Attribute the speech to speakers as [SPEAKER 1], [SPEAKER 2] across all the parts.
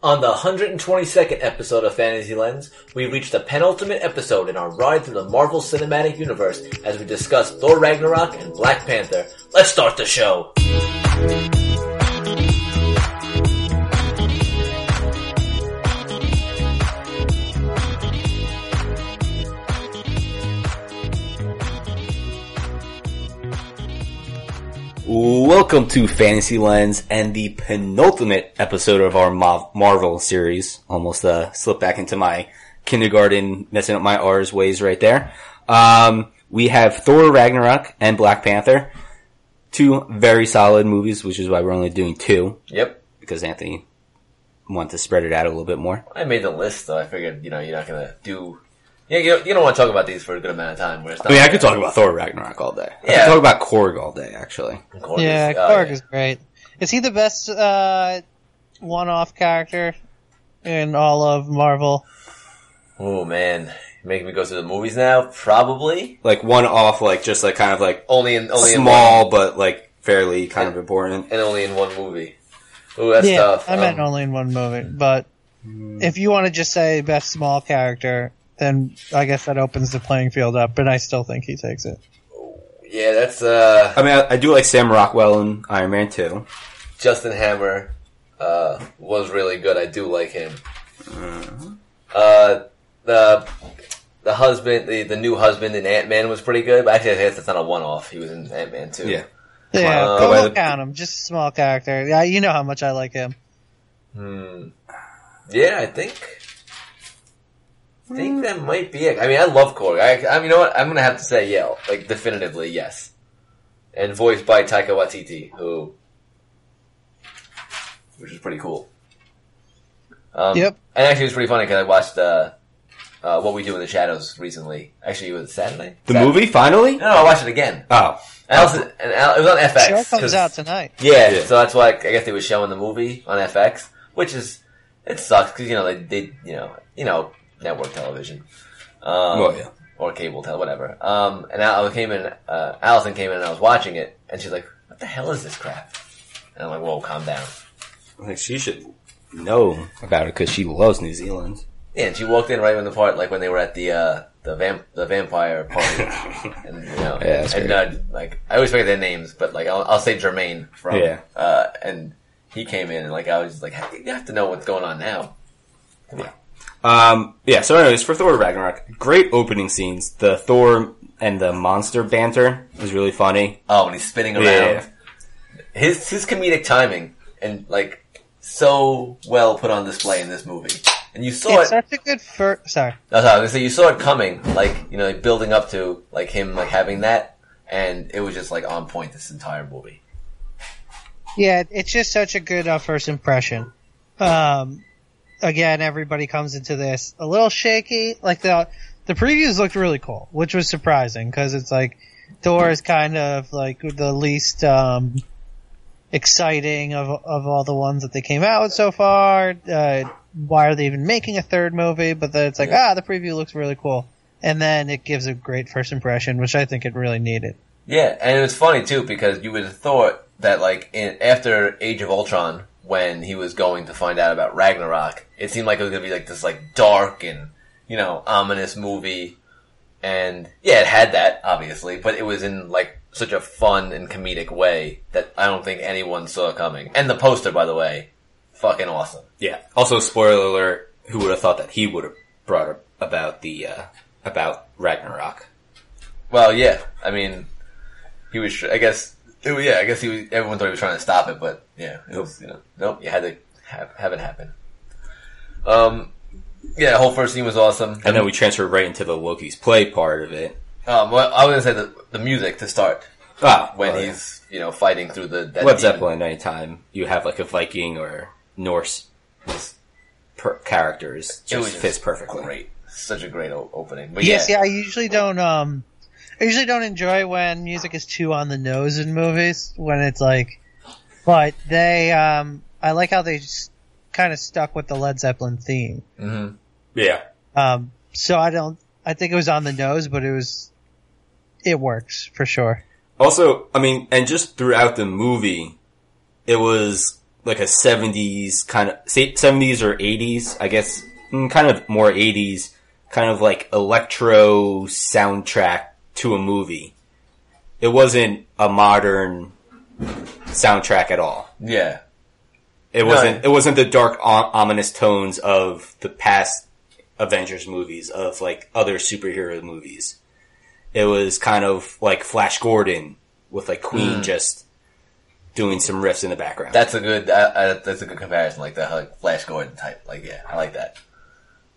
[SPEAKER 1] On the 122nd episode of Fantasy Lens, we reach the penultimate episode in our ride through the Marvel Cinematic Universe as we discuss Thor Ragnarok and Black Panther. Let's start the show!
[SPEAKER 2] Welcome to Fantasy Lens and the penultimate episode of our Mar- Marvel series. Almost uh, slipped back into my kindergarten messing up my R's ways right there. Um, we have Thor Ragnarok and Black Panther, two very solid movies, which is why we're only doing two
[SPEAKER 1] Yep.
[SPEAKER 2] because Anthony wanted to spread it out a little bit more.
[SPEAKER 1] I made the list though, I figured, you know, you're not gonna do... You, you, you don't want to talk about these for a good amount of time. Where it's not
[SPEAKER 2] Oh, I mean, I could talk about Thor Ragnarok all day. I
[SPEAKER 1] Yeah.
[SPEAKER 2] could talk about Korg all day, actually.
[SPEAKER 1] Korg is-
[SPEAKER 3] Yeah,
[SPEAKER 1] oh,
[SPEAKER 3] Korg is great. Is he the best uh, one-off character in all of Marvel?
[SPEAKER 1] Oh man, You're making me go through the movies now. Probably
[SPEAKER 2] Like one off, like just like kind of like
[SPEAKER 1] only in only in one,
[SPEAKER 2] small but like fairly kind of important.
[SPEAKER 1] and only in one movie. Ooh, that's
[SPEAKER 3] yeah,
[SPEAKER 1] tough.
[SPEAKER 3] I meant
[SPEAKER 1] Um,
[SPEAKER 3] only in one movie, but if you want to just say best small character, then I guess that opens the playing field up, but I still think he takes it.
[SPEAKER 1] yeah, that's uh,
[SPEAKER 2] I mean, I, I do like Sam Rockwell in Iron Man 2.
[SPEAKER 1] Justin Hammer uh, was really good. I do like him.
[SPEAKER 2] Mm-hmm.
[SPEAKER 1] Uh, the the husband, the, the new husband in Ant Man was pretty good. But actually, I guess that's not a one off. He was in Ant Man too.
[SPEAKER 3] Yeah,
[SPEAKER 1] Wow.
[SPEAKER 3] but
[SPEAKER 2] By
[SPEAKER 3] we'll
[SPEAKER 2] the-
[SPEAKER 3] count him. Just a small character. Yeah, you know how much I like him.
[SPEAKER 1] Yeah, I think. I think that might be it. I mean, I love Korg. I, I you know what? I'm gonna have to say yeah, like definitively yes. And voiced by Taika Waititi, who, which is pretty cool. Um,
[SPEAKER 3] Yep.
[SPEAKER 1] And actually, it was pretty funny because I watched uh, uh, What We Do in the Shadows recently. Actually, it was Saturday.
[SPEAKER 2] The
[SPEAKER 1] Sat-
[SPEAKER 2] movie, finally?
[SPEAKER 1] No, no, I watched it again.
[SPEAKER 2] Oh.
[SPEAKER 1] And I also, and I- it was on FX.
[SPEAKER 3] Show comes
[SPEAKER 1] 'cause-
[SPEAKER 3] out tonight.
[SPEAKER 1] yeah,
[SPEAKER 2] Yeah.
[SPEAKER 1] so that's why I guess they were showing the movie on FX, which is it sucks because you know they did you know you know network television, um,
[SPEAKER 2] Well, Oh, yeah.
[SPEAKER 1] or cable tele whatever. Um, and I I came in, uh, Allison came in and I was watching it, and she's like, "What the hell is this crap?" And I'm like, "Whoa, calm down."
[SPEAKER 2] I think she should know about it because she loves New Zealand.
[SPEAKER 1] Yeah, and she walked in right when the part like when they were at the uh, the vamp the vampire party, and you know,
[SPEAKER 2] Yeah, that's
[SPEAKER 1] and
[SPEAKER 2] great.
[SPEAKER 1] uh, like I always forget their names, but like I'll, I'll say Jermaine from,
[SPEAKER 2] Yeah.
[SPEAKER 1] uh, and he came in and like I was just like, you have to know what's going on now.
[SPEAKER 2] Um, yeah, so anyways, for Thor Ragnarok, great opening scenes. The Thor and the monster banter was really funny.
[SPEAKER 1] Oh, and he's spinning around.
[SPEAKER 2] Yeah.
[SPEAKER 1] His his comedic timing and like so well put on display in this movie. And you saw
[SPEAKER 3] It's
[SPEAKER 1] it.
[SPEAKER 3] such a good first. Sorry.
[SPEAKER 1] That's how I was gonna say. You saw it coming, like you know, like, building up to like him like having that, and it was just like on point this entire movie.
[SPEAKER 3] Yeah, it's just such a good uh, first impression. Um, again, everybody comes into this a little shaky. Like the the previews looked really cool, which was surprising because it's like Thor is kind of like the least um, exciting of of all the ones that they came out with so far. Uh, why are they even making a third movie? But then it's like ah, the preview looks really cool, and then it gives a great first impression, which I think it really needed.
[SPEAKER 1] Yeah, and it was funny too because you would have thought that like in, after Age of Ultron, when he was going to find out about Ragnarok, it seemed like it was gonna be like this like dark and you know ominous movie, and yeah, it had that obviously, but it was in like such a fun and comedic way that I don't think anyone saw coming. And the poster, by the way, fucking awesome.
[SPEAKER 2] Yeah. Also, spoiler alert, who would have thought that he would have brought up about the, uh, about Ragnarok?
[SPEAKER 1] Well, yeah, I mean, he was. I guess. It, was- yeah, I guess he was. Everyone thought he was trying to stop it, but yeah, it was. You know, nope. You had to have, have it happen. Um, yeah, the whole first scene was awesome.
[SPEAKER 2] And then we transferred right into the Loki's play part of it.
[SPEAKER 1] um, well, I was gonna say the, the music to start
[SPEAKER 2] Ah,
[SPEAKER 1] when
[SPEAKER 2] well, yeah.
[SPEAKER 1] he's you know fighting through the that
[SPEAKER 2] Led
[SPEAKER 1] demon.
[SPEAKER 2] Zeppelin, anytime you have like a Viking or Norse per- characters,
[SPEAKER 1] It was
[SPEAKER 2] just fits perfectly.
[SPEAKER 1] Great, such a great o- opening. But
[SPEAKER 3] Yes,
[SPEAKER 1] yeah,
[SPEAKER 3] yeah. I usually don't. Um, I usually don't enjoy when music is too on the nose in movies. When it's like, but they. Um, I like how they just kind of stuck with the Led Zeppelin theme.
[SPEAKER 2] Yeah,
[SPEAKER 3] Um, so I don't. I think it was on the nose, but it was. It works for sure.
[SPEAKER 2] Also, I mean, and just throughout the movie, it was like a 70s kind of, say 70s or 80s, I guess, mm, kind of more 80s, kind of like electro soundtrack to a movie. It wasn't a modern soundtrack at all.
[SPEAKER 1] Yeah.
[SPEAKER 2] It wasn't. It wasn't the dark, o- ominous tones of the past Avengers movies, of like other superhero movies. It was kind of like Flash Gordon with like Queen just doing some riffs in the background.
[SPEAKER 1] That's a good. Uh, uh, that's a good comparison, like the like Flash Gordon type. Like, yeah, I like that.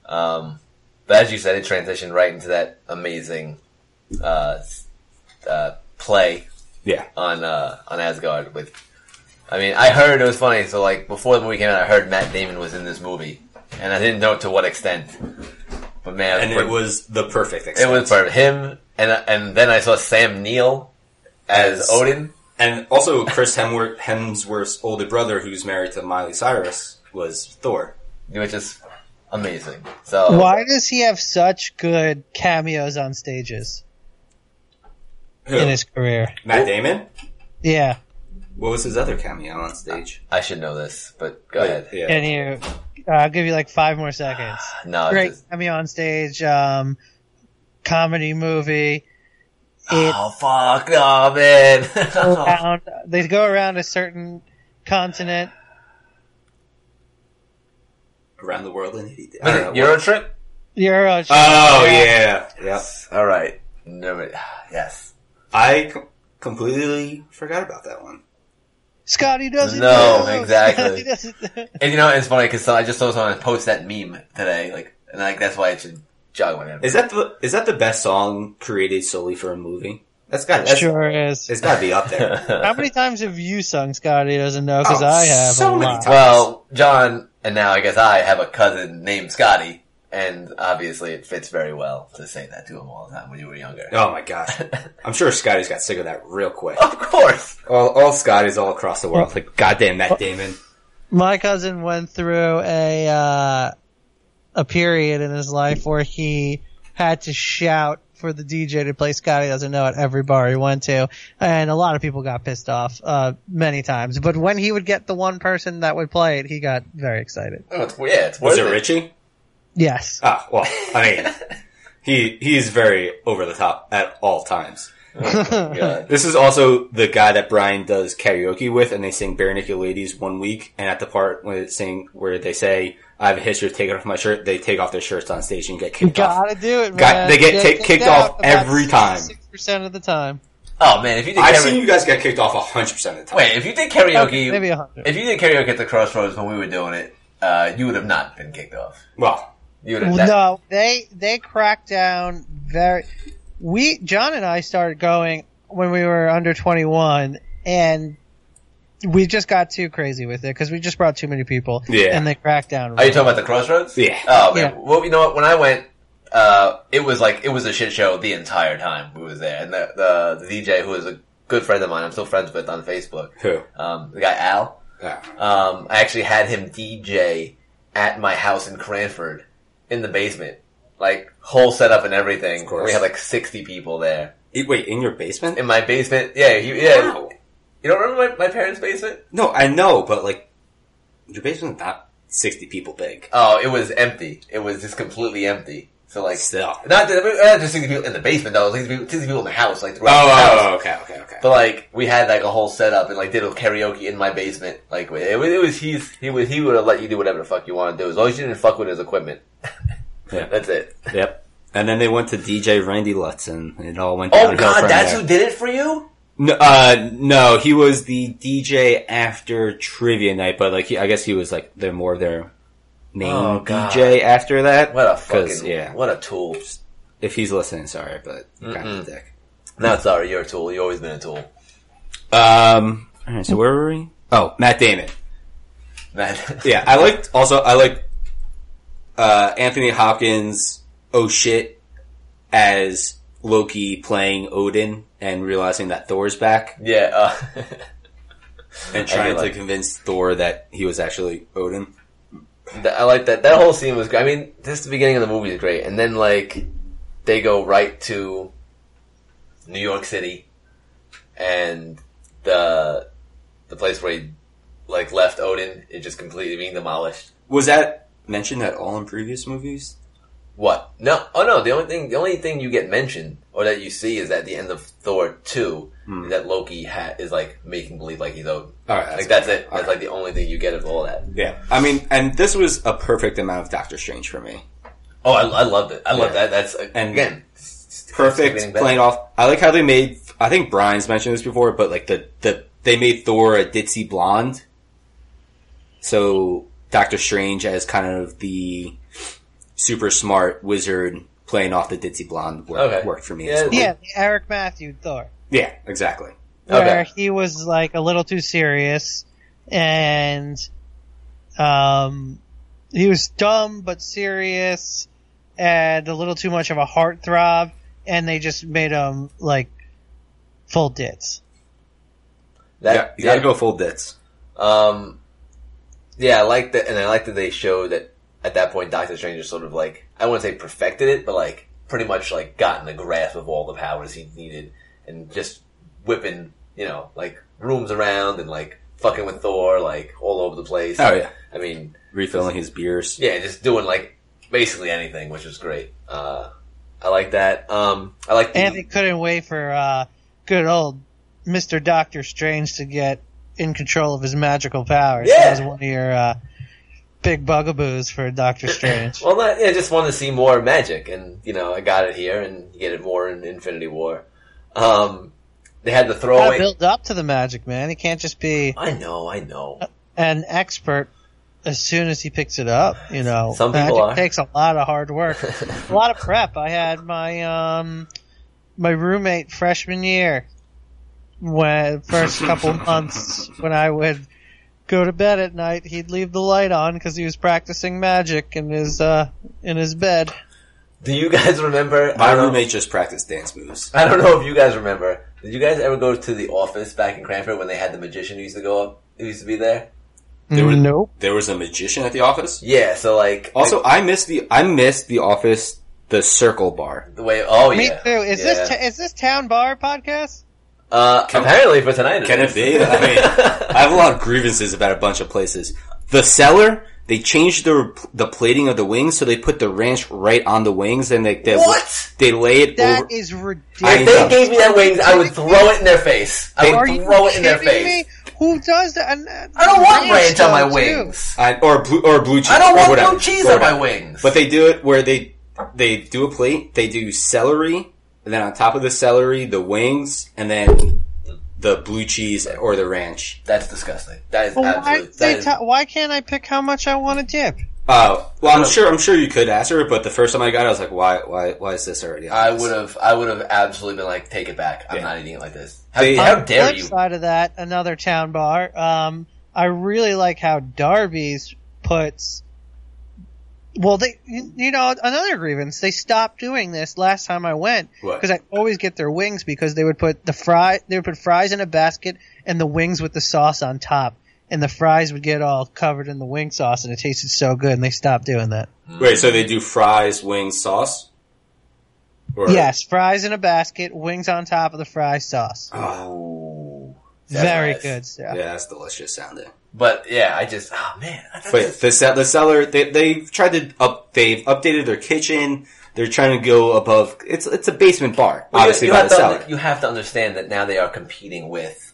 [SPEAKER 1] Um, but as you said, it transitioned right into that amazing uh, s- uh, play
[SPEAKER 2] yeah,
[SPEAKER 1] on uh, on Asgard. With, I mean, I heard it was funny. So, like before the movie came out, I heard Matt Damon was in this movie, and I didn't know to what extent. But man,
[SPEAKER 2] and
[SPEAKER 1] pretty-
[SPEAKER 2] it was the perfect.
[SPEAKER 1] it
[SPEAKER 2] Extent.
[SPEAKER 1] was for him, and uh, and then I saw Sam Neill as
[SPEAKER 2] As-
[SPEAKER 1] Odin.
[SPEAKER 2] and also Chris Hemsworth, Hemsworth's older brother, who's married to Miley Cyrus, was Thor.
[SPEAKER 1] which is amazing. So
[SPEAKER 3] Why does he have such good cameos on stages
[SPEAKER 2] Who?
[SPEAKER 3] in his career?
[SPEAKER 2] Matt Damon.
[SPEAKER 3] Yeah.
[SPEAKER 2] What was his other cameo on stage?
[SPEAKER 1] I should know this, but go ahead.
[SPEAKER 2] Yeah.
[SPEAKER 3] Can you? Uh, I'll give you like five more seconds.
[SPEAKER 1] No, it's
[SPEAKER 3] Great
[SPEAKER 1] just-
[SPEAKER 3] cameo on stage, um, comedy movie. It
[SPEAKER 1] oh fuck, oh man.
[SPEAKER 3] around, they go around a certain continent.
[SPEAKER 2] Around the world in 80 days.
[SPEAKER 1] Was it Euro trip?
[SPEAKER 3] Euro.
[SPEAKER 2] Oh yeah. Yep.
[SPEAKER 1] All right, never. Yes.
[SPEAKER 2] I com- completely forgot about that one.
[SPEAKER 3] Scotty doesn't.
[SPEAKER 1] No,
[SPEAKER 3] know.
[SPEAKER 1] exactly.
[SPEAKER 3] Scotty doesn't know.
[SPEAKER 1] And you know it's funny because I just saw someone post that meme today, like, and like that's why it should jog my memory.
[SPEAKER 2] Is that the is that the best song created solely for a movie? That's got that's,
[SPEAKER 3] Sure is.
[SPEAKER 2] It's got to be up there.
[SPEAKER 3] How many times have you sung Scotty doesn't know? Because
[SPEAKER 2] Oh,
[SPEAKER 3] I have
[SPEAKER 2] so
[SPEAKER 3] a
[SPEAKER 2] many
[SPEAKER 3] lot.
[SPEAKER 2] times.
[SPEAKER 1] well, John, and now I guess I have a cousin named Scotty, and obviously it fits very well to say that to him all the time when you were younger.
[SPEAKER 2] oh my gosh! I'm sure Scotty's got sick of that real quick.
[SPEAKER 1] Of course.
[SPEAKER 2] All, all Scotty's all across the world. Like goddamn Matt Damon.
[SPEAKER 3] My cousin went through a uh, a period in his life where he had to shout for the DJ to play Scotty doesn't know at every bar he went to, and a lot of people got pissed off uh, many times. But when he would get the one person that would play it, he got very excited.
[SPEAKER 1] Oh, it's, yeah, it's worth
[SPEAKER 2] Was it Richie?
[SPEAKER 3] Yes,
[SPEAKER 2] Ah, well, I mean, he he is very over the top at all times.
[SPEAKER 1] God.
[SPEAKER 2] This is also the guy that Brian does karaoke with, and they sing "Bare Naked Ladies" one week, and at the part where they sing where they say "I have a history of taking off my shirt," they take off their shirts on stage and get
[SPEAKER 3] you
[SPEAKER 2] kicked off.
[SPEAKER 3] gotta do it, man.
[SPEAKER 2] Got- they get kicked- kicked off every time.
[SPEAKER 3] six percent of the time.
[SPEAKER 1] Oh man, if you did
[SPEAKER 2] I've
[SPEAKER 1] karaoke,
[SPEAKER 2] seen you guys get kicked off hundred percent of the time.
[SPEAKER 1] wait, if you did karaoke,
[SPEAKER 3] Okay, maybe a hundred.
[SPEAKER 1] if you did karaoke at the Crossroads when we were doing it, uh, you would have not been kicked off.
[SPEAKER 2] well,
[SPEAKER 1] You would have.
[SPEAKER 3] Well,
[SPEAKER 1] that-
[SPEAKER 3] no, they they cracked down very. We John and I started going when we were under twenty one, and we just got too crazy with it because we just brought too many people.
[SPEAKER 2] Yeah.
[SPEAKER 3] and they cracked down.
[SPEAKER 1] Are you talking about the Crossroads?
[SPEAKER 2] Yeah.
[SPEAKER 1] Oh man.
[SPEAKER 3] Yeah.
[SPEAKER 1] Well, you know what? When I went, uh, it was like it was a shit show the entire time we was there, and the the, the DJ who is a good friend of mine, I'm still friends with on Facebook.
[SPEAKER 2] who?
[SPEAKER 1] Um, the guy Al.
[SPEAKER 2] Ah.
[SPEAKER 1] Um, I actually had him DJ at my house in Cranford in the basement, like whole setup and everything.
[SPEAKER 2] Of course.
[SPEAKER 1] We had like sixty people there
[SPEAKER 2] It- wait, in your basement?
[SPEAKER 1] in my basement. Yeah, you, yeah.
[SPEAKER 2] Wow.
[SPEAKER 1] You don't remember my, my parents' basement?
[SPEAKER 2] No, I know, but like, your basement's not sixty people big.
[SPEAKER 1] Oh, it was empty. It was just completely empty. So like,
[SPEAKER 2] Still.
[SPEAKER 1] not, that- not just these people in the basement though. These people, these people in the house, like throughout the house.
[SPEAKER 2] Oh, okay, okay, okay.
[SPEAKER 1] But like, we had like a whole setup and like did a karaoke in my basement. Like it was, it was he's he was he would have let you do whatever the fuck you wanted to do as long as you didn't fuck with his equipment.
[SPEAKER 2] Yeah.
[SPEAKER 1] That's it.
[SPEAKER 2] Yep. And then they went to DJ Randy Lutz, and it all went downhill
[SPEAKER 1] Oh god,
[SPEAKER 2] from
[SPEAKER 1] that's
[SPEAKER 2] there.
[SPEAKER 1] who did it for you.
[SPEAKER 2] No, uh, no, he was the DJ after trivia night, but like, he, I guess he was like the more their main
[SPEAKER 1] Oh, God.
[SPEAKER 2] DJ after that.
[SPEAKER 1] What a
[SPEAKER 2] 'Cause,
[SPEAKER 1] fucking
[SPEAKER 2] yeah.
[SPEAKER 1] What a tool.
[SPEAKER 2] If he's listening, sorry, but you're kind of a dick.
[SPEAKER 1] No, sorry, you're a tool. You've always been a tool.
[SPEAKER 2] Um, all right, so where were we? Oh, Matt Damon.
[SPEAKER 1] That
[SPEAKER 2] Yeah, I liked also I liked uh, Anthony Hopkins. Oh shit! As Loki playing Odin and realizing that Thor's back.
[SPEAKER 1] yeah. Uh, I
[SPEAKER 2] and trying
[SPEAKER 1] do
[SPEAKER 2] to
[SPEAKER 1] like-
[SPEAKER 2] convince Thor that he was actually Odin.
[SPEAKER 1] Th- I like that. That whole scene was great. I mean, just the beginning of the movie is great, and then like they go right to New York City and the the place where he like left Odin and just completely being demolished.
[SPEAKER 2] Was that mentioned at all in previous movies?
[SPEAKER 1] What? No. Oh no. The only thing, the only thing you get mentioned or that you see is at the end of Thor two
[SPEAKER 2] Hmm.
[SPEAKER 1] that Loki ha- is like making believe like he's Odin.
[SPEAKER 2] All right,
[SPEAKER 1] like that's it.
[SPEAKER 2] All
[SPEAKER 1] that's
[SPEAKER 2] right.
[SPEAKER 1] like the only thing you get of all that.
[SPEAKER 2] Yeah, I mean, and this was a perfect amount of Doctor Strange for me.
[SPEAKER 1] Oh, I, I loved it. I love
[SPEAKER 2] Yeah.
[SPEAKER 1] that. That's
[SPEAKER 2] And-
[SPEAKER 1] again it's- it's getting
[SPEAKER 2] perfect
[SPEAKER 1] better.
[SPEAKER 2] playing off. I like how they made. I think Brian's mentioned this before, but like the the they made Thor a ditzy blonde. So Doctor Strange as kind of the super smart wizard playing off the ditzy blonde wor-
[SPEAKER 1] Okay.
[SPEAKER 2] worked for me.
[SPEAKER 1] Yeah.
[SPEAKER 2] as well.
[SPEAKER 3] Yeah, the Eric Matthew Thor,
[SPEAKER 2] yeah, exactly.
[SPEAKER 3] where
[SPEAKER 1] Okay.
[SPEAKER 3] he was like a little too serious, and um, he was dumb but serious, and a little too much of a heartthrob, and they just made him like full dits.
[SPEAKER 2] yeah,
[SPEAKER 1] That,
[SPEAKER 2] you gotta go full dits.
[SPEAKER 1] Um, yeah, I like that, and I like that they showed that at that point Doctor Strange is sort of like I wouldn't say perfected it, but like pretty much like gotten the grasp of all the powers he needed, and just whipping you know like rooms around and like fucking with Thor like all over the place.
[SPEAKER 2] Oh yeah,
[SPEAKER 1] I mean,
[SPEAKER 2] refilling his beers.
[SPEAKER 1] yeah, just doing like basically anything, which is great. Uh, I like that. Um, I like the,
[SPEAKER 3] And they couldn't wait for uh, good old Mister Doctor Strange to get in control of his magical powers.
[SPEAKER 1] Yeah.
[SPEAKER 3] That was one of your uh, big bugaboos for Doctor Strange.
[SPEAKER 1] Well, not, yeah, I just wanted to see more magic, and you know, I got it here, and you get it more in Infinity War. Um, they had the
[SPEAKER 3] Gotta
[SPEAKER 1] throwaway.
[SPEAKER 3] build up to the magic, man. He can't just be
[SPEAKER 1] I know, I know.
[SPEAKER 3] an expert as soon as he picks it up. You know,
[SPEAKER 1] Some people
[SPEAKER 3] magic
[SPEAKER 1] are.
[SPEAKER 3] takes a lot of hard work, a lot of prep. I had my um, my roommate freshman year, when first couple months when I would go to bed at night, he'd leave the light on because he was practicing magic in his uh, in his bed.
[SPEAKER 1] Do you guys remember?
[SPEAKER 2] My
[SPEAKER 1] I don't
[SPEAKER 2] roommate just practiced dance moves.
[SPEAKER 1] Know, I don't know if you guys remember. Did you guys ever go to the office back in Cranford when they had the magician who used to go up, who used to be there?
[SPEAKER 2] There was-
[SPEAKER 3] nope.
[SPEAKER 2] There was a magician at the office.
[SPEAKER 1] Yeah. So like
[SPEAKER 2] Also, I missed the I missed the office the circle bar.
[SPEAKER 1] like, the way. Oh
[SPEAKER 3] Me
[SPEAKER 1] yeah.
[SPEAKER 3] too. Is
[SPEAKER 1] yeah.
[SPEAKER 3] this is this town bar podcast?
[SPEAKER 1] uh, apparently for tonight?
[SPEAKER 2] Can it
[SPEAKER 1] is.
[SPEAKER 2] be? I mean, I have a lot of grievances about a bunch of places. The cellar, they changed the the plating of the wings, so they put the ranch right on the wings, and they they,
[SPEAKER 1] What?
[SPEAKER 2] they lay it over.
[SPEAKER 3] That is ridiculous.
[SPEAKER 1] if they gave me that wings, I would throw it in their face. I would
[SPEAKER 3] Are you
[SPEAKER 1] throw it in their
[SPEAKER 3] kidding
[SPEAKER 1] face.
[SPEAKER 3] me? Who does that? And, uh,
[SPEAKER 1] I don't want ranch
[SPEAKER 3] ranch
[SPEAKER 1] on my
[SPEAKER 3] though, too.
[SPEAKER 1] wings.
[SPEAKER 2] I, or blue or blue cheese.
[SPEAKER 1] I don't
[SPEAKER 2] or
[SPEAKER 1] want
[SPEAKER 2] whatever,
[SPEAKER 1] blue cheese
[SPEAKER 2] or
[SPEAKER 1] on my
[SPEAKER 2] whatever.
[SPEAKER 1] wings.
[SPEAKER 2] But they do it where they they do a plate, they do celery, and then on top of the celery, the wings, and then the blue cheese or the ranch.
[SPEAKER 1] That's disgusting. That is
[SPEAKER 3] But why,
[SPEAKER 1] absolute. That
[SPEAKER 3] they
[SPEAKER 1] is,
[SPEAKER 3] ta- why can't I pick how much I want to dip?
[SPEAKER 2] Oh well, I'm
[SPEAKER 1] No.
[SPEAKER 2] sure. I'm sure you could ask her, but the first time I got it, I was like, "Why? Why? Why is this already?" on
[SPEAKER 1] I
[SPEAKER 2] this?
[SPEAKER 1] would have. I would have absolutely been like, take it back. I'm
[SPEAKER 2] Yeah.
[SPEAKER 1] not eating it like this. How,
[SPEAKER 2] They-
[SPEAKER 1] how
[SPEAKER 3] On the
[SPEAKER 1] dare
[SPEAKER 3] flip
[SPEAKER 1] you?
[SPEAKER 3] side of that, another town bar. Um, I really like how Darby's puts. Well, they, you you know, another grievance. They stopped doing this last time I went
[SPEAKER 2] What?
[SPEAKER 3] because I always get their wings because they would put the fry, they would put fries in a basket and the wings with the sauce on top, and the fries would get all covered in the wing sauce, and it tasted so good, and they stopped doing that.
[SPEAKER 2] Wait, so they do fries, wings, sauce? Or-
[SPEAKER 3] Yes, fries in a basket, wings on top of the fry sauce.
[SPEAKER 2] Oh,
[SPEAKER 1] Ooh, that's
[SPEAKER 3] Very
[SPEAKER 1] nice.
[SPEAKER 3] good stuff.
[SPEAKER 2] yeah, that's delicious sounding.
[SPEAKER 1] But yeah, I just. Oh man. That's
[SPEAKER 2] But the se- the seller they they've tried to up they've updated their kitchen. They're trying to go above. It's it's a basement bar,
[SPEAKER 1] Well, you-
[SPEAKER 2] obviously
[SPEAKER 1] you,
[SPEAKER 2] by
[SPEAKER 1] have
[SPEAKER 2] the
[SPEAKER 1] to,
[SPEAKER 2] cellar.
[SPEAKER 1] you have to understand that now they are competing with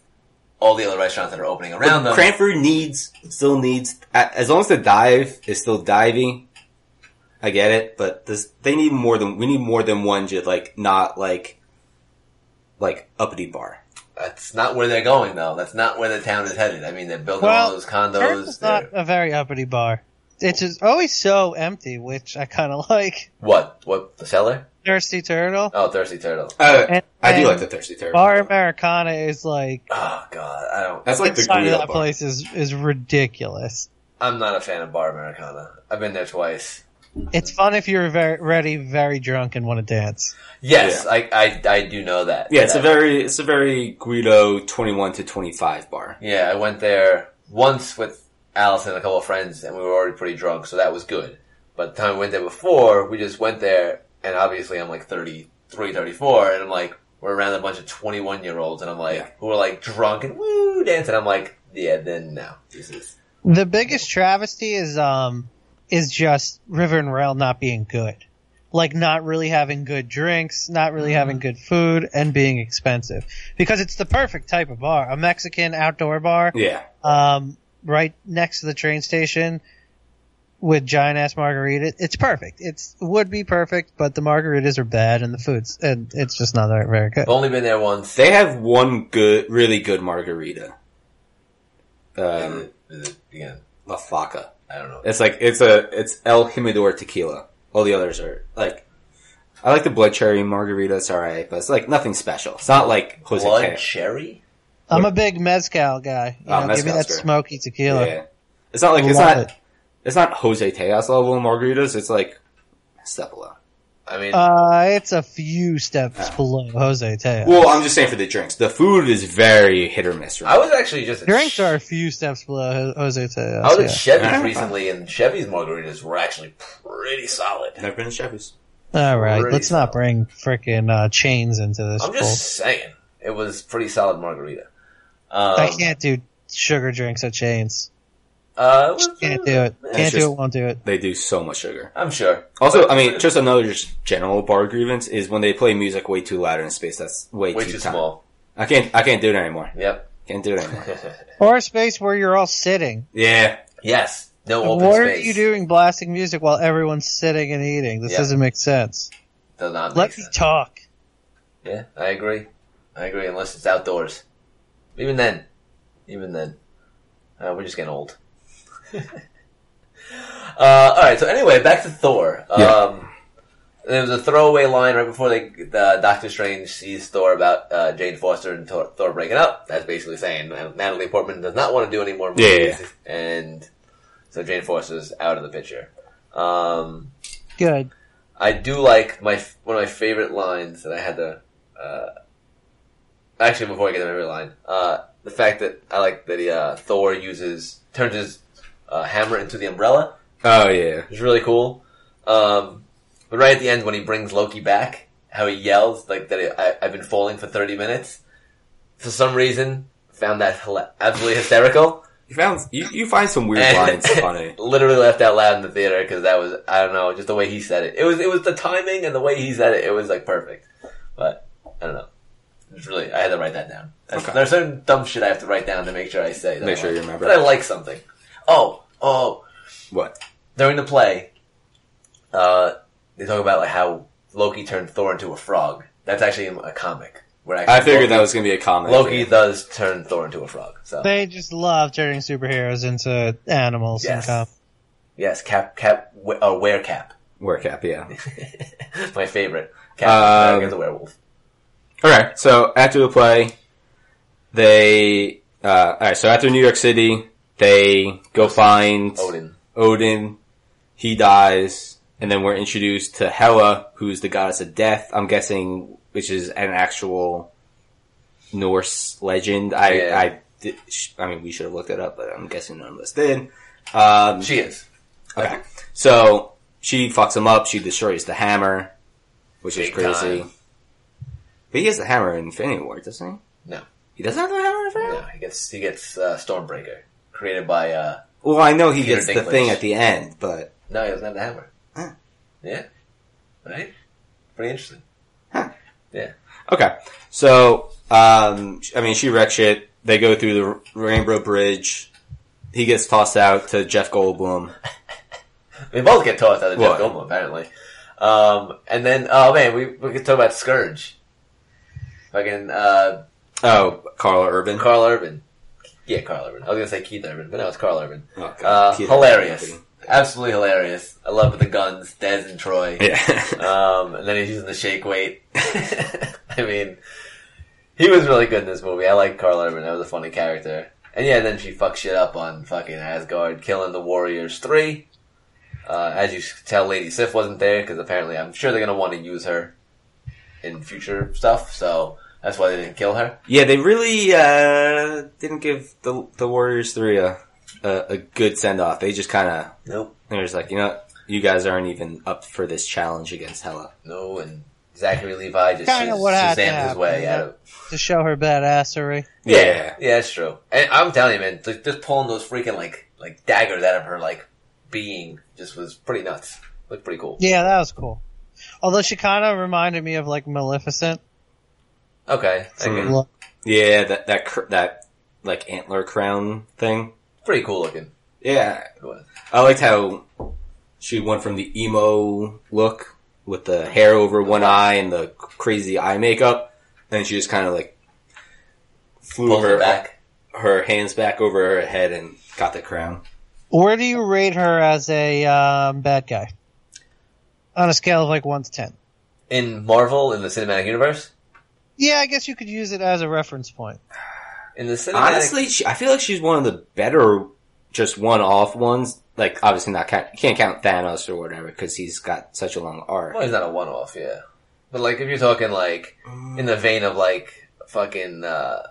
[SPEAKER 1] all the other restaurants that are opening around them.
[SPEAKER 2] Cranford needs still needs a- as long as the dive is still diving. I get it, but this they need more than we need more than one just like not like like uppity bar.
[SPEAKER 1] that's not where they're going though. That's not where the town is headed. I mean, they're building all
[SPEAKER 3] Well,
[SPEAKER 1] those
[SPEAKER 3] Perth
[SPEAKER 1] condos.
[SPEAKER 3] is not
[SPEAKER 1] they're-
[SPEAKER 3] a very uppity bar. It's just always so empty, which I kind of like.
[SPEAKER 1] What? What? The cellar?
[SPEAKER 3] Thirsty Turtle.
[SPEAKER 1] Oh, Thirsty Turtle.
[SPEAKER 2] Uh,
[SPEAKER 3] And-
[SPEAKER 2] I do
[SPEAKER 3] and
[SPEAKER 2] like the thirsty turtle.
[SPEAKER 3] Bar Americana is like,
[SPEAKER 1] Oh God, I don't.
[SPEAKER 2] That's like the
[SPEAKER 3] inside
[SPEAKER 2] Guido
[SPEAKER 3] of that
[SPEAKER 2] bar.
[SPEAKER 3] place is, is ridiculous.
[SPEAKER 1] I'm not a fan of Bar Americana. I've been there twice.
[SPEAKER 3] It's fun if you're very, ready, very drunk and want to dance.
[SPEAKER 1] Yes,
[SPEAKER 2] Yeah.
[SPEAKER 1] I, I I do know that.
[SPEAKER 2] Yeah, it's a
[SPEAKER 1] That-
[SPEAKER 2] very it's a very Guido twenty one to twenty five bar.
[SPEAKER 1] Yeah, I went there once with Allison and a couple of friends, and we were already pretty drunk, so that was good. But the time we went there before, we just went there, and obviously I'm like 33, 34, and I'm like, we're around a bunch of 21 year olds, and I'm like,
[SPEAKER 2] Yeah.
[SPEAKER 1] who are like drunk and woo dancing. I'm like, yeah, then no. This is
[SPEAKER 3] The biggest travesty is um is just River and Rail not being good. Like not really having good drinks, not really
[SPEAKER 1] Mm-hmm.
[SPEAKER 3] having good food, and being expensive. Because it's the perfect type of bar. A Mexican outdoor bar
[SPEAKER 2] Yeah.
[SPEAKER 3] um right next to the train station with giant ass margarita. It's perfect. It's would be perfect, but the margaritas are bad and the food's and it's just not very- very good.
[SPEAKER 2] Oh,
[SPEAKER 1] I've only been there once.
[SPEAKER 2] They have one good, really good margarita. Um,
[SPEAKER 1] Is it- yeah,
[SPEAKER 2] La Faca.
[SPEAKER 1] I don't know.
[SPEAKER 2] It's like it's a it's El Jimador tequila. All the others are like. I like the blood cherry margarita. It's all right, but it's like nothing special. It's not like Jose
[SPEAKER 1] Blood
[SPEAKER 2] Can-
[SPEAKER 1] cherry?
[SPEAKER 3] I'm a big mezcal guy. You
[SPEAKER 2] Oh,
[SPEAKER 3] know, give me
[SPEAKER 2] mezcal's
[SPEAKER 3] that
[SPEAKER 2] great.
[SPEAKER 3] smoky tequila.
[SPEAKER 2] Yeah. It's not like it's
[SPEAKER 3] Love
[SPEAKER 2] not
[SPEAKER 3] it.
[SPEAKER 2] it's not Jose Tejas level margaritas. It's like a step below.
[SPEAKER 1] I mean,
[SPEAKER 3] Uh, it's a few steps below Jose Teo.
[SPEAKER 2] Ah. Well, I'm just saying for the drinks, the food is very hit or miss.
[SPEAKER 1] I was actually just at
[SPEAKER 3] Drinks
[SPEAKER 1] Sh-
[SPEAKER 3] are a few steps below Ho- Jose Teo.
[SPEAKER 1] I was
[SPEAKER 3] yeah.
[SPEAKER 1] at Chevy's
[SPEAKER 2] Yeah.
[SPEAKER 1] recently, and Chevy's margaritas were actually pretty solid.
[SPEAKER 2] Never been to Chevy's.
[SPEAKER 3] All right,
[SPEAKER 1] Already
[SPEAKER 3] let's not bring frickin' uh, chains into this.
[SPEAKER 1] I'm
[SPEAKER 3] bull.
[SPEAKER 1] just saying, it was pretty solid margarita. Um,
[SPEAKER 3] I can't do sugar drinks at chains.
[SPEAKER 1] Uh, it was-
[SPEAKER 3] Can't do it.
[SPEAKER 1] eh,
[SPEAKER 3] Can't
[SPEAKER 2] just-
[SPEAKER 3] do it. Won't do it.
[SPEAKER 2] They do so much sugar.
[SPEAKER 1] I'm sure.
[SPEAKER 2] Also,
[SPEAKER 1] But-
[SPEAKER 2] I mean, just another just general bar grievance is when they play music way too loud in space. That's way,
[SPEAKER 1] way
[SPEAKER 2] too,
[SPEAKER 1] too
[SPEAKER 2] tiny.
[SPEAKER 1] small.
[SPEAKER 2] I can't. I can't do it anymore.
[SPEAKER 1] Yep.
[SPEAKER 2] Can't do it anymore.
[SPEAKER 3] Or a space where you're all sitting.
[SPEAKER 2] yeah.
[SPEAKER 1] yes. No open
[SPEAKER 3] what
[SPEAKER 1] space.
[SPEAKER 3] are you doing blasting music while everyone's sitting and eating? This
[SPEAKER 1] Yeah.
[SPEAKER 3] doesn't make sense.
[SPEAKER 1] Does not make
[SPEAKER 3] Let me
[SPEAKER 1] sense.
[SPEAKER 3] talk.
[SPEAKER 1] Yeah, I agree. I agree. Unless it's outdoors. Even then, even then, uh, we're just getting old. uh, all right. So anyway, back to Thor. Um, There was a throwaway line right before they, the Doctor Strange sees Thor about uh, Jane Foster and Thor, Thor breaking up. That's basically saying uh, Natalie Portman does not want to do any more
[SPEAKER 2] Yeah,
[SPEAKER 1] movies,
[SPEAKER 2] yeah,
[SPEAKER 1] and so Jane Foster's out of the picture. Um,
[SPEAKER 3] Good.
[SPEAKER 1] I do like my one of my favorite lines that I had to. Uh, actually, before I get to my favorite line, uh, the fact that I like that he, uh, Thor uses turns his uh, hammer into the umbrella
[SPEAKER 2] Oh yeah.
[SPEAKER 1] is really cool. Um, but right at the end, when he brings Loki back, how he yells like that I, I've been falling for thirty minutes. For some reason, found that hila- absolutely hysterical.
[SPEAKER 2] You found you, you find some weird
[SPEAKER 1] And
[SPEAKER 2] lines funny.
[SPEAKER 1] Literally laughed out loud in the theater because that was I don't know just the way he said it. It was it was the timing and the way he said it. It was like perfect. But I don't know. It's really I had to write that down. That's-
[SPEAKER 2] Okay.
[SPEAKER 1] There's certain dumb shit I have to write down to make sure I say. That
[SPEAKER 2] Make
[SPEAKER 1] I
[SPEAKER 2] sure
[SPEAKER 1] like.
[SPEAKER 2] you remember.
[SPEAKER 1] But I like something. Oh oh!
[SPEAKER 2] What?
[SPEAKER 1] During the play, uh, they talk about like how Loki turned Thor into a frog. That's actually in a comic. Where actually
[SPEAKER 2] I figured
[SPEAKER 1] Loki,
[SPEAKER 2] that was gonna be a comment.
[SPEAKER 1] Loki does turn Thor into a frog. So
[SPEAKER 3] They just love turning superheroes into animals
[SPEAKER 1] Yes.
[SPEAKER 3] and stuff.
[SPEAKER 1] yes, Cap Cap we- uh, wear Cap.
[SPEAKER 2] Work app, yeah.
[SPEAKER 1] My favorite. Captain
[SPEAKER 2] Um,
[SPEAKER 1] America the werewolf.
[SPEAKER 2] Alright, so after the play, they, uh, alright, so after New York City, they go find
[SPEAKER 1] Odin.
[SPEAKER 2] Odin. He dies, and then we're introduced to Hela, who's the goddess of death, I'm guessing, which is an actual Norse legend. I,
[SPEAKER 1] Yeah.
[SPEAKER 2] I, did, sh- I mean, we should have looked it up, but I'm guessing none of us did. Um,
[SPEAKER 1] She is.
[SPEAKER 2] Okay. So she fucks him up. She destroys the hammer, which is
[SPEAKER 1] Big
[SPEAKER 2] crazy.
[SPEAKER 1] time.
[SPEAKER 2] But he has the hammer in Infinity War, doesn't he?
[SPEAKER 1] No.
[SPEAKER 2] He doesn't have the hammer in Infinity
[SPEAKER 1] No.
[SPEAKER 2] War.
[SPEAKER 1] He gets he gets uh, Stormbreaker. Created by uh
[SPEAKER 2] Well, I know he
[SPEAKER 1] Peter
[SPEAKER 2] gets the
[SPEAKER 1] Dinklage.
[SPEAKER 2] thing at the end, but
[SPEAKER 1] No, he doesn't have the hammer.
[SPEAKER 2] Huh.
[SPEAKER 1] Yeah. Right? Pretty interesting.
[SPEAKER 2] okay. So um, I mean, she wrecks shit. They go through the R- Rainbow Bridge. He gets tossed out to Jeff Goldblum.
[SPEAKER 1] We both get tossed out of Jeff
[SPEAKER 2] What?
[SPEAKER 1] Goldblum, apparently. Um and then oh man, we we could talk about Scourge. Fucking uh
[SPEAKER 2] Oh, Carl Urban.
[SPEAKER 1] Carl Urban. Yeah, Carl Urban. I was gonna say Keith Urban, but no, it's Carl Urban.
[SPEAKER 2] Oh, God.
[SPEAKER 1] Uh,
[SPEAKER 2] Keith
[SPEAKER 1] hilarious.
[SPEAKER 2] Urban.
[SPEAKER 1] Absolutely hilarious. I love the guns, Dez and Troy.
[SPEAKER 2] Yeah.
[SPEAKER 1] Um, and then he's using the shake weight. I mean, he was really good in this movie. I like Carl Urban. That was a funny character. And yeah, then she fucks shit up on fucking Asgard, killing the Warriors 3. Uh, as you s- tell, Lady Sif wasn't there because apparently I'm sure they're going to want to use her in future stuff, so that's why they didn't kill her.
[SPEAKER 2] Yeah, they really uh, didn't give the the Warriors three a a, a good send off. They just kind of
[SPEAKER 1] Nope.
[SPEAKER 2] they were just like, you know, you guys aren't even up for this challenge against Hella.
[SPEAKER 1] No, and Zachary Levi just
[SPEAKER 3] Kinda
[SPEAKER 1] Shaz-
[SPEAKER 3] what had to
[SPEAKER 1] Shazammed his
[SPEAKER 3] happen,
[SPEAKER 1] way
[SPEAKER 3] yeah.
[SPEAKER 1] out of
[SPEAKER 3] to show her badassery.
[SPEAKER 2] Yeah.
[SPEAKER 1] Yeah, that's true. And I'm telling you, man, like, just pulling those freaking like like daggers out of her like being just was pretty nuts. Looked pretty cool.
[SPEAKER 3] Yeah, that was cool. Although she kind of reminded me of like Maleficent.
[SPEAKER 1] Okay, I get it.
[SPEAKER 3] Look.
[SPEAKER 2] Yeah, that that cr- that like antler crown thing.
[SPEAKER 1] pretty cool looking.
[SPEAKER 2] Yeah,
[SPEAKER 1] It was.
[SPEAKER 2] I liked how she went from the emo look with the hair over one eye and the crazy eye makeup, and she just kind of like flew
[SPEAKER 1] Pulled
[SPEAKER 2] her
[SPEAKER 1] it back.
[SPEAKER 2] her hands back over her head and got the crown.
[SPEAKER 3] Where do you rate her as a um, bad guy? On a scale of like one to ten.
[SPEAKER 1] In Marvel, in the cinematic universe,
[SPEAKER 3] Yeah, I guess you could use it as a reference point.
[SPEAKER 1] in the cinematic,
[SPEAKER 2] Honestly, she, I feel like she's one of the better just one off ones. Like obviously not count, you can't count Thanos or whatever because he's got such a long arc.
[SPEAKER 1] well, he's not a one-off, yeah. But like, if you're talking like in the vein of like fucking uh,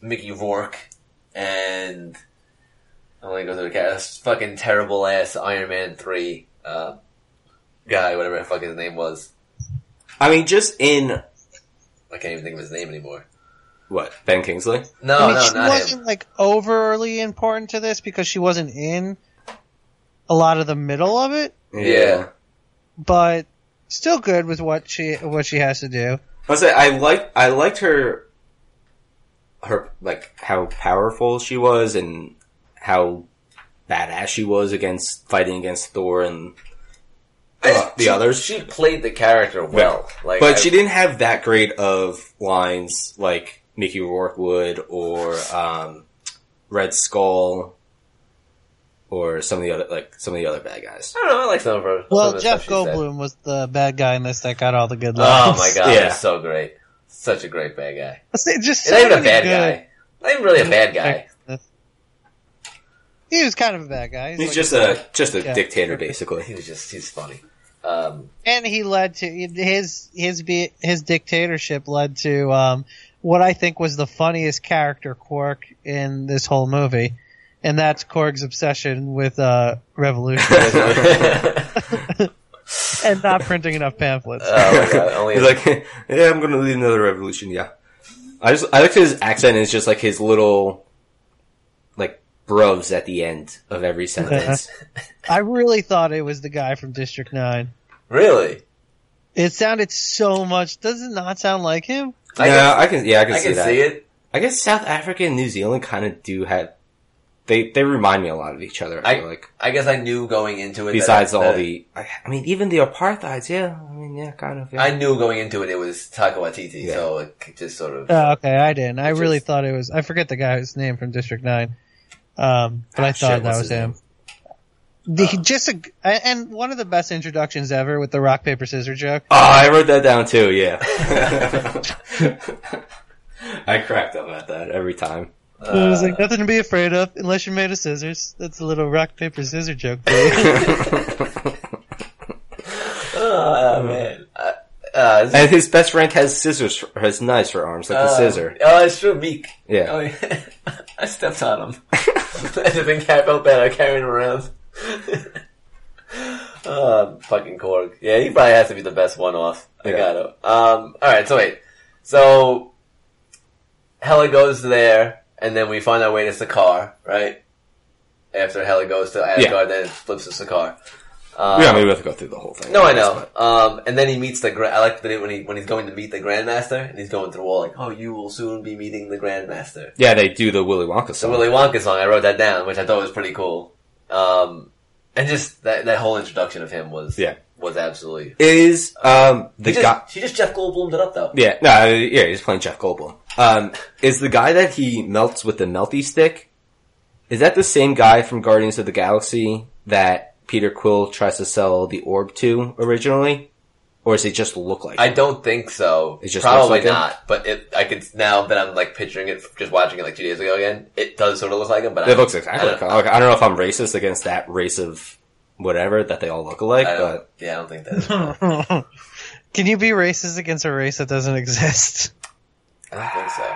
[SPEAKER 1] Mickey Rourke and I'm gonna go through the cast, fucking terrible ass Iron Man three uh, guy, whatever the fuck his name was.
[SPEAKER 2] I mean, just in
[SPEAKER 1] I can't even think of his name anymore.
[SPEAKER 2] what Ben Kingsley.
[SPEAKER 1] No,
[SPEAKER 3] I mean,
[SPEAKER 1] Oh, no,
[SPEAKER 3] she
[SPEAKER 1] not
[SPEAKER 3] wasn't
[SPEAKER 1] him.
[SPEAKER 3] like overly important to this because she wasn't in a lot of the middle of it,
[SPEAKER 1] Yeah.
[SPEAKER 3] but still good with what she what she has to do.
[SPEAKER 2] I say I liked I liked her her like how powerful she was and how badass she was against fighting against Thor and uh, the
[SPEAKER 1] She-
[SPEAKER 2] others.
[SPEAKER 1] She played the character well, like,
[SPEAKER 2] but
[SPEAKER 1] I-
[SPEAKER 2] she didn't have that great of lines like Mickey Rourke would or um, Red Skull or some of the other like some of the other bad guys.
[SPEAKER 1] I don't know. I like some of her. some of
[SPEAKER 3] Well,
[SPEAKER 1] the stuff
[SPEAKER 3] Jeff
[SPEAKER 1] she said.
[SPEAKER 3] Goldblum was the bad guy in this that got all the good
[SPEAKER 1] Oh
[SPEAKER 3] lines.
[SPEAKER 1] my god,
[SPEAKER 2] Yeah.
[SPEAKER 1] he's so great. Such a great bad guy.
[SPEAKER 3] It's just
[SPEAKER 1] He's
[SPEAKER 3] so
[SPEAKER 1] not even a
[SPEAKER 3] many
[SPEAKER 1] bad
[SPEAKER 3] good-
[SPEAKER 1] guy. Not even really a bad guy.
[SPEAKER 3] He was kind of a bad guy. He's
[SPEAKER 2] He's
[SPEAKER 3] like-
[SPEAKER 2] just a just a
[SPEAKER 3] Yeah.
[SPEAKER 2] dictator basically.
[SPEAKER 1] He was just he's funny. Um,
[SPEAKER 3] and he led to his his be, his dictatorship led to um, what I think was the funniest character quirk in this whole movie, and that's Korg's obsession with uh, revolution
[SPEAKER 2] Oh
[SPEAKER 3] and not printing enough pamphlets.
[SPEAKER 1] oh my god, only
[SPEAKER 2] He's like, yeah, I'm gonna lead another revolution. Yeah, I just I like his accent is just like his little like bruvs at the end of every sentence.
[SPEAKER 3] I really thought it was the guy from District Nine.
[SPEAKER 1] really.
[SPEAKER 3] It sounded so much. Does it not sound like him?
[SPEAKER 2] yeah,
[SPEAKER 1] I can,
[SPEAKER 2] I can yeah I can
[SPEAKER 1] I
[SPEAKER 2] see
[SPEAKER 1] can
[SPEAKER 2] that.
[SPEAKER 1] see it.
[SPEAKER 2] I guess South Africa and New Zealand kind of do have they they remind me a lot of each other. I,
[SPEAKER 1] I-
[SPEAKER 2] feel like
[SPEAKER 1] I guess I knew going into it. that-
[SPEAKER 2] besides all
[SPEAKER 1] that-
[SPEAKER 2] the I, I mean even the apartheids. Yeah, I mean yeah, kind of. Yeah.
[SPEAKER 1] I knew going into it it was Taika Waititi,
[SPEAKER 2] Yeah.
[SPEAKER 1] so it just sort of.
[SPEAKER 3] Oh, okay, I didn't. I
[SPEAKER 1] Which
[SPEAKER 3] really
[SPEAKER 1] is-
[SPEAKER 3] thought it was. I forget the guy's name from District Nine, um, but
[SPEAKER 2] Ah,
[SPEAKER 3] I thought
[SPEAKER 2] shit, what's
[SPEAKER 3] that was
[SPEAKER 2] his
[SPEAKER 3] him.
[SPEAKER 2] name?
[SPEAKER 3] The, he just a, and one of the best introductions ever with the rock paper scissors joke.
[SPEAKER 2] Oh, I wrote that down too. Yeah, I cracked up at that every time.
[SPEAKER 3] it was like nothing to be afraid of unless you're made of scissors. That's a little rock paper scissors joke. for you.
[SPEAKER 1] oh man. Uh, uh, this-
[SPEAKER 2] And his best friend has scissors, for, has knives for arms, like the
[SPEAKER 1] Uh,
[SPEAKER 2] scissor.
[SPEAKER 1] Oh, it's true, Meek.
[SPEAKER 2] Yeah.
[SPEAKER 1] Oh, yeah. I stepped on him. I just think I felt bad. I carried him around. um, fucking Korg. Yeah, he probably has to be the best one off. I
[SPEAKER 2] Yeah.
[SPEAKER 1] got him. Um, alright, so wait. So, Hella goes there, and then we find our way to Sakar, right? After Hella goes to Asgard, then it flips to Sakar. Um,
[SPEAKER 2] we don't maybe have to go through the whole thing.
[SPEAKER 1] no, I know. Um, and then he meets the. Gra- I like that when he when he's going to meet the Grandmaster, and he's going through all like, "Oh, you will soon be meeting the Grandmaster."
[SPEAKER 2] Yeah, they do the Willy Wonka
[SPEAKER 1] The
[SPEAKER 2] song.
[SPEAKER 1] Willy Wonka song. I wrote that down, which I thought was pretty cool. Um, and just that that whole introduction of him was
[SPEAKER 2] Yeah.
[SPEAKER 1] was absolutely.
[SPEAKER 2] is um the
[SPEAKER 1] She just,
[SPEAKER 2] guy?
[SPEAKER 1] she just Jeff Goldblumed it up though.
[SPEAKER 2] Yeah, no, I- yeah, he's playing Jeff Goldblum. Um, is the guy that he melts with the melty stick? Is that the same guy from Guardians of the Galaxy that Peter Quill tries to sell the orb to originally, or does he just look like?
[SPEAKER 1] I
[SPEAKER 2] him?
[SPEAKER 1] don't think so.
[SPEAKER 2] It just looks
[SPEAKER 1] Probably
[SPEAKER 2] like him?
[SPEAKER 1] not. But it, I could now that I'm like picturing it, just watching it like two days ago again. It does sort of look like him, but
[SPEAKER 2] It looks
[SPEAKER 1] I
[SPEAKER 2] exactly
[SPEAKER 1] don't-
[SPEAKER 2] like. Like, I don't know if I'm racist against that race of whatever that they all look alike,
[SPEAKER 1] I don't,
[SPEAKER 2] but
[SPEAKER 1] yeah, I don't think that. I
[SPEAKER 3] Can you be racist against a race that doesn't exist?
[SPEAKER 1] don't think so.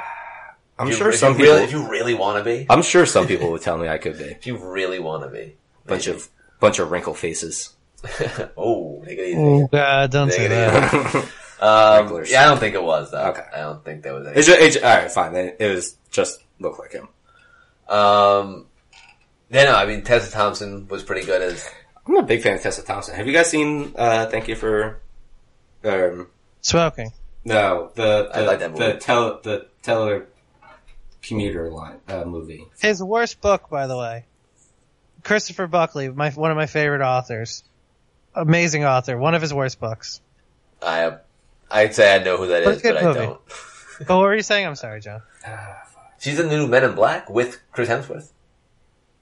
[SPEAKER 2] I'm
[SPEAKER 1] If you-
[SPEAKER 2] sure
[SPEAKER 1] if
[SPEAKER 2] some
[SPEAKER 1] you really,
[SPEAKER 2] people.
[SPEAKER 1] if you really want to be,
[SPEAKER 2] I'm sure some people would tell me I could be.
[SPEAKER 1] if you really want to be,
[SPEAKER 2] Bunch of bunch of wrinkle faces.
[SPEAKER 1] oh, take it easy.
[SPEAKER 3] Oh God, don't
[SPEAKER 1] Take
[SPEAKER 3] say
[SPEAKER 1] it
[SPEAKER 3] that.
[SPEAKER 1] easy. Um,
[SPEAKER 2] Regular
[SPEAKER 1] yeah, I don't think it was though.
[SPEAKER 2] Okay.
[SPEAKER 1] I don't think there was any.
[SPEAKER 2] It's just, it's, all right, fine. Then it was just look like him.
[SPEAKER 1] Um, yeah, no, I mean Tessa Thompson was pretty good as
[SPEAKER 2] I'm a big fan of Tessa Thompson. Have you guys seen? uh Thank you for. Um,
[SPEAKER 3] Smoking.
[SPEAKER 2] no, the the
[SPEAKER 1] I like that
[SPEAKER 2] the
[SPEAKER 1] movie.
[SPEAKER 2] tele the teller commuter line uh, movie.
[SPEAKER 3] His worst book, by the way. Christopher Buckley, my one of my favorite authors. Amazing author. One of his worst books.
[SPEAKER 1] I. I'd say I know who that
[SPEAKER 3] That's
[SPEAKER 1] is,
[SPEAKER 3] a good
[SPEAKER 1] but I
[SPEAKER 3] movie.
[SPEAKER 1] don't.
[SPEAKER 3] But what were you saying? I'm sorry, John.
[SPEAKER 1] She's in the new Men in Black with Chris Hemsworth.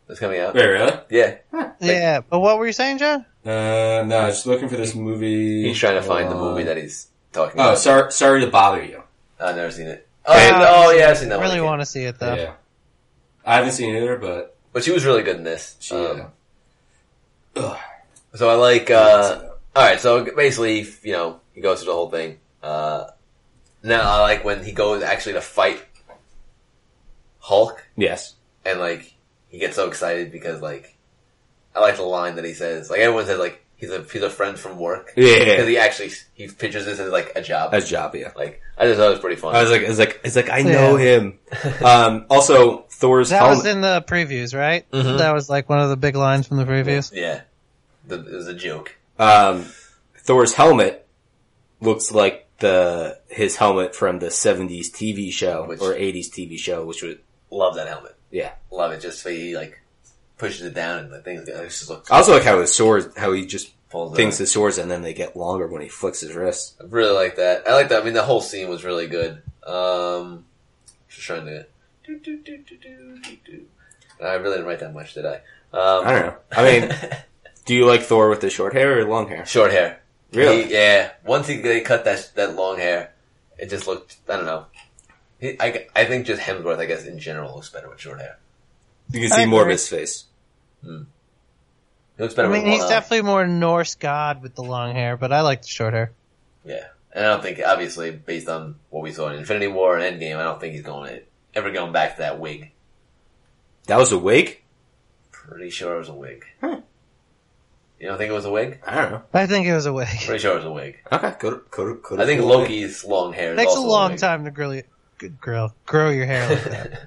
[SPEAKER 1] That's coming out.
[SPEAKER 2] Wait, really?
[SPEAKER 1] Yeah,
[SPEAKER 3] Yeah, but what were you saying, John?
[SPEAKER 2] Uh, no, just looking for this movie.
[SPEAKER 1] he's trying to find the
[SPEAKER 2] Uh,
[SPEAKER 1] movie that he's talking
[SPEAKER 2] Oh,
[SPEAKER 1] about.
[SPEAKER 2] sorry, sorry to bother you.
[SPEAKER 1] I've never seen it. Oh, yeah, oh yeah, I've seen that
[SPEAKER 3] I really
[SPEAKER 1] one.
[SPEAKER 3] want to see it though.
[SPEAKER 2] Yeah, I haven't seen it either, but
[SPEAKER 1] But she was really good in this.
[SPEAKER 2] she. uh,
[SPEAKER 1] Um,
[SPEAKER 2] Ugh.
[SPEAKER 1] So I like, uh, alright, so basically, you know, he goes through the whole thing. Uh, now I like when he goes actually to fight Hulk
[SPEAKER 2] Yes.
[SPEAKER 1] and like, he gets so excited because like, I like the line that he says, like everyone says like, he's a, he's a friend from work.
[SPEAKER 2] Yeah, yeah, yeah.
[SPEAKER 1] Cause he actually, he pictures this as like a job.
[SPEAKER 2] That's job, yeah.
[SPEAKER 1] like, I just thought it was pretty fun.
[SPEAKER 2] I was like, it's like, it's like, I
[SPEAKER 3] Yeah.
[SPEAKER 2] know him. Um, also, Thor's
[SPEAKER 3] That was
[SPEAKER 2] helmet.
[SPEAKER 3] in the previews, right? That was like one of the big lines from the previews.
[SPEAKER 1] yeah. The, it was a joke.
[SPEAKER 2] um, Thor's helmet looks like the his helmet from the '70s TV show
[SPEAKER 1] Which-
[SPEAKER 2] or '80s TV show, which was
[SPEAKER 1] Love that helmet.
[SPEAKER 2] yeah.
[SPEAKER 1] Love it. Just so he like, pushes it down and the things, it just looks,
[SPEAKER 2] I also like how his swords, how he just
[SPEAKER 1] pulls it
[SPEAKER 2] thinks
[SPEAKER 1] up.
[SPEAKER 2] his swords, and then they get longer when he flicks his wrist.
[SPEAKER 1] I really like that. I like that. I mean, the whole scene was really good. Um, just trying to. do, do, do, do, do, do, do. I really didn't write that much, did I? Um,
[SPEAKER 2] I don't know. I mean, do you like Thor with the short hair or long hair?
[SPEAKER 1] short hair.
[SPEAKER 2] Really?
[SPEAKER 1] He- yeah. Once he they cut that that long hair, it just looked. I don't know. He, I, I think just Hemsworth, I guess, in general, looks better with short hair.
[SPEAKER 2] You can
[SPEAKER 3] I
[SPEAKER 2] see more of
[SPEAKER 3] agree.
[SPEAKER 2] his face.
[SPEAKER 1] He looks
[SPEAKER 3] I
[SPEAKER 1] better
[SPEAKER 3] mean,
[SPEAKER 1] with
[SPEAKER 3] he's
[SPEAKER 1] one eye.
[SPEAKER 3] definitely more Norse god with the long hair, but I like the short hair.
[SPEAKER 1] Yeah. And I don't think, obviously, based on what we saw in Infinity War and Endgame, I don't think he's going to, ever going back to that wig.
[SPEAKER 2] That was a wig.
[SPEAKER 1] Pretty sure it was a wig.
[SPEAKER 2] Huh.
[SPEAKER 1] You don't think it was a wig?
[SPEAKER 2] I don't know.
[SPEAKER 3] I think it was a wig. It
[SPEAKER 1] Pretty sure it was a wig.
[SPEAKER 2] Okay, go to go to go to
[SPEAKER 1] I think
[SPEAKER 2] the-
[SPEAKER 1] Loki's long hair. Is
[SPEAKER 3] takes a
[SPEAKER 1] also
[SPEAKER 3] long
[SPEAKER 1] wig.
[SPEAKER 3] time to grill, grill, grow your hair like that.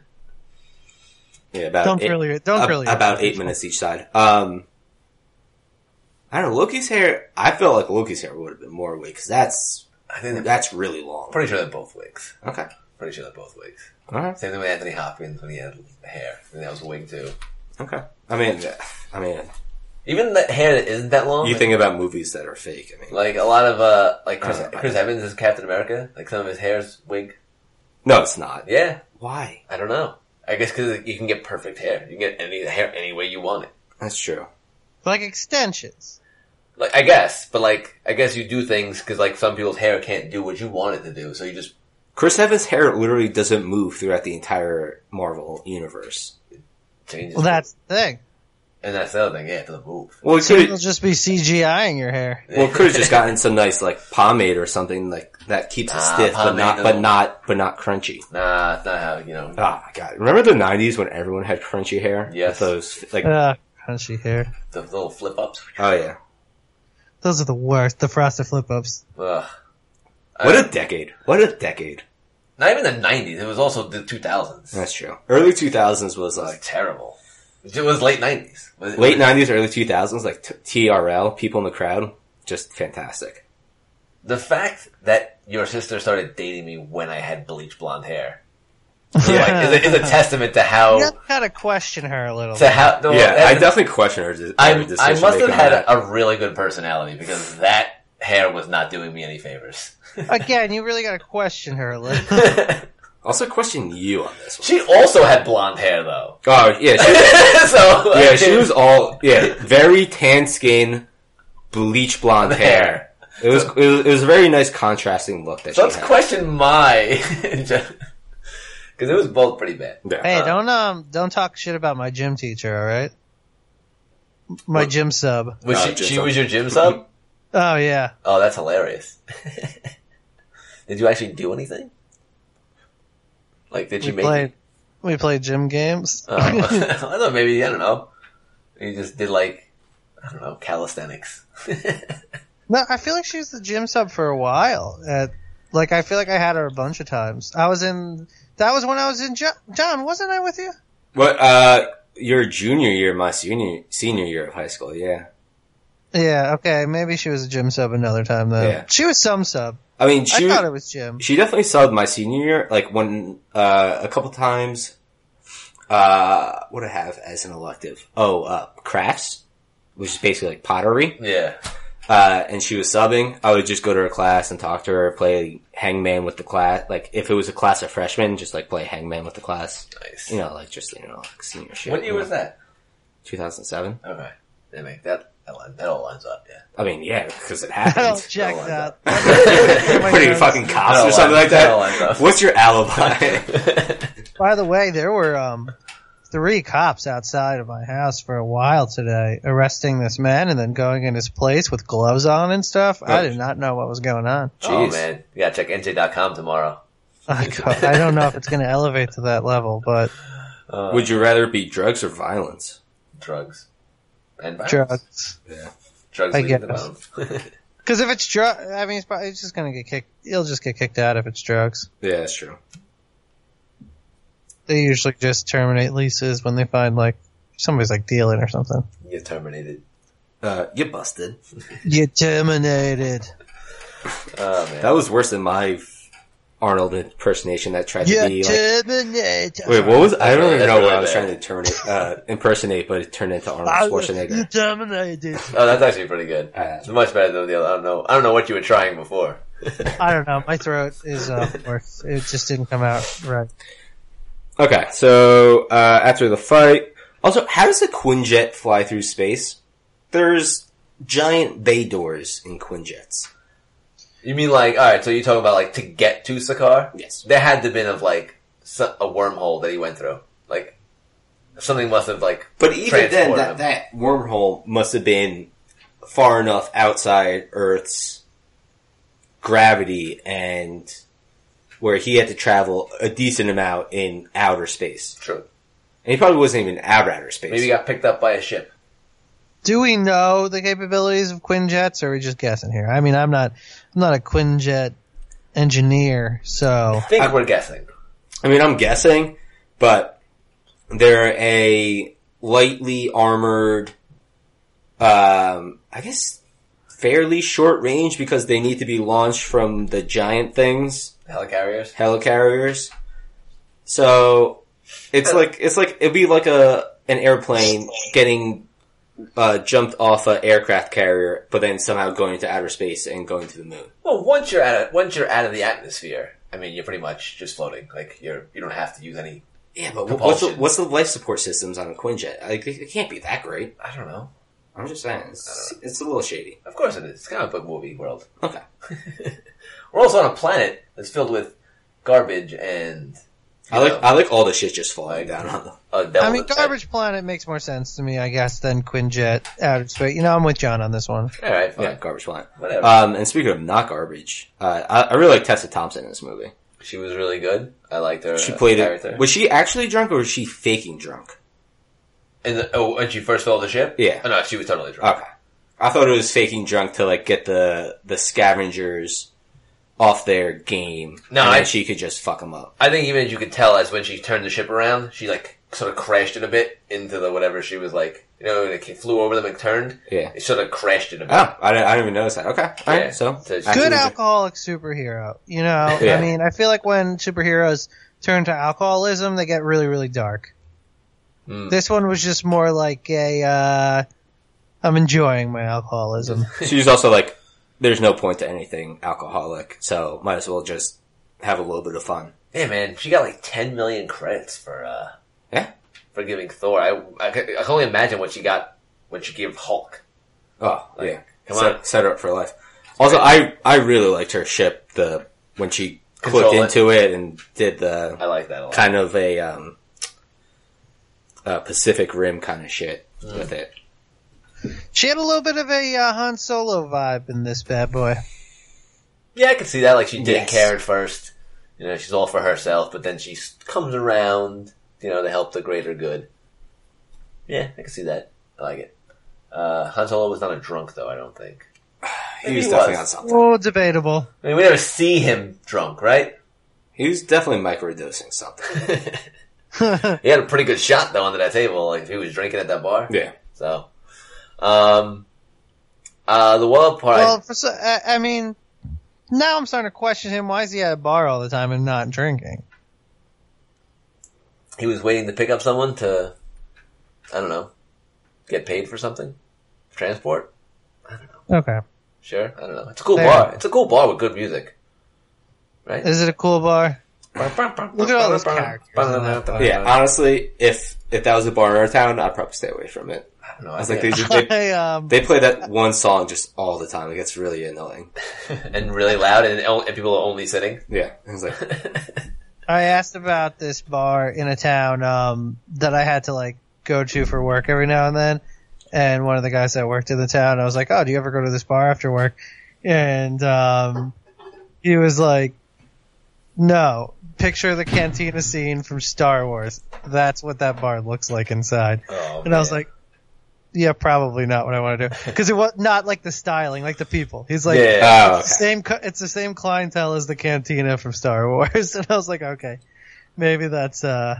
[SPEAKER 2] Yeah, about
[SPEAKER 3] Don't
[SPEAKER 2] eight-
[SPEAKER 3] grill your, don't
[SPEAKER 2] ab-
[SPEAKER 3] grill your.
[SPEAKER 2] about eight minutes each side. Um, I don't know. Loki's hair. I felt like Loki's hair would have been more wig because that's
[SPEAKER 1] I think they're
[SPEAKER 2] that's really long.
[SPEAKER 1] pretty sure they're both wigs.
[SPEAKER 2] Okay.
[SPEAKER 1] Pretty sure they're both wigs.
[SPEAKER 2] All right.
[SPEAKER 1] Same thing with Anthony Hopkins when he had the hair. I think that was a wig too.
[SPEAKER 2] Okay. I mean, I mean,
[SPEAKER 1] Even the hair that isn't that long.
[SPEAKER 2] you
[SPEAKER 1] like,
[SPEAKER 2] think about movies that are fake. I mean,
[SPEAKER 1] like a lot of uh like Chris,
[SPEAKER 2] Uh,
[SPEAKER 1] Chris Evans is Captain America. Like some of his hair's wig.
[SPEAKER 2] no, it's not.
[SPEAKER 1] Yeah,
[SPEAKER 2] Why?
[SPEAKER 1] I don't know. I guess because you can get perfect hair. You can get any hair any way you want it.
[SPEAKER 2] That's true.
[SPEAKER 3] Like extensions.
[SPEAKER 1] Like I guess, but like I guess you do things because like some people's hair can't do what you want it to do. So you just
[SPEAKER 2] Chris Evans' hair literally doesn't move throughout the entire Marvel universe.
[SPEAKER 1] change. it.
[SPEAKER 3] Well, that's the thing.
[SPEAKER 1] and that's the other thing. Yeah, it doesn't move.
[SPEAKER 2] Well, it
[SPEAKER 3] So
[SPEAKER 2] could
[SPEAKER 3] it'll just be CGIing your hair.
[SPEAKER 2] well could have just gotten some nice like pomade or something like that keeps it
[SPEAKER 1] Ah,
[SPEAKER 2] stiff, but
[SPEAKER 1] pomade
[SPEAKER 2] not but
[SPEAKER 1] doesn't-
[SPEAKER 2] not but not crunchy.
[SPEAKER 1] Nah, it's not how you know.
[SPEAKER 2] Oh my god! Remember the '90s when everyone had crunchy hair?
[SPEAKER 1] Yes.
[SPEAKER 2] With those like
[SPEAKER 3] Ah, crunchy hair.
[SPEAKER 1] the little flip ups.
[SPEAKER 2] oh yeah.
[SPEAKER 3] Those are the worst. The frosted flip ups.
[SPEAKER 1] Ugh. Uh,
[SPEAKER 2] What a decade! What a decade!
[SPEAKER 1] Not even the nineties. It was also the two thousands.
[SPEAKER 2] That's true. Early 2000s was
[SPEAKER 1] Like
[SPEAKER 2] like
[SPEAKER 1] terrible. It was late nineties.
[SPEAKER 2] late '90s, early 2000s, like t- TRL, people in the crowd, just fantastic.
[SPEAKER 1] The fact that your sister started dating me when I had bleach blonde hair like, is, a, is a testament to how
[SPEAKER 3] You gotta question her a little.
[SPEAKER 1] to how. No,
[SPEAKER 2] yeah,
[SPEAKER 1] that-
[SPEAKER 2] I definitely question her. de- her
[SPEAKER 1] I'm- I
[SPEAKER 2] decision
[SPEAKER 1] must have
[SPEAKER 2] making on
[SPEAKER 1] had
[SPEAKER 2] that.
[SPEAKER 1] a, a really good personality because that hair was not doing me any favors.
[SPEAKER 3] Again, you really gotta question her a little.
[SPEAKER 2] also question you on this. one.
[SPEAKER 1] She also had blonde hair though.
[SPEAKER 2] Oh yeah, she was,
[SPEAKER 1] so
[SPEAKER 2] yeah,
[SPEAKER 1] like,
[SPEAKER 2] she was all yeah, very tan skin, bleach blonde hair. It was, it was it was a very nice contrasting look that
[SPEAKER 1] Let's
[SPEAKER 2] she had.
[SPEAKER 1] question my because it was both pretty bad.
[SPEAKER 2] Yeah.
[SPEAKER 3] hey, don't um, don't talk shit about my gym teacher. All right, my gym sub.
[SPEAKER 1] Was
[SPEAKER 2] Uh,
[SPEAKER 1] she,
[SPEAKER 2] gym
[SPEAKER 1] she
[SPEAKER 2] sub.
[SPEAKER 1] was your gym sub?
[SPEAKER 3] Oh yeah,
[SPEAKER 1] Oh, that's hilarious. did you actually do anything? Like, did
[SPEAKER 3] we
[SPEAKER 1] you make?
[SPEAKER 3] played we played gym games.
[SPEAKER 1] Oh. I thought maybe I don't know. You just did like I don't know calisthenics.
[SPEAKER 3] No, I feel like she was the gym sub for a while. Uh, like I feel like I had her a bunch of times. I was in. That was when I was in jo- John, wasn't I with you?
[SPEAKER 2] What? Uh, your junior year, my senior senior year of high school. Yeah.
[SPEAKER 3] Yeah. Okay. Maybe she was a gym sub another time though.
[SPEAKER 2] Yeah.
[SPEAKER 3] She was some sub.
[SPEAKER 2] I mean, she
[SPEAKER 3] I thought it was Jim.
[SPEAKER 2] she definitely subbed my senior year. Like when uh, a couple times. Uh, what I have as an elective? Oh, uh, crafts, which is basically like pottery.
[SPEAKER 1] Yeah.
[SPEAKER 2] uh, and she was subbing, I would just go to her class and talk to her, play hangman with the class. Like, if it was a class of freshmen, just like play hangman with the class.
[SPEAKER 1] Nice.
[SPEAKER 2] You know, like just, you know, like senior shit.
[SPEAKER 1] What year was that?
[SPEAKER 2] 2007.
[SPEAKER 1] Okay. That make that that, line, that all lines up. Yeah.
[SPEAKER 2] I mean, yeah, because it
[SPEAKER 3] I don't
[SPEAKER 2] happened.
[SPEAKER 3] check
[SPEAKER 1] Oh, I
[SPEAKER 3] that.
[SPEAKER 2] what are you, fucking cops
[SPEAKER 1] That'll
[SPEAKER 2] or something
[SPEAKER 1] line-
[SPEAKER 2] like
[SPEAKER 1] that'll
[SPEAKER 2] that?
[SPEAKER 1] line up.
[SPEAKER 2] What's your alibi?
[SPEAKER 3] By the way, there were um, three cops outside of my house for a while today, arresting this man and then going in his place with gloves on and stuff. I did not know what was going on.
[SPEAKER 1] Oh
[SPEAKER 2] Jeez.
[SPEAKER 1] man, you gotta check NJ.com tomorrow.
[SPEAKER 3] I go- I don't know if it's going to elevate to that level, but
[SPEAKER 2] would you rather it be drugs or violence?
[SPEAKER 1] Drugs and violence.
[SPEAKER 3] drugs.
[SPEAKER 1] Drugs
[SPEAKER 3] I
[SPEAKER 1] leading to
[SPEAKER 3] guess.
[SPEAKER 1] violence.
[SPEAKER 3] Because if it's drug, I mean, it's, probably, it's just going to get kicked. You'll just get kicked out if it's drugs.
[SPEAKER 2] Yeah, that's true.
[SPEAKER 3] They usually just terminate leases when they find like somebody's like dealing or something.
[SPEAKER 1] You get terminated.
[SPEAKER 2] Uh, you busted.
[SPEAKER 3] You terminated.
[SPEAKER 1] Oh man.
[SPEAKER 2] That was worse than my Arnold impersonation that tried to
[SPEAKER 3] You
[SPEAKER 2] be like,
[SPEAKER 3] terminated.
[SPEAKER 2] Wait, what was? I don't
[SPEAKER 1] That's
[SPEAKER 2] even know
[SPEAKER 1] really
[SPEAKER 2] what I was
[SPEAKER 1] bad.
[SPEAKER 2] trying to terminate, uh, impersonate, but it turned into
[SPEAKER 3] I-
[SPEAKER 2] Arnold
[SPEAKER 3] You
[SPEAKER 2] Schwarzenegger.
[SPEAKER 3] terminated.
[SPEAKER 1] Oh, that's actually pretty good.
[SPEAKER 2] Uh,
[SPEAKER 1] It's much better than the other. I don't know. I don't know what you were trying before.
[SPEAKER 3] I don't know. My throat is uh, worse. It just didn't come out right.
[SPEAKER 2] Okay, so uh, after the fight, also, how does a Quinjet fly through space? There's giant bay doors in Quinjets.
[SPEAKER 1] You mean like, all right? So you talking about like to get to Sakar?
[SPEAKER 2] Yes.
[SPEAKER 1] There had to have been of like so- a wormhole that he went through. Like something must have like.
[SPEAKER 2] But even then,
[SPEAKER 1] transported
[SPEAKER 2] that,
[SPEAKER 1] him.
[SPEAKER 2] that wormhole must have been far enough outside Earth's gravity and where he had to travel a decent amount in outer space.
[SPEAKER 1] True.
[SPEAKER 2] And he probably wasn't even out outer space.
[SPEAKER 1] Maybe he got picked up by a ship.
[SPEAKER 3] Do we know the capabilities of Quinjets, or are we just guessing here? I mean, I'm not, I'm not a Quinjet engineer, so
[SPEAKER 1] I think we're guessing.
[SPEAKER 2] I mean, I'm guessing, but they're a lightly armored, um, I guess fairly short range because they need to be launched from the giant things,
[SPEAKER 1] Helicarriers.
[SPEAKER 2] helicarriers. So it's like, it's like, it'd be like a, an airplane getting, uh, jumped off a aircraft carrier, but then somehow going into outer space and going to the moon.
[SPEAKER 1] Well, once you're out of once you're out of the atmosphere, I mean, you're pretty much just floating. Like you're you don't have to use any.
[SPEAKER 2] Yeah, but what's the,
[SPEAKER 1] Propulsion.
[SPEAKER 2] what's the life support systems on a Quinjet? Like, it can't be that great.
[SPEAKER 1] I don't know.
[SPEAKER 2] I'm just saying,
[SPEAKER 1] Uh,
[SPEAKER 2] it's, it's a little shady.
[SPEAKER 1] Of course it is. It's comic book movie world.
[SPEAKER 2] Okay.
[SPEAKER 1] We're also on a planet that's filled with garbage and.
[SPEAKER 2] I like I like all the shit just falling down on them.
[SPEAKER 1] Uh,
[SPEAKER 3] I mean, Garbage Planet makes more sense to me, I guess, than Quinjet outer space. You know, I'm with John on this one.
[SPEAKER 1] All right, fine.
[SPEAKER 2] Yeah, garbage plant.
[SPEAKER 1] Whatever.
[SPEAKER 2] Um, and speaking of not garbage, uh, I, I really like Tessa Thompson in this movie.
[SPEAKER 1] She was really good. I liked her.
[SPEAKER 2] She
[SPEAKER 1] uh,
[SPEAKER 2] played
[SPEAKER 1] character.
[SPEAKER 2] it. Was she actually drunk or was she faking drunk?
[SPEAKER 1] And the, oh, when she first fell off the ship.
[SPEAKER 2] Yeah.
[SPEAKER 1] Oh, no, she was totally drunk.
[SPEAKER 2] Okay. I thought it was faking drunk to like get the the scavengers off their game.
[SPEAKER 1] No,
[SPEAKER 2] and
[SPEAKER 1] I-
[SPEAKER 2] then she could just fuck them up.
[SPEAKER 1] I think even as you could tell, as when she turned the ship around, she like sort of crashed it a bit into the whatever she was like. You know, when it ca- flew over them and turned.
[SPEAKER 2] Yeah.
[SPEAKER 1] It sort of crashed it a bit.
[SPEAKER 2] Oh, I didn't, I didn't even notice that. Okay, all right.
[SPEAKER 1] Yeah.
[SPEAKER 2] So
[SPEAKER 1] So she-
[SPEAKER 2] actually
[SPEAKER 3] Good
[SPEAKER 2] was a-
[SPEAKER 3] alcoholic superhero. You know,
[SPEAKER 2] Yeah.
[SPEAKER 3] I mean, I feel like when superheroes turn to alcoholism, they get really, really dark.
[SPEAKER 1] Hmm.
[SPEAKER 3] This one was just more like a, uh, I'm enjoying my alcoholism.
[SPEAKER 2] She's also like, there's no point to anything alcoholic, so might as well just have a little bit of fun.
[SPEAKER 1] Yeah, man, she got like 10 million credits for uh
[SPEAKER 2] Yeah.
[SPEAKER 1] for giving Thor. I I, ca- I can only imagine what she got when she gave Hulk.
[SPEAKER 2] Oh,
[SPEAKER 1] Like,
[SPEAKER 2] yeah.
[SPEAKER 1] come
[SPEAKER 2] set,
[SPEAKER 1] on.
[SPEAKER 2] set her up for life. Also, I, I really liked her ship, the, when she clicked
[SPEAKER 1] Control it.
[SPEAKER 2] into it. and did
[SPEAKER 1] I
[SPEAKER 2] the
[SPEAKER 1] like that a lot.
[SPEAKER 2] kind of a, um, uh, Pacific Rim kind of shit with it.
[SPEAKER 3] She had a little bit of a uh, Han Solo vibe in this bad boy.
[SPEAKER 1] Yeah, I could see that. Like she didn't
[SPEAKER 2] Yes.
[SPEAKER 1] care at first. You know, she's all for herself, but then she s- comes around. You know, to help the greater good. Yeah, I can see that. I like it. Uh, Han Solo was not a drunk, though. I don't think.
[SPEAKER 2] He was
[SPEAKER 1] he
[SPEAKER 2] definitely
[SPEAKER 1] was.
[SPEAKER 2] on something.
[SPEAKER 3] Oh, debatable.
[SPEAKER 1] I mean, we never see him drunk, right?
[SPEAKER 2] He was definitely microdosing something.
[SPEAKER 1] He had a pretty good shot though under that table, like if he was drinking at that bar.
[SPEAKER 2] yeah.
[SPEAKER 1] So, um, uh, the wild part.
[SPEAKER 3] Well, for, so- I, I mean, now I'm starting to question him. Why is he at a bar all the time and not drinking?
[SPEAKER 1] he was waiting to pick up someone to, I don't know, get paid for something, transport.
[SPEAKER 3] Okay.
[SPEAKER 1] Sure, I don't know. It's a cool
[SPEAKER 3] Fair.
[SPEAKER 1] bar. It's a cool bar with good music, right?
[SPEAKER 3] Is it a cool bar?
[SPEAKER 1] Look
[SPEAKER 3] at all those characters in that bar.
[SPEAKER 2] Yeah, honestly, if if that was a bar in our town, I'd probably stay away from it.
[SPEAKER 1] No,
[SPEAKER 2] I
[SPEAKER 1] I
[SPEAKER 2] was like,
[SPEAKER 1] think
[SPEAKER 2] they, just, they,
[SPEAKER 3] I, um,
[SPEAKER 2] they play that one song just all the time. It gets really annoying.
[SPEAKER 1] and really loud, and, oh, and people are only sitting.
[SPEAKER 2] Yeah, I was like,
[SPEAKER 3] I asked about this bar in a town um, that I had to like go to for work every now and then, and one of the guys that worked in the town, I was like, "Oh, do you ever go to this bar after work?" And um, he was like, "No." Picture the cantina scene from Star Wars. That's what that bar looks like inside.
[SPEAKER 1] Oh,
[SPEAKER 3] And I was
[SPEAKER 1] man.
[SPEAKER 3] like, "Yeah, probably not what I want to do," because it was not like the styling, like the people. He's like,
[SPEAKER 1] yeah.
[SPEAKER 2] oh, okay.
[SPEAKER 3] same co- it's the same clientele as the cantina from Star Wars and I was like okay maybe that's uh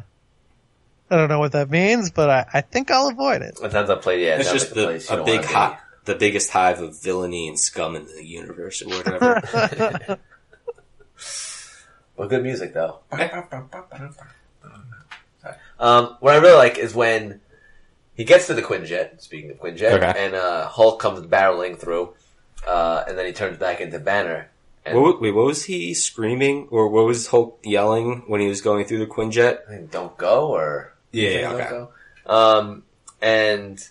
[SPEAKER 3] I don't know what that means but I, I think I'll avoid it
[SPEAKER 1] Sometimes I play, yeah,
[SPEAKER 2] It's
[SPEAKER 1] sounds
[SPEAKER 2] just
[SPEAKER 1] like a, place you
[SPEAKER 2] the, a
[SPEAKER 1] don't
[SPEAKER 2] big
[SPEAKER 1] wanna be.
[SPEAKER 2] hot, the biggest hive of villainy and scum in the universe, or whatever.
[SPEAKER 1] But good music though.
[SPEAKER 2] Eh,
[SPEAKER 1] Um, what I really like is when he gets to the Quinjet, speaking of Quinjet,
[SPEAKER 2] Okay.
[SPEAKER 1] and uh, Hulk comes barreling through, uh, and then he turns back into Banner. And
[SPEAKER 2] what, wa- wait, what was he screaming, or what was Hulk yelling when he was going through the Quinjet?
[SPEAKER 1] I think, don't go, or
[SPEAKER 2] Yeah,
[SPEAKER 1] I think
[SPEAKER 2] okay.
[SPEAKER 1] don't go. Um, and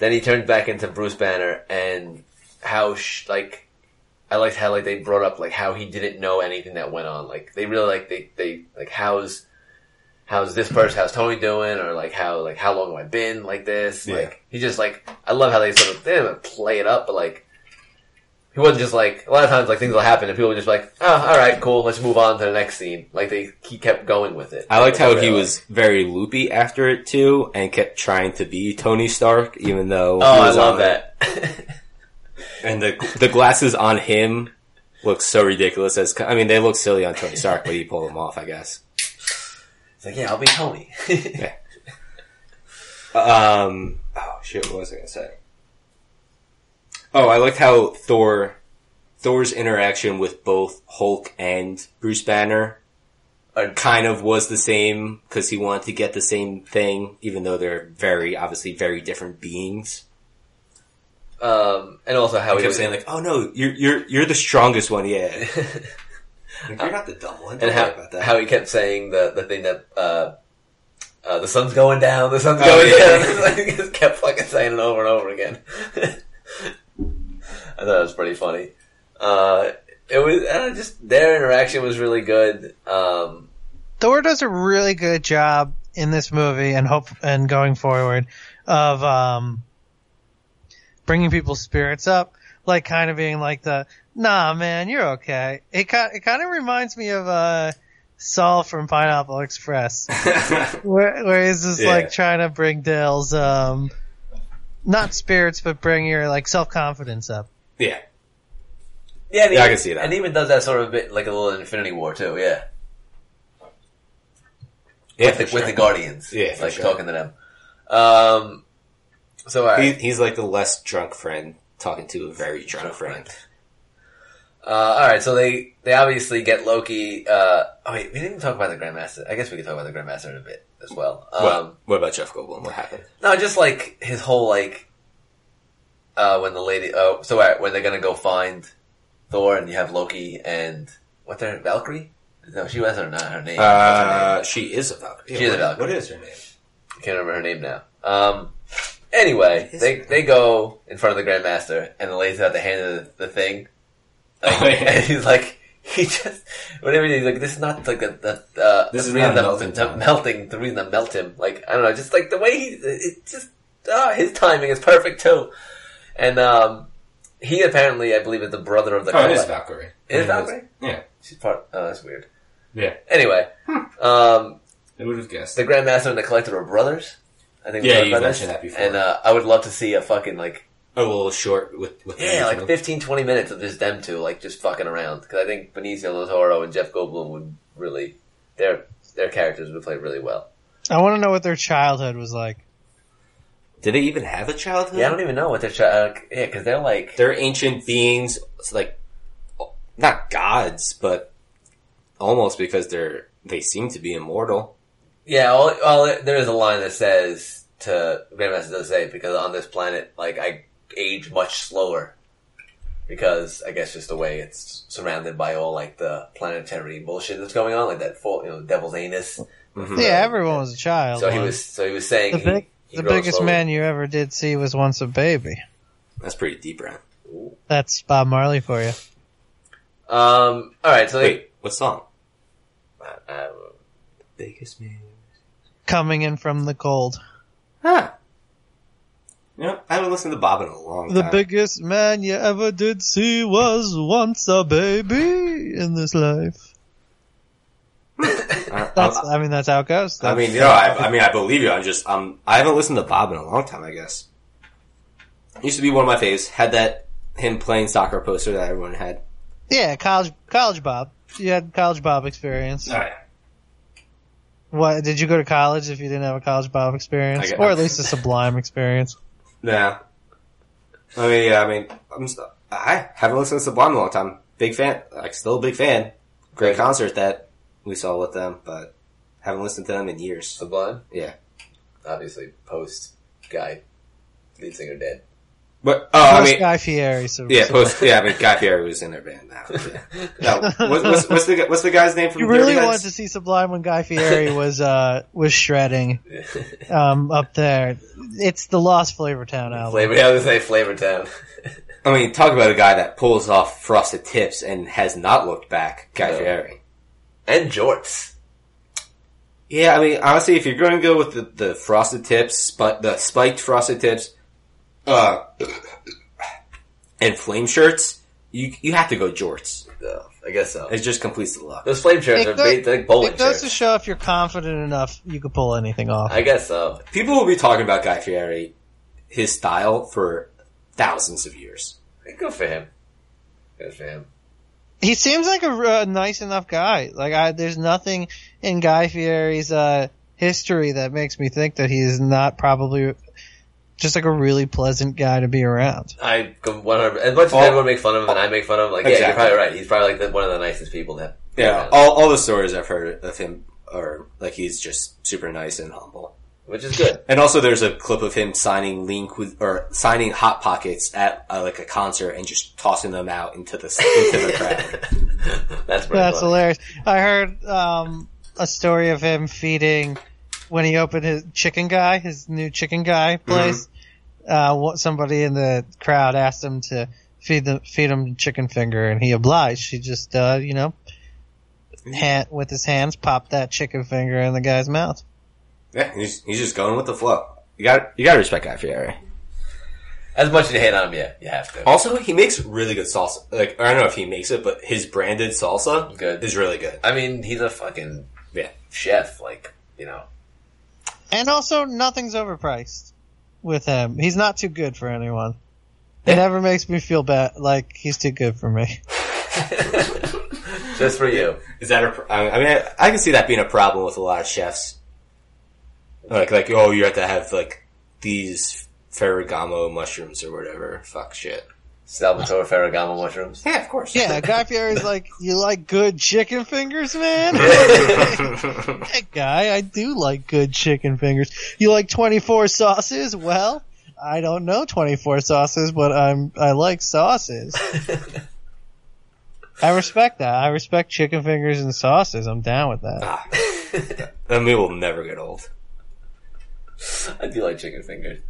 [SPEAKER 1] then he turns back into Bruce Banner, and how sh- like I liked how like they brought up like how he didn't know anything that went on. Like they really like they they like how's how's this person how's Tony doing or like how like how long have I been like this?
[SPEAKER 2] Yeah.
[SPEAKER 1] Like he just like I love how they sort of they didn't play it up, but like. He wasn't just like a lot of times like things will happen and people are just like oh all right cool let's move on to the next scene like they he kept going with it.
[SPEAKER 2] I liked how he
[SPEAKER 1] Really.
[SPEAKER 2] was very loopy after it too, and kept trying to be Tony Stark, even though
[SPEAKER 1] Oh,
[SPEAKER 2] he
[SPEAKER 1] I
[SPEAKER 2] was
[SPEAKER 1] love
[SPEAKER 2] on it.
[SPEAKER 1] that.
[SPEAKER 2] And the the glasses on him look so ridiculous. As I mean, they look silly on Tony Stark, but he pulled them off, I guess.
[SPEAKER 1] It's like, yeah, I'll be Tony.
[SPEAKER 2] Um, oh shit, what was I gonna say? Oh, I liked how Thor, Thor's interaction with both Hulk and Bruce Banner
[SPEAKER 1] Or-
[SPEAKER 2] kind of was the same because he wanted to get the same thing, even though they're very, obviously very different beings.
[SPEAKER 1] um, and also how
[SPEAKER 2] I
[SPEAKER 1] he
[SPEAKER 2] kept
[SPEAKER 1] was
[SPEAKER 2] saying like, "Oh no, you're you're you're the strongest one, yeah." Like, you're not the dumb one. Don't
[SPEAKER 1] and
[SPEAKER 2] worry
[SPEAKER 1] how,
[SPEAKER 2] about that.
[SPEAKER 1] how he kept saying the the thing that uh, uh, the sun's going down, the sun's
[SPEAKER 2] Oh,
[SPEAKER 1] going
[SPEAKER 2] yeah.
[SPEAKER 1] down. Like, he just kept fucking saying it over and over again. I thought it was pretty funny. Uh, it was uh, just their interaction was really good. Um,
[SPEAKER 3] Thor does a really good job in this movie and hope and going forward of um bringing people's spirits up like kind of being like the nah man you're okay it kind it kind of reminds me of uh Saul from Pineapple Express Where, where he's just
[SPEAKER 2] Yeah.
[SPEAKER 3] like trying to bring Dale's um, not spirits, but bring your like self confidence up.
[SPEAKER 2] yeah,
[SPEAKER 1] yeah, and
[SPEAKER 2] Yeah, I
[SPEAKER 1] even-
[SPEAKER 2] can see that.
[SPEAKER 1] And even does that sort of bit like a little Infinity War too. Yeah,
[SPEAKER 2] yeah,
[SPEAKER 1] with, the,
[SPEAKER 2] for
[SPEAKER 1] with
[SPEAKER 2] sure.
[SPEAKER 1] the Guardians.
[SPEAKER 2] Yeah,
[SPEAKER 1] It's
[SPEAKER 2] for
[SPEAKER 1] like
[SPEAKER 2] sure.
[SPEAKER 1] talking to them. Um, so all right.
[SPEAKER 2] He, he's like the less drunk friend talking to a very drunk friend.
[SPEAKER 1] Uh, all right, so they they obviously get Loki. Uh, oh wait, we didn't talk about the Grandmaster. I guess we could talk about the Grandmaster in a bit as well. Um,
[SPEAKER 2] What, what about Jeff Goldblum? What happened?
[SPEAKER 1] No, just like his whole like uh, when the lady. Oh, so all right, when they're gonna go find Thor, and you have Loki and what? Their Valkyrie? No, she wasn't not her name. What's her name?
[SPEAKER 2] Uh, she is a Valkyrie.
[SPEAKER 1] She is a
[SPEAKER 2] What-
[SPEAKER 1] Valkyrie. Oh,
[SPEAKER 2] What is her name?
[SPEAKER 1] can't remember her name now. Um, anyway,
[SPEAKER 2] Is
[SPEAKER 1] they
[SPEAKER 2] it?
[SPEAKER 1] they go in front of the Grandmaster, and the lady's out the hand of the, the thing. Like,
[SPEAKER 2] Oh, yeah.
[SPEAKER 1] And he's like, he just whatever he's like. This is not like a, the uh,
[SPEAKER 2] This
[SPEAKER 1] the
[SPEAKER 2] is
[SPEAKER 1] reason
[SPEAKER 2] not a
[SPEAKER 1] I'm-
[SPEAKER 2] melting
[SPEAKER 1] the
[SPEAKER 2] pot.
[SPEAKER 1] melting. The reason I melt him, like I don't know, just like the way he, it's just ah, his timing is perfect too. And um, he apparently, I believe, is the brother of the.
[SPEAKER 2] Oh, it
[SPEAKER 1] Kala-
[SPEAKER 2] is Valkyrie.
[SPEAKER 1] It is Valkyrie?
[SPEAKER 2] Yeah,
[SPEAKER 1] She's part. Oh, that's weird.
[SPEAKER 2] yeah.
[SPEAKER 1] Anyway, um,
[SPEAKER 2] I would have guessed.
[SPEAKER 1] the Grandmaster and the Collector are brothers. I think. we
[SPEAKER 2] Yeah,
[SPEAKER 1] talked
[SPEAKER 2] you
[SPEAKER 1] about
[SPEAKER 2] mentioned that before.
[SPEAKER 1] And uh, I would love to see a fucking like
[SPEAKER 2] a little short with, with
[SPEAKER 1] Yeah, like 15, 20 minutes of just them two, like just fucking around. Because I think Benicio del Toro and Jeff Goldblum would really their their characters would play really well.
[SPEAKER 3] I want to know what their childhood was like.
[SPEAKER 2] Did they even have a childhood?
[SPEAKER 1] Yeah, I don't even know what their child. Yeah, because they're like
[SPEAKER 2] They're ancient beings, it's like not gods, but almost because they're they seem to be immortal.
[SPEAKER 1] yeah. All, all there is a line that says to Grandmaster does say because on this planet, like I age much slower because I guess just the way it's surrounded by all like the planetary bullshit that's going on, like that full you know devil's anus.
[SPEAKER 2] Mm-hmm.
[SPEAKER 3] Yeah, everyone was a child.
[SPEAKER 1] So he
[SPEAKER 3] once.
[SPEAKER 1] was so he was saying
[SPEAKER 3] Oh, the
[SPEAKER 1] he-
[SPEAKER 3] big,
[SPEAKER 1] he
[SPEAKER 3] the
[SPEAKER 1] grows
[SPEAKER 3] biggest
[SPEAKER 1] slower.
[SPEAKER 3] man you ever did see was once a baby.
[SPEAKER 2] That's pretty deep, Ryan.
[SPEAKER 3] That's Bob Marley for you.
[SPEAKER 1] Um. All right. So they,
[SPEAKER 2] Wait, what song?
[SPEAKER 1] I- I don't know.
[SPEAKER 2] Biggest man.
[SPEAKER 3] Coming in from the cold.
[SPEAKER 2] Huh. You know, I haven't listened to Bob in a long
[SPEAKER 3] The
[SPEAKER 2] time.
[SPEAKER 3] biggest man you ever did see was once a baby in this life.
[SPEAKER 2] I,
[SPEAKER 3] That's,
[SPEAKER 2] I-
[SPEAKER 3] I mean, that's how it goes.
[SPEAKER 2] Uh, I mean, you know, I, I mean, I believe you. I'm just, um, I haven't listened to Bob in a long time. I guess used to be one of my faves. Had that him playing soccer poster that everyone had.
[SPEAKER 3] yeah, college, college Bob. You had college Bob experience.
[SPEAKER 2] right.
[SPEAKER 3] What did you go to college if you didn't have a college Bob experience,
[SPEAKER 2] I got-
[SPEAKER 3] or at least a Sublime experience?
[SPEAKER 2] Nah. I mean, yeah, I mean, I'm, s- I haven't listened to Sublime in a long time. Big fan, like, still a big fan. Great concert that we saw with them, but haven't listened to them in years.
[SPEAKER 1] Sublime,
[SPEAKER 2] Yeah.
[SPEAKER 1] obviously, post guy, lead singer dead.
[SPEAKER 2] But, oh, I
[SPEAKER 3] Post
[SPEAKER 2] mean,
[SPEAKER 3] Guy Fieri. Sub-
[SPEAKER 2] yeah,
[SPEAKER 3] Sublime.
[SPEAKER 2] post, yeah, I mean, Guy Fieri was in their band now. Yeah. No, what, what's, what's the, gu- what's the guy's name from
[SPEAKER 3] You really
[SPEAKER 2] Dirty Heads?
[SPEAKER 3] wanted to see Sublime when Guy Fieri was uh was shredding um up there. It's the Lost Flavor Town album.
[SPEAKER 1] Flavor. I was gonna say Flavor Town.
[SPEAKER 2] I mean, talk about a guy that pulls off frosted tips and has not looked back, Guy
[SPEAKER 1] No.
[SPEAKER 2] Fieri.
[SPEAKER 1] and jorts.
[SPEAKER 2] Yeah, I mean, honestly, if you're going to go with the, the frosted tips, spi- the spiked frosted tips, uh, and flame shirts, you you have to go jorts.
[SPEAKER 1] No, I guess so.
[SPEAKER 2] It just completes the look.
[SPEAKER 1] Those flame shirts
[SPEAKER 3] It
[SPEAKER 1] are
[SPEAKER 3] go-
[SPEAKER 1] big, they're like bowling
[SPEAKER 3] it goes to
[SPEAKER 1] shirts.
[SPEAKER 3] show if you're confident enough, you could pull anything off.
[SPEAKER 1] I guess so.
[SPEAKER 2] People will be talking about Guy Fieri, his style, for thousands of years.
[SPEAKER 1] Good for him. Good for him.
[SPEAKER 3] he seems like a, a nice enough guy. Like I, there's nothing in Guy Fieri's uh, history that makes me think that he is not probably just like a really pleasant guy to be around.
[SPEAKER 1] I go 100. As much as
[SPEAKER 2] All-
[SPEAKER 1] everyone makes fun of him and I make fun of him, like yeah, you're
[SPEAKER 2] Exactly.
[SPEAKER 1] probably right. He's probably like the, one of the nicest people that.
[SPEAKER 2] Yeah, all, all the stories I've heard of him are, like, he's just super nice and humble.
[SPEAKER 1] which is good.
[SPEAKER 2] And also, there's a clip of him signing link with or signing hot pockets at uh, like a concert and just tossing them out into the into the crowd.
[SPEAKER 1] That's pretty
[SPEAKER 3] That's
[SPEAKER 1] funny.
[SPEAKER 3] hilarious. I heard um, a story of him feeding when he opened his chicken guy, his new chicken guy place. Uh, what somebody in the crowd asked him to feed the feed him chicken finger, and he obliged. He just uh, you know. Hand, with his hands, popped that chicken finger in the guy's mouth.
[SPEAKER 2] Yeah, he's, he's just going with the flow. You got you got to respect Guy Fieri.
[SPEAKER 1] As much as you hate on him, yeah, you have to.
[SPEAKER 2] Also, he makes really good salsa. Like I don't know if he makes it, but his branded salsa
[SPEAKER 1] Good.
[SPEAKER 2] is really good.
[SPEAKER 1] I mean, he's a fucking
[SPEAKER 2] Yeah,
[SPEAKER 1] chef. Like you know,
[SPEAKER 3] And also, nothing's overpriced with him. He's not too good for anyone. It never makes me feel bad, like he's too good for me.
[SPEAKER 1] just for you.
[SPEAKER 2] is that a? pr- I I mean, I, I can see that being a problem with a lot of chefs. Like like oh, you have to have like these Ferragamo mushrooms or whatever. Fuck shit.
[SPEAKER 1] Salvatore Ferragamo mushrooms.
[SPEAKER 2] Yeah, of course.
[SPEAKER 3] Yeah, Guy Fieri's like, you like good chicken fingers, man? hey, guy, I do like good chicken fingers. You like 24 sauces? Well, I don't know 24 sauces, but I'm, I like sauces. I respect that. I respect chicken fingers and sauces. I'm down with that.
[SPEAKER 2] And we will never get old.
[SPEAKER 1] I do like chicken fingers.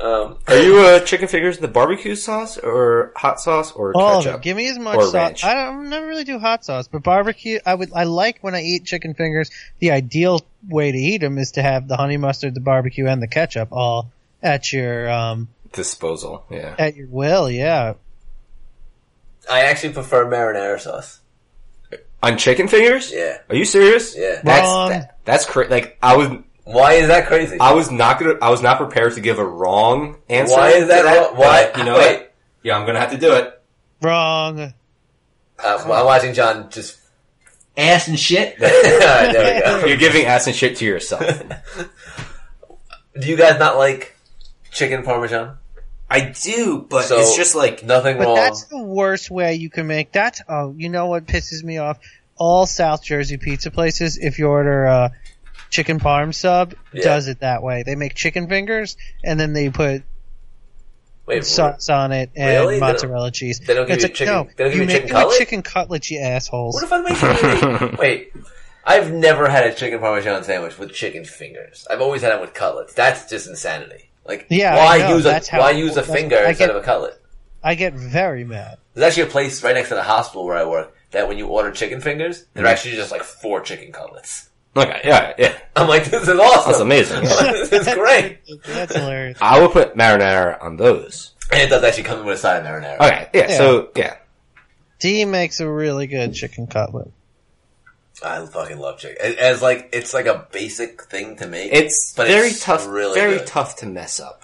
[SPEAKER 1] Um,
[SPEAKER 2] Are you uh, chicken fingers in the barbecue sauce or hot sauce or
[SPEAKER 3] All of
[SPEAKER 2] ketchup?
[SPEAKER 3] it. Oh, Give me as much
[SPEAKER 2] Or
[SPEAKER 3] sauce.
[SPEAKER 2] ranch.
[SPEAKER 3] I don't I never really do hot sauce, but barbecue. I would. I like when I eat chicken fingers. The ideal way to eat them is to have the honey mustard, the barbecue, and the ketchup all at your um
[SPEAKER 2] Disposal. Yeah.
[SPEAKER 3] at your will. Yeah.
[SPEAKER 1] I actually prefer marinara sauce.
[SPEAKER 2] On chicken fingers?
[SPEAKER 1] Yeah.
[SPEAKER 2] Are you serious?
[SPEAKER 1] Yeah.
[SPEAKER 2] That's
[SPEAKER 3] Wrong.
[SPEAKER 2] that, that's cra- like I would
[SPEAKER 1] Why is that crazy?
[SPEAKER 2] I was not gonna. I was not prepared to give a wrong answer.
[SPEAKER 1] Why is that
[SPEAKER 2] to
[SPEAKER 1] wrong? Why-
[SPEAKER 2] but You know
[SPEAKER 1] wait.
[SPEAKER 2] what? Yeah, I'm gonna have to do it.
[SPEAKER 3] Wrong.
[SPEAKER 1] Uh, I'm watching John just.
[SPEAKER 4] Ass and shit.
[SPEAKER 1] All right, there we go.
[SPEAKER 2] You're giving ass and shit to yourself.
[SPEAKER 1] Do you guys not like chicken parmesan?
[SPEAKER 2] I do, but
[SPEAKER 1] So-
[SPEAKER 2] it's just like
[SPEAKER 1] Nothing
[SPEAKER 3] But
[SPEAKER 1] wrong.
[SPEAKER 3] that's the worst way you can make that. Oh, you know what pisses me off? All South Jersey pizza places, if you order a chicken parm sub,
[SPEAKER 1] Yeah.
[SPEAKER 3] does it that way. They make chicken fingers and then they put
[SPEAKER 1] Wait,
[SPEAKER 3] sauce on it and
[SPEAKER 1] Really? They don't-
[SPEAKER 3] mozzarella cheese.
[SPEAKER 1] they don't give
[SPEAKER 3] It's
[SPEAKER 1] you
[SPEAKER 3] like,
[SPEAKER 1] chicken-
[SPEAKER 3] No,
[SPEAKER 1] they don't give
[SPEAKER 3] you
[SPEAKER 1] you
[SPEAKER 3] make
[SPEAKER 1] chicken
[SPEAKER 3] me a
[SPEAKER 1] cutlet?
[SPEAKER 3] chicken cutlet, you assholes.
[SPEAKER 1] what if I make? wait, I've never had a chicken parmesan sandwich with chicken fingers. I've always had it with cutlets. That's just insanity. Like,
[SPEAKER 3] Yeah, I
[SPEAKER 1] why
[SPEAKER 3] know.
[SPEAKER 1] use a
[SPEAKER 3] That's how-
[SPEAKER 1] why use a
[SPEAKER 3] that's-
[SPEAKER 1] finger
[SPEAKER 3] I
[SPEAKER 1] instead
[SPEAKER 3] get-
[SPEAKER 1] of a cutlet?
[SPEAKER 3] I get very mad.
[SPEAKER 1] There's actually a place right next to the hospital where I work that when you order chicken fingers, they're
[SPEAKER 2] Mm-hmm.
[SPEAKER 1] actually just like four chicken cutlets.
[SPEAKER 2] okay, yeah, yeah,
[SPEAKER 1] I'm like, this is awesome.
[SPEAKER 2] that's amazing.
[SPEAKER 1] this is great.
[SPEAKER 3] That's hilarious.
[SPEAKER 2] I would put marinara on those.
[SPEAKER 1] And it does actually come with a side of marinara.
[SPEAKER 2] Okay, yeah.
[SPEAKER 3] Yeah.
[SPEAKER 2] So yeah,
[SPEAKER 3] D makes a really good chicken cutlet.
[SPEAKER 1] I fucking love chicken. As, as like, it's like a basic thing to make.
[SPEAKER 2] it's
[SPEAKER 1] But
[SPEAKER 2] very
[SPEAKER 1] it's
[SPEAKER 2] tough.
[SPEAKER 1] really
[SPEAKER 2] very
[SPEAKER 1] good.
[SPEAKER 2] tough to mess up.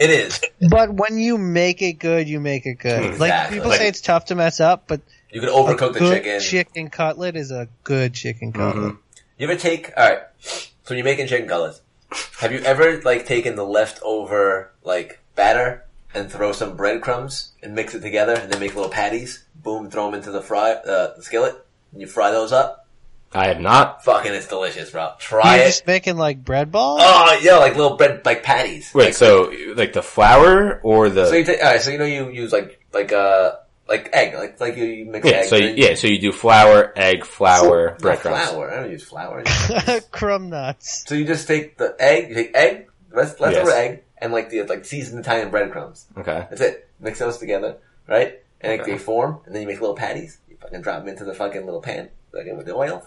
[SPEAKER 1] it is.
[SPEAKER 3] But when you make it good, you make it good. Like
[SPEAKER 1] Exactly.
[SPEAKER 3] people
[SPEAKER 1] Hmm, Like-
[SPEAKER 3] say it's tough to mess up, but
[SPEAKER 1] You can overcook the
[SPEAKER 3] good
[SPEAKER 1] chicken. Mm-hmm.
[SPEAKER 3] cutlet is a good chicken cutlet.
[SPEAKER 1] You ever take all right? So when you're making chicken cutlets, have you ever like taken the leftover like batter and throw some breadcrumbs and mix it together and then make little patties? Boom, throw them into the fry uh, the skillet and you fry those up.
[SPEAKER 2] I have not.
[SPEAKER 1] Fucking, it's delicious, bro.
[SPEAKER 3] You're
[SPEAKER 1] Try it.
[SPEAKER 3] just making like bread balls.
[SPEAKER 1] Oh yeah, like little bread like patties.
[SPEAKER 2] Wait, so like the flour or the
[SPEAKER 1] So you take all right. So you know you use like like uh like egg like like you, you mix
[SPEAKER 2] yeah.
[SPEAKER 1] egg.
[SPEAKER 2] So
[SPEAKER 1] and
[SPEAKER 2] you,
[SPEAKER 1] then-
[SPEAKER 2] yeah, so you do flour, egg, flour,
[SPEAKER 1] Not
[SPEAKER 2] breadcrumbs.
[SPEAKER 1] Flour. I don't use flour.
[SPEAKER 3] Crumb nuts.
[SPEAKER 1] So you just take the egg, you take egg, rest, leftover
[SPEAKER 2] Yes.
[SPEAKER 1] egg, and like the like seasoned Italian breadcrumbs.
[SPEAKER 2] Okay.
[SPEAKER 1] That's it. Mix those together, right? And like,
[SPEAKER 2] Okay.
[SPEAKER 1] they form, and then you make little patties. You fucking drop them into the fucking little pan, fucking with the oil.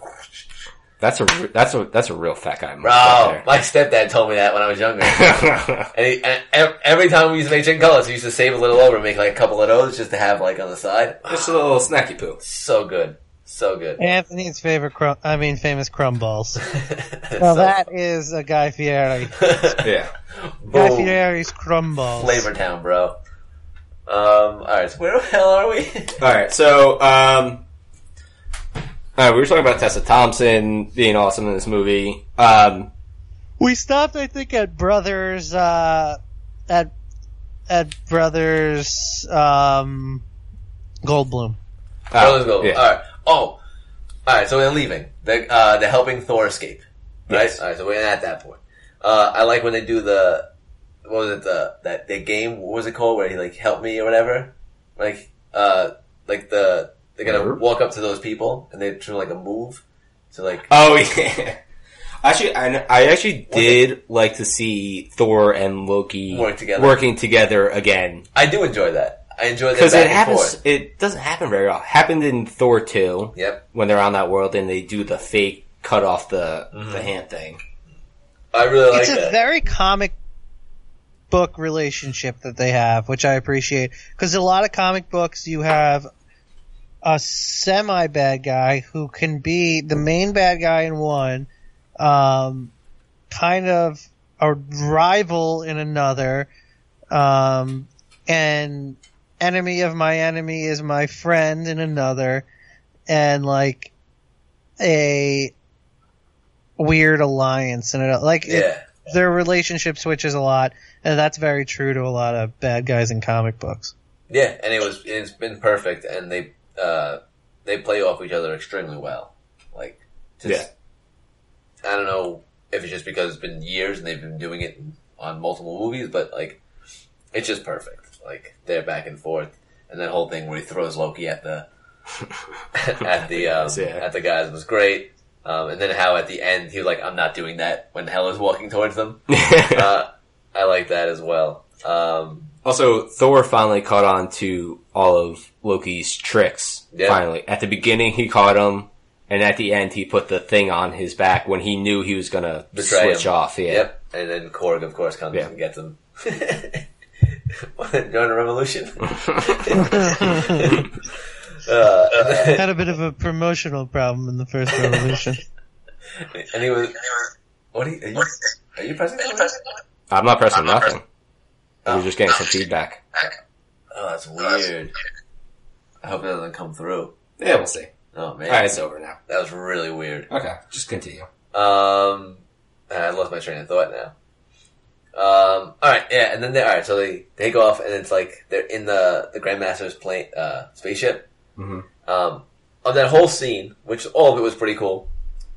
[SPEAKER 2] That's a re- that's a that's a real fat guy move
[SPEAKER 1] Bro, my stepdad told me that when I was younger.
[SPEAKER 2] right there.
[SPEAKER 1] And, he, and ev- every time we used to make chicken cutlets, we used to save a little over and make like a couple of those just to have like on the side.
[SPEAKER 2] Just a little snacky poo.
[SPEAKER 1] So good. So good.
[SPEAKER 3] Anthony's favorite crumb. I mean, famous crumb balls.
[SPEAKER 1] so,
[SPEAKER 3] Now that is a Guy Fieri.
[SPEAKER 2] Yeah.
[SPEAKER 3] Guy
[SPEAKER 1] boom.
[SPEAKER 3] Fieri's crumb balls.
[SPEAKER 1] Oh. Flavor Town, bro. Um, alright, so where the hell are we?
[SPEAKER 2] All right. So, um, all right, we were talking about Tessa Thompson being awesome in this movie. Um,
[SPEAKER 3] We stopped, I think, at Brothers. Uh, at at Brothers. Um, Goldblum.
[SPEAKER 2] uh,
[SPEAKER 1] Brothers Gold.
[SPEAKER 2] yeah.
[SPEAKER 1] All right. Oh, all right. So they're leaving. They're uh, they're helping Thor escape. Right.
[SPEAKER 2] Yes.
[SPEAKER 1] All right. So we're at that point. Uh, I like when they do the what was it the that the game what was it called where he like help me or whatever like uh like the they gotta
[SPEAKER 2] Whatever.
[SPEAKER 1] walk up to those people and they do like a move so like
[SPEAKER 2] Oh yeah. Actually, I, kn- I actually did like to see Thor and Loki
[SPEAKER 1] Work together.
[SPEAKER 2] working together again
[SPEAKER 1] I do enjoy that I enjoy that
[SPEAKER 2] because
[SPEAKER 1] back
[SPEAKER 2] it
[SPEAKER 1] and
[SPEAKER 2] happens.
[SPEAKER 1] forth.
[SPEAKER 2] It doesn't happen very often. Happened in Thor two
[SPEAKER 1] Yep.
[SPEAKER 2] when they're on that world and they do the fake cut off the
[SPEAKER 1] Mm-hmm.
[SPEAKER 2] the hand thing.
[SPEAKER 1] I really like
[SPEAKER 3] it's a
[SPEAKER 1] that.
[SPEAKER 3] very comic book relationship that they have, which I appreciate. Because a lot of comic books, you have a semi bad guy who can be the main bad guy in one, um, kind of a rival in another, um, and enemy of my enemy is my friend in another, and like a weird alliance and it like it-
[SPEAKER 1] yeah.
[SPEAKER 3] their relationship switches a lot, and that's very true to a lot of bad guys in comic books.
[SPEAKER 1] Yeah, and it was it's been perfect, and they uh, they play off each other extremely well. Like, just I don't know if it's just because it's been years and they've been doing it on multiple movies, but like it's just perfect. Like they're back and forth, and that whole thing where he throws Loki at the at the um,
[SPEAKER 2] Yeah.
[SPEAKER 1] at the guys was great. Um, and then how at the end he was like, "I'm not doing that." When Hela's walking towards them, uh, I like that as well. Um,
[SPEAKER 2] Also, Thor finally caught on to all of Loki's tricks.
[SPEAKER 1] Yeah.
[SPEAKER 2] Finally, at the beginning he caught him, and at the end he put the thing on his back when he knew he was gonna
[SPEAKER 1] Betray
[SPEAKER 2] switch
[SPEAKER 1] him.
[SPEAKER 2] off. Yeah,
[SPEAKER 1] Yep. And then Korg, of course, comes
[SPEAKER 2] Yeah.
[SPEAKER 1] and gets him. Join a revolution. uh,
[SPEAKER 3] Had a bit of a promotional problem in the first revolution.
[SPEAKER 1] and he was What are you? Are you, are you pressing? something?
[SPEAKER 2] I'm not pressing nothing. We're just getting some feedback.
[SPEAKER 1] Oh, that's weird. I hope it doesn't come through.
[SPEAKER 2] Yeah, we'll see.
[SPEAKER 1] Oh man,
[SPEAKER 2] All right, it's over now.
[SPEAKER 1] that was really weird.
[SPEAKER 2] Okay, just continue.
[SPEAKER 1] Um, and I lost my train of thought now. Um, all right, yeah, and then they all right, so they take off, and it's like they're in the the Grandmaster's plane uh, spaceship.
[SPEAKER 2] Mhm.
[SPEAKER 1] Um, on that whole scene, which all of it was pretty cool.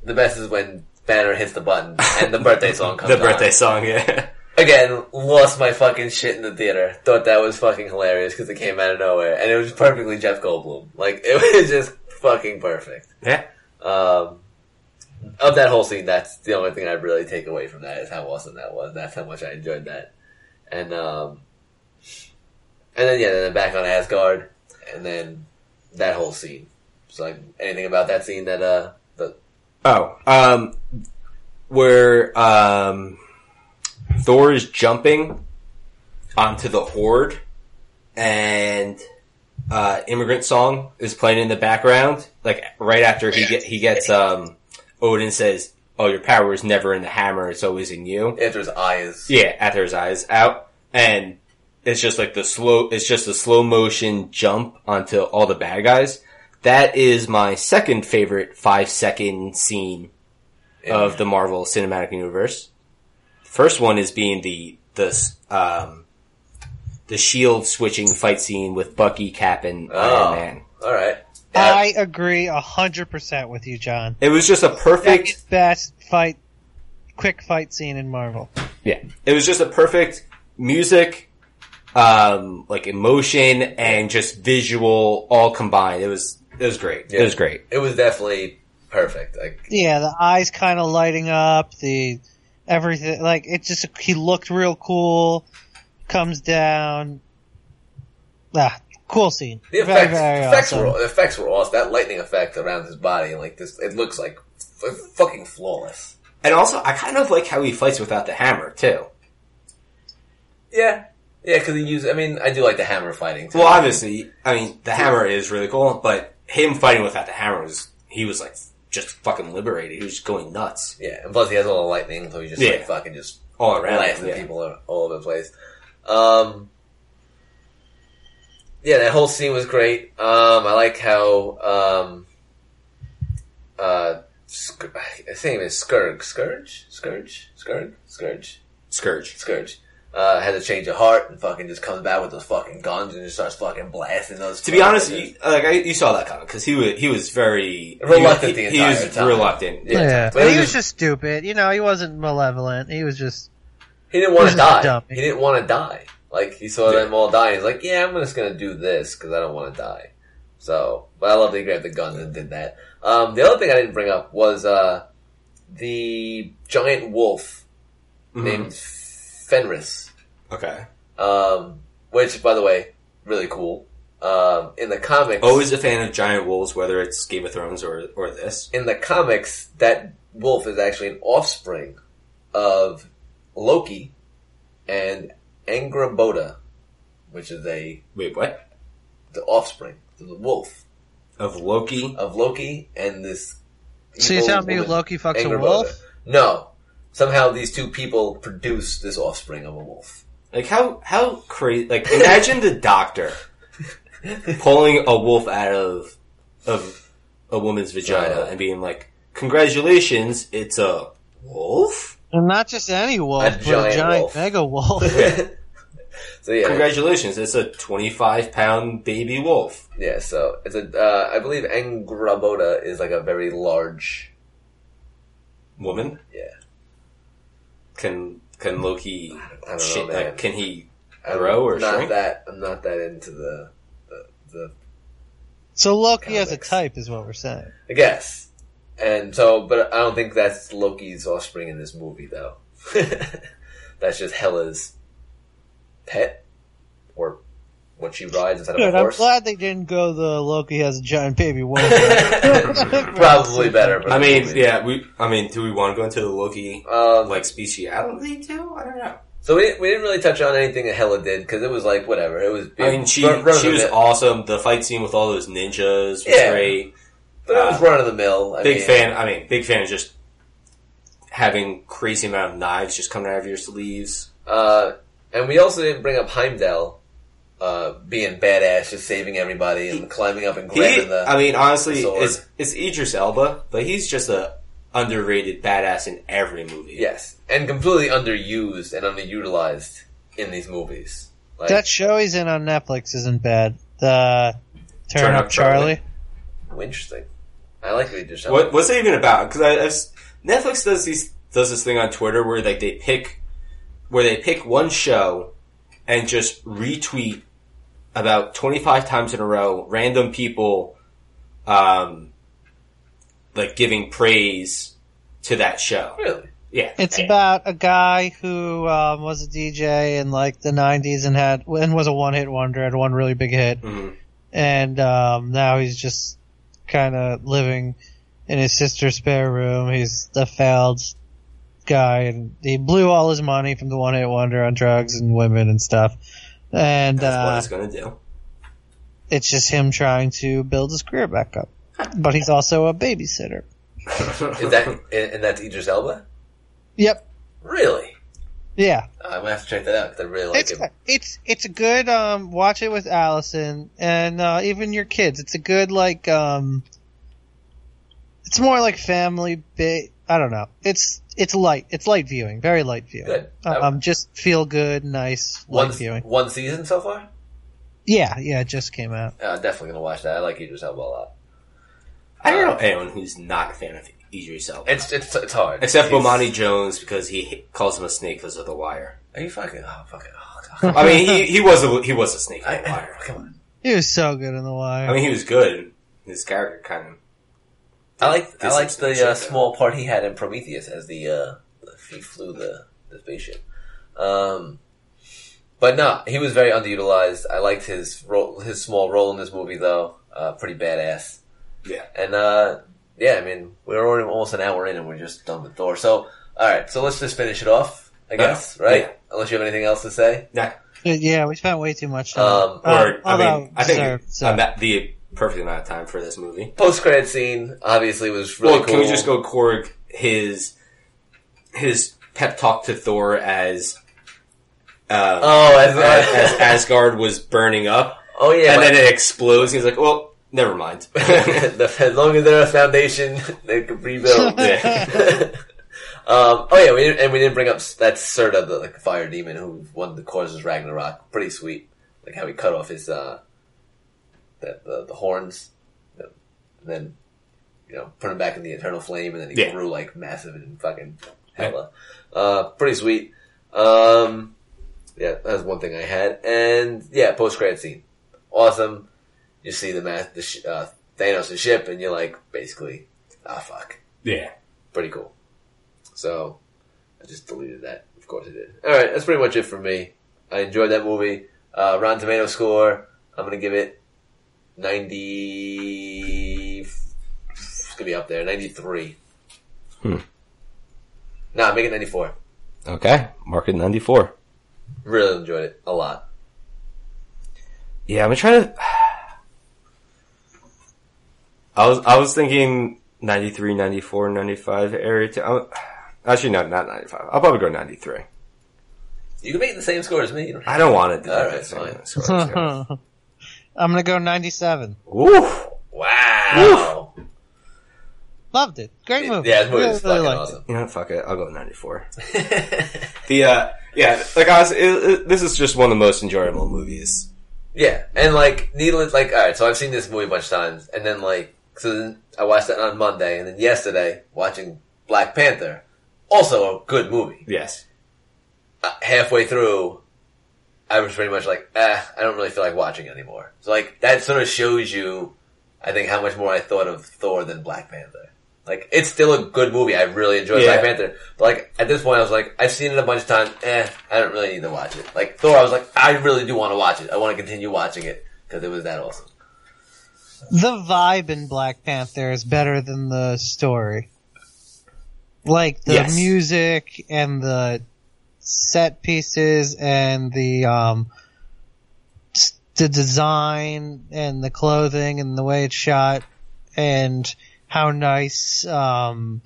[SPEAKER 1] The best is when Banner hits the button and the birthday song comes.
[SPEAKER 2] The
[SPEAKER 1] on.
[SPEAKER 2] birthday song, yeah.
[SPEAKER 1] again, lost my fucking shit in the theater. Thought that was fucking hilarious because it came out of nowhere, and it was perfectly Jeff Goldblum. Like it was just fucking perfect.
[SPEAKER 2] yeah.
[SPEAKER 1] Um, of that whole scene, that's the only thing I really take away from that is how awesome that was. That's how much I enjoyed that. And um, and then yeah, then back on Asgard, and then that whole scene. So like anything about that scene that uh, the,
[SPEAKER 2] Oh, um, where um, Thor is jumping onto the horde, and uh, immigrant song is playing in the background. Like right after he get he gets um, Odin says, "Oh, your power is never in the hammer; it's always in you."
[SPEAKER 1] after his eyes,
[SPEAKER 2] Yeah, after his eyes out, and it's just like the slow. It's just a slow motion jump onto all the bad guys. That is my second favorite five second scene of the Marvel Cinematic Universe. First one is being the the um the shield switching fight scene with Bucky, Cap, and
[SPEAKER 1] Oh.
[SPEAKER 2] Iron Man.
[SPEAKER 1] all right, yeah,
[SPEAKER 3] I agree hundred percent with you, John.
[SPEAKER 2] It was just a perfect
[SPEAKER 3] Second best fight, quick fight scene in Marvel.
[SPEAKER 2] Yeah. It was just a perfect music, um, like emotion and just visual all combined. It was, it was great. It
[SPEAKER 1] Yeah.
[SPEAKER 2] was great.
[SPEAKER 1] it was definitely perfect. Like
[SPEAKER 3] Yeah, the eyes kind of lighting up, the everything. Like it just he looked real cool. Comes down. Ah, cool scene.
[SPEAKER 1] the effects, effects
[SPEAKER 3] awesome.
[SPEAKER 1] were the effects were awesome. That lightning effect around his body, like this, it looks like f- fucking flawless.
[SPEAKER 2] And also, I kind of like how he fights without the hammer too.
[SPEAKER 1] Yeah, yeah, because he used. I mean, I do like the hammer fighting. Too.
[SPEAKER 2] Well, obviously, I mean, the hammer is really cool, but him fighting without the hammer was, he was like just fucking liberated. He was just going nuts
[SPEAKER 1] yeah, and plus he has all the lightning, so he just like
[SPEAKER 2] Yeah.
[SPEAKER 1] fucking just
[SPEAKER 2] all around.
[SPEAKER 1] blasting
[SPEAKER 2] Yeah.
[SPEAKER 1] people all- all over the place. Um, yeah, that whole scene was great. Um, I like how um, uh, Sc- his name is Scourge, Scourge, Scourge, Scourge, Scourge.
[SPEAKER 2] Scourge.
[SPEAKER 1] Scourge uh, has a change of heart and fucking just comes back with those fucking guns and just starts fucking blasting those.
[SPEAKER 2] To be honest,
[SPEAKER 1] fuckers.
[SPEAKER 2] you, like I, you saw that coming because he was he was very
[SPEAKER 1] Reluctant
[SPEAKER 2] He,
[SPEAKER 1] the
[SPEAKER 2] he
[SPEAKER 1] entire
[SPEAKER 2] was
[SPEAKER 1] time.
[SPEAKER 2] reluctant.
[SPEAKER 1] Yeah.
[SPEAKER 3] Yeah,
[SPEAKER 1] But it
[SPEAKER 3] he
[SPEAKER 1] was
[SPEAKER 3] was
[SPEAKER 1] just-
[SPEAKER 3] just stupid. You know, he wasn't malevolent. He was just
[SPEAKER 1] he didn't want to
[SPEAKER 3] He's not
[SPEAKER 1] die.
[SPEAKER 3] dumb.
[SPEAKER 1] He didn't want to die. Like he saw
[SPEAKER 2] Yeah.
[SPEAKER 1] them all die. He's like, yeah, I'm just gonna do this because I don't want to die. So, but I love that he grabbed the guns and did that. Um, the other thing I didn't bring up was uh, the giant wolf
[SPEAKER 2] Mhm.
[SPEAKER 1] named Fenris.
[SPEAKER 2] Okay.
[SPEAKER 1] Um, which, by the way, really cool. Um, in the comics,
[SPEAKER 2] Always a fan of giant wolves, whether it's Game of Thrones or or this.
[SPEAKER 1] in the comics, that wolf is actually an offspring of Loki and Angraboda, which is a
[SPEAKER 2] Wait, what?
[SPEAKER 1] the offspring, the wolf
[SPEAKER 2] Of Loki?
[SPEAKER 1] of Loki and this.
[SPEAKER 3] So you're
[SPEAKER 1] evil
[SPEAKER 3] telling me
[SPEAKER 1] woman,
[SPEAKER 3] Loki fucks a
[SPEAKER 1] Angraboda.
[SPEAKER 3] wolf?
[SPEAKER 1] No. Somehow these two people produce this offspring of a wolf.
[SPEAKER 2] Like how how crazy? Like imagine the doctor pulling a wolf out of of a woman's vagina
[SPEAKER 1] Uh.
[SPEAKER 2] and being like, "Congratulations, it's a wolf."
[SPEAKER 3] and not just any wolf,
[SPEAKER 1] A
[SPEAKER 3] but
[SPEAKER 1] giant
[SPEAKER 3] a giant
[SPEAKER 1] wolf.
[SPEAKER 3] mega wolf.
[SPEAKER 1] so yeah,
[SPEAKER 2] Congratulations, it's a twenty five pound baby wolf.
[SPEAKER 1] yeah. So it's a, uh, I believe Angraboda is like a very large.
[SPEAKER 2] Woman
[SPEAKER 1] Yeah,
[SPEAKER 2] can can Loki
[SPEAKER 1] I don't know,
[SPEAKER 2] shit,
[SPEAKER 1] man.
[SPEAKER 2] like can he
[SPEAKER 1] I'm
[SPEAKER 2] Grow or
[SPEAKER 1] not
[SPEAKER 2] shrink?
[SPEAKER 1] that. I'm not that into the the, the
[SPEAKER 3] so Loki as a
[SPEAKER 1] Comics.
[SPEAKER 3] type is what we're saying.
[SPEAKER 1] I guess. And so, but I don't think that's Loki's offspring in this movie, though. that's just Hela's pet, or what she rides instead of
[SPEAKER 3] Good.
[SPEAKER 1] a
[SPEAKER 3] I'm
[SPEAKER 1] horse.
[SPEAKER 3] glad they didn't go the Loki has a giant baby wolf. Probably
[SPEAKER 1] Probably better. But
[SPEAKER 2] I mean, yeah, we I mean, do we want to go into the Loki
[SPEAKER 1] Um,
[SPEAKER 2] like speciality too? I don't know.
[SPEAKER 1] so we didn't, we didn't really touch on anything that Hela did because it was like whatever. It was.
[SPEAKER 2] I mean, she
[SPEAKER 1] run- run of
[SPEAKER 2] she
[SPEAKER 1] the
[SPEAKER 2] was
[SPEAKER 1] mill-
[SPEAKER 2] awesome. The fight scene with all those ninjas was
[SPEAKER 1] Yeah.
[SPEAKER 2] great.
[SPEAKER 1] but it was
[SPEAKER 2] uh,
[SPEAKER 1] run of the mill. I
[SPEAKER 2] Big
[SPEAKER 1] mean,
[SPEAKER 2] fan. I mean, big fan of just having crazy amount of knives just coming out of your sleeves.
[SPEAKER 1] Uh, and we also didn't bring up Heimdall uh, being badass, just saving everybody and climbing up and
[SPEAKER 2] He,
[SPEAKER 1] grabbing the.
[SPEAKER 2] I mean, honestly,
[SPEAKER 1] the sword.
[SPEAKER 2] it's it's Idris Elba, but he's just a underrated badass in every movie.
[SPEAKER 1] yes, and completely underused and underutilized in these movies. Like,
[SPEAKER 3] That show he's in on Netflix isn't bad. The Turn,
[SPEAKER 2] Turn
[SPEAKER 3] Up,
[SPEAKER 2] Up
[SPEAKER 3] Charlie.
[SPEAKER 2] Charlie.
[SPEAKER 1] oh, interesting. I like the Idris Elba.
[SPEAKER 2] What, what's that even about? Because Netflix does these does this thing on Twitter where like they pick where they pick one show and just retweet about twenty five times in a row random people, um, like giving praise to that show.
[SPEAKER 1] Really?
[SPEAKER 2] Yeah,
[SPEAKER 3] It's about a guy who um, was a DJ in like the '90s and had and was a one-hit wonder, had one really big hit,
[SPEAKER 2] Mhm.
[SPEAKER 3] and um, now he's just kind of living in his sister's spare room. He's a failed guy, and he blew all his money from the one-hit wonder on drugs and women and stuff. And
[SPEAKER 2] that's what
[SPEAKER 3] uh,
[SPEAKER 2] it's gonna do.
[SPEAKER 3] it's just him trying to build his career back up, but he's also a babysitter.
[SPEAKER 1] Is that and, and that's Idris Elba?
[SPEAKER 3] Yep.
[SPEAKER 1] Really? Uh,
[SPEAKER 3] Yeah.
[SPEAKER 1] I'm gonna have to check that out because I really like
[SPEAKER 3] it's
[SPEAKER 1] him.
[SPEAKER 3] good. it's it's a good um watch it with Allison and uh, even your kids. It's a good like um it's more like family bit I don't know. It's it's light. It's light viewing, very light viewing.
[SPEAKER 1] Good.
[SPEAKER 3] Um just feel good, nice light
[SPEAKER 1] one,
[SPEAKER 3] viewing.
[SPEAKER 1] one season so far.
[SPEAKER 3] Yeah, yeah, it just came out.
[SPEAKER 1] Uh, definitely gonna watch that. I like Idris Elba a lot.
[SPEAKER 2] I don't know anyone who's not a fan of Idris Elba,
[SPEAKER 1] It's it's it's hard.
[SPEAKER 2] except
[SPEAKER 1] He's-
[SPEAKER 2] Bomani Jones because he h- calls him a snake because of The Wire.
[SPEAKER 1] Are you fucking? Oh fucking! Oh, God.
[SPEAKER 2] I mean, he, he was a, he was a snake
[SPEAKER 1] I,
[SPEAKER 2] in The Wire.
[SPEAKER 1] come on.
[SPEAKER 3] He was so good in the wire.
[SPEAKER 2] I mean, he was good. His character kind of.
[SPEAKER 1] I like I
[SPEAKER 2] This
[SPEAKER 1] like
[SPEAKER 2] is-
[SPEAKER 1] the uh, small part he had in Prometheus as the uh, he flew the the spaceship. Um, but no, he was very underutilized. I liked his role, his small role in this movie though. Uh, pretty badass.
[SPEAKER 2] Yeah.
[SPEAKER 1] And uh yeah, I mean, we're already almost an hour in and we're just done with Thor. So all right, so let's just finish it off, I guess, right?
[SPEAKER 2] Uh, yeah.
[SPEAKER 1] Unless you have anything else to say.
[SPEAKER 2] Yeah.
[SPEAKER 3] But yeah, we spent way too much time. Uh,
[SPEAKER 1] Um,
[SPEAKER 2] Or, I
[SPEAKER 3] although
[SPEAKER 2] mean, I think
[SPEAKER 3] deserved, so.
[SPEAKER 2] I'm at the perfect amount of time for this movie.
[SPEAKER 1] Post credit scene obviously was really
[SPEAKER 2] well,
[SPEAKER 1] cool.
[SPEAKER 2] can we just go Korg his his pep talk to Thor as uh,
[SPEAKER 1] Oh, as,
[SPEAKER 2] as, as Asgard was burning up,
[SPEAKER 1] oh yeah,
[SPEAKER 2] and
[SPEAKER 1] my-
[SPEAKER 2] then it explodes. He's like, "Well, never mind."
[SPEAKER 1] The- as long as there's a foundation, they could rebuild.
[SPEAKER 2] yeah.
[SPEAKER 1] Um, oh yeah, we didn't, and we didn't bring up s- that Serta, the like fire demon who won the causes Ragnarok. Pretty sweet, like how he cut off his uh, the the, the horns, you know, and then you know put him back in the eternal flame, and then he
[SPEAKER 2] Yeah.
[SPEAKER 1] grew like massive and fucking hella. Uh, pretty sweet. Um, yeah, that was one thing I had, and yeah, post credit scene, awesome. You see the math, the sh- uh, Thanos' ship, and you're like basically, ah fuck
[SPEAKER 2] yeah.
[SPEAKER 1] pretty cool. So I just deleted that. Of course I did. All right, that's pretty much it for me. I enjoyed that movie. Uh, Rotten Tomato score. I'm gonna give it ninety. It's gonna be up there. Ninety three.
[SPEAKER 2] Hmm.
[SPEAKER 1] Nah, make it ninety four.
[SPEAKER 2] Okay. Market ninety four.
[SPEAKER 1] Really enjoyed it a lot.
[SPEAKER 2] Yeah, I'm trying to. I was I was thinking 93, 94, 95 area. Too. I'm- Actually, no, not 95. I'll probably go 93.
[SPEAKER 1] You can make the same score as me. You don't have
[SPEAKER 2] I don't want it to.
[SPEAKER 1] All
[SPEAKER 2] be
[SPEAKER 1] right,
[SPEAKER 2] the same
[SPEAKER 1] fine.
[SPEAKER 2] score
[SPEAKER 3] I'm gonna go 97.
[SPEAKER 2] too. Oof.
[SPEAKER 1] wow.
[SPEAKER 3] Loved it. Great movie.
[SPEAKER 1] Yeah, this movie
[SPEAKER 3] really,
[SPEAKER 1] is
[SPEAKER 3] really
[SPEAKER 1] fucking
[SPEAKER 3] liked
[SPEAKER 1] awesome.
[SPEAKER 2] You know, fuck it. I'll go 94. The uh, yeah, like honestly, it, it, this is just one of the most enjoyable movies.
[SPEAKER 1] Yeah, and like needless, like all right. So I've seen this movie a bunch of times, and then like so then I watched that on Monday, and then yesterday watching Black Panther, also a good movie.
[SPEAKER 2] Yes.
[SPEAKER 1] Uh, halfway through, I was pretty much like, ah, I don't really feel like watching it anymore. So like that sort of shows you, I think, how much more I thought of Thor than Black Panther. Like it's still a good movie. I really enjoyed
[SPEAKER 2] Yeah.
[SPEAKER 1] Black Panther, but like at this point, I was like, I've seen it a bunch of times. Eh, I don't really need to watch it. Like Thor, I was like, I really do want to watch it. I want to continue watching it because it was that awesome.
[SPEAKER 3] the vibe in Black Panther is better than the story. Like the
[SPEAKER 2] Yes.
[SPEAKER 3] music and the set pieces and the um s- the design and the clothing and the way it's shot and how nice um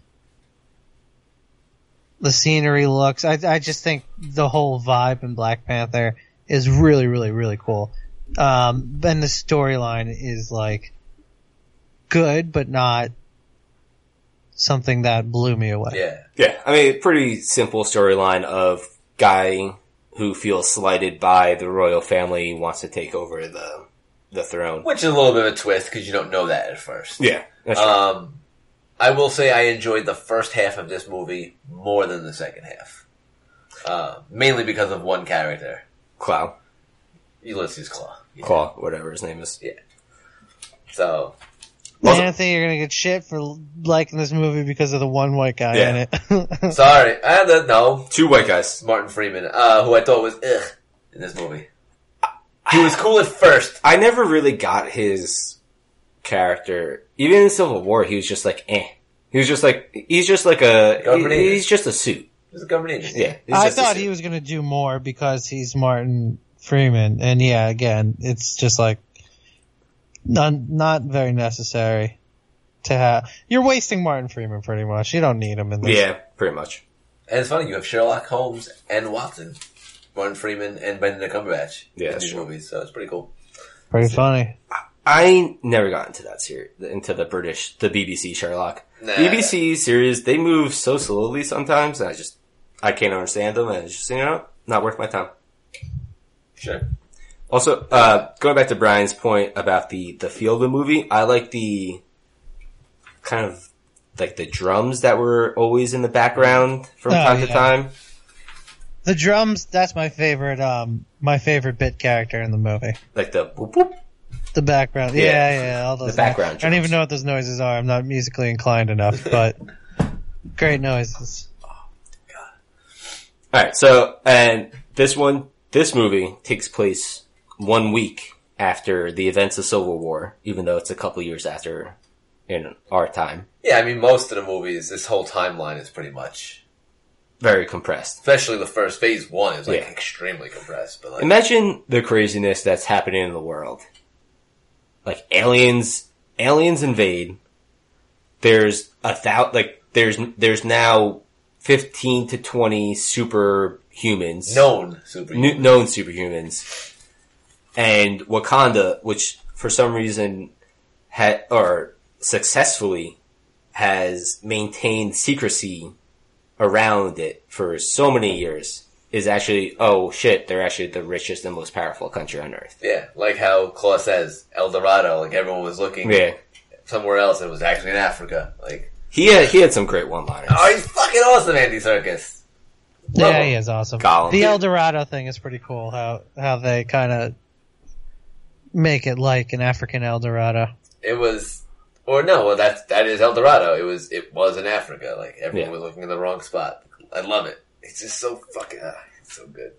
[SPEAKER 3] the scenery looks. I, I just think the whole vibe in Black Panther is really, really, really cool. Um, and the storyline is like good, but not something that blew me away.
[SPEAKER 1] Yeah.
[SPEAKER 2] Yeah, I mean, pretty simple storyline of guy who feels slighted by the royal family wants to take over the the throne.
[SPEAKER 1] Which is a little bit of a twist because you don't know that at first.
[SPEAKER 2] Yeah, that's right.
[SPEAKER 1] Um, I will say I enjoyed the first half of this movie more than the second half. Uh, mainly because of one character,
[SPEAKER 2] Clow,
[SPEAKER 1] Ulysses Claw. Yeah.
[SPEAKER 2] Claw, whatever his name is.
[SPEAKER 1] So,
[SPEAKER 3] Man, I think you're gonna get shit for liking this movie because of the one white guy
[SPEAKER 2] Yeah.
[SPEAKER 3] in it.
[SPEAKER 1] sorry. I don't know.
[SPEAKER 2] Two white guys.
[SPEAKER 1] Martin Freeman, uh, who I thought was ugh in this movie. He was cool at first.
[SPEAKER 2] I never really got his character. Even in Civil War, he was just like, eh. He was just like, he's just like a,
[SPEAKER 1] Government
[SPEAKER 2] he- he's just a suit.
[SPEAKER 1] He was a government agent.
[SPEAKER 2] Yeah. he's
[SPEAKER 3] I
[SPEAKER 2] just a
[SPEAKER 3] thought
[SPEAKER 2] suit.
[SPEAKER 3] he was gonna do more because he's Martin Freeman, and yeah, again, it's just like not not very necessary to have. You're wasting Martin Freeman pretty much. You don't need him in this.
[SPEAKER 2] Yeah, pretty much.
[SPEAKER 1] And it's funny, you have Sherlock Holmes and Watson, Martin Freeman and Benedict Cumberbatch
[SPEAKER 2] Yeah,
[SPEAKER 1] in
[SPEAKER 2] that's
[SPEAKER 1] these
[SPEAKER 2] true.
[SPEAKER 1] movies, so it's pretty cool.
[SPEAKER 3] pretty funny.
[SPEAKER 2] I never got into that series, into the British, the BBC Sherlock.
[SPEAKER 1] Nah.
[SPEAKER 2] BBC series, they move so slowly sometimes, and I just, I can't understand them, and it's just, you know, not worth my time.
[SPEAKER 1] Sure.
[SPEAKER 2] Also, uh, going back to Brian's point about the, the feel of the movie, I like the kind of like the drums that were always in the background from
[SPEAKER 3] Oh,
[SPEAKER 2] time to
[SPEAKER 3] yeah.
[SPEAKER 2] time.
[SPEAKER 3] The drums. That's my favorite. Um, my favorite bit character in the movie.
[SPEAKER 2] Like the boop boop.
[SPEAKER 3] The background.
[SPEAKER 2] Yeah.
[SPEAKER 3] Yeah, yeah. all those
[SPEAKER 2] The background
[SPEAKER 3] I don't
[SPEAKER 2] drums.
[SPEAKER 3] even know what those noises are. I'm not musically inclined enough, but great noises.
[SPEAKER 2] Alright, so, and this one, this movie takes place one week after the events of Civil War, even though it's a couple years after in our time.
[SPEAKER 1] Yeah, I mean, most of the movies, this whole timeline is pretty much,
[SPEAKER 2] Very compressed.
[SPEAKER 1] especially the first phase one is like
[SPEAKER 2] Yeah.
[SPEAKER 1] extremely compressed, but like,
[SPEAKER 2] Imagine the craziness that's happening in the world. Like aliens, aliens invade. There's a thou, like there's there's now fifteen to twenty superhumans,
[SPEAKER 1] known super.
[SPEAKER 2] kn- known superhumans, and Wakanda, which for some reason had or successfully has maintained secrecy around it for so many years is actually oh shit they're actually the richest and most powerful country on earth
[SPEAKER 1] yeah, like how Claw says, El Dorado, like everyone was looking
[SPEAKER 2] yeah
[SPEAKER 1] somewhere else, it was actually in Africa. Like,
[SPEAKER 2] he had he had some great one liners
[SPEAKER 1] oh, he's fucking awesome, Andy Circus.
[SPEAKER 3] Yeah, he is awesome.
[SPEAKER 2] Gollum.
[SPEAKER 3] The El Dorado thing is pretty cool. How how they kind of make it like an African El Dorado.
[SPEAKER 1] It was, or no, well, that's that is El Dorado. It was, it was in Africa. Like everyone
[SPEAKER 2] Yeah.
[SPEAKER 1] was looking in the wrong spot. I love it. It's just so fucking, ah, it's so good.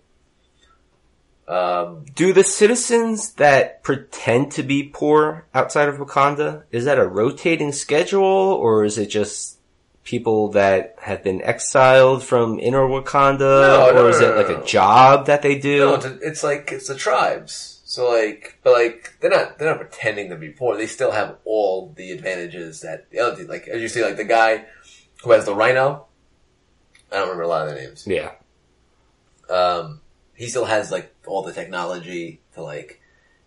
[SPEAKER 1] Um,
[SPEAKER 2] do the citizens that pretend to be poor outside of wakanda is that a rotating schedule or is it just people that have been exiled from inner wakanda
[SPEAKER 1] No,
[SPEAKER 2] or
[SPEAKER 1] no,
[SPEAKER 2] is
[SPEAKER 1] no,
[SPEAKER 2] it
[SPEAKER 1] no,
[SPEAKER 2] like
[SPEAKER 1] no.
[SPEAKER 2] a job that they do
[SPEAKER 1] no, it's, it's like it's the tribes. So like, but like they're not they're not pretending to be poor. They still have all the advantages that the other like as you see like the guy who has the rhino. I don't remember a lot of the names.
[SPEAKER 2] yeah
[SPEAKER 1] um, he still has like all the technology to like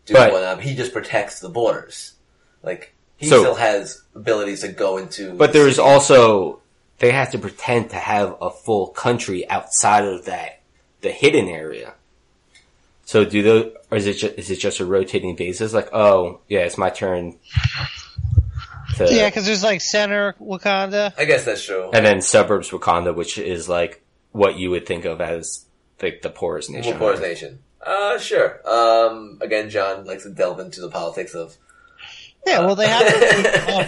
[SPEAKER 1] do
[SPEAKER 2] Right.
[SPEAKER 1] whatnot. He just protects the borders. Like he
[SPEAKER 2] So-
[SPEAKER 1] still has abilities to go into.
[SPEAKER 2] But there's also they have to pretend to have a full country outside of that the hidden area. So do those, or is it just, is it just a rotating basis? Like, oh yeah, it's my turn. To,
[SPEAKER 3] Yeah, because there's like Center Wakanda.
[SPEAKER 1] I guess that's true.
[SPEAKER 2] and then suburbs Wakanda, which is like what you would think of as like the poorest nation.
[SPEAKER 1] Well, Boris Nation. Uh, sure. Um, again, John likes to delve into the politics of.
[SPEAKER 3] Yeah, well they have.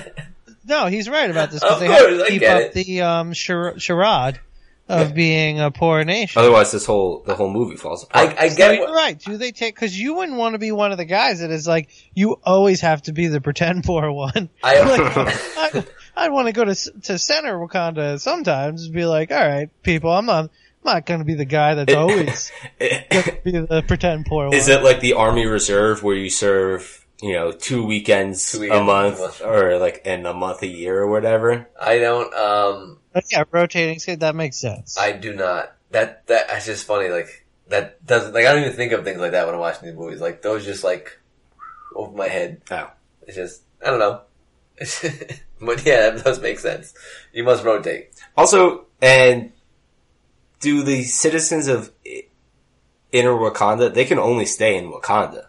[SPEAKER 3] to, no, he's right about this because
[SPEAKER 1] Of
[SPEAKER 3] they have to
[SPEAKER 1] course, I
[SPEAKER 3] keep
[SPEAKER 1] get
[SPEAKER 3] up
[SPEAKER 1] it.
[SPEAKER 3] the um, char- charade of being a poor nation.
[SPEAKER 2] Otherwise, this whole the whole movie falls apart.
[SPEAKER 1] I, I get
[SPEAKER 3] You're
[SPEAKER 1] what,
[SPEAKER 3] right. Do they take? Because you wouldn't want to be one of the guys that is like you always have to be the pretend poor one.
[SPEAKER 1] I-
[SPEAKER 3] like, I, I want to go to s- to center Wakanda sometimes and be like, all right, people, I'm not I'm not going to be the guy that's always be the pretend poor one.
[SPEAKER 2] Is it like the Army Reserve where you serve, you know, two weekends,
[SPEAKER 1] Two weekends
[SPEAKER 2] a
[SPEAKER 1] a
[SPEAKER 2] month
[SPEAKER 1] month.
[SPEAKER 2] or like in a month a year or whatever?
[SPEAKER 1] I don't. Um,
[SPEAKER 3] But yeah, rotating skid that makes sense.
[SPEAKER 1] I do not. That that that's just funny. Like that doesn't. Like I don't even think of things like that when I'm watching these movies. Like those just like over my head.
[SPEAKER 2] Oh.
[SPEAKER 1] It's just I don't know. but yeah, that does make sense. You must rotate.
[SPEAKER 2] Also, and do the citizens of I- inner Wakanda, they can only stay in Wakanda.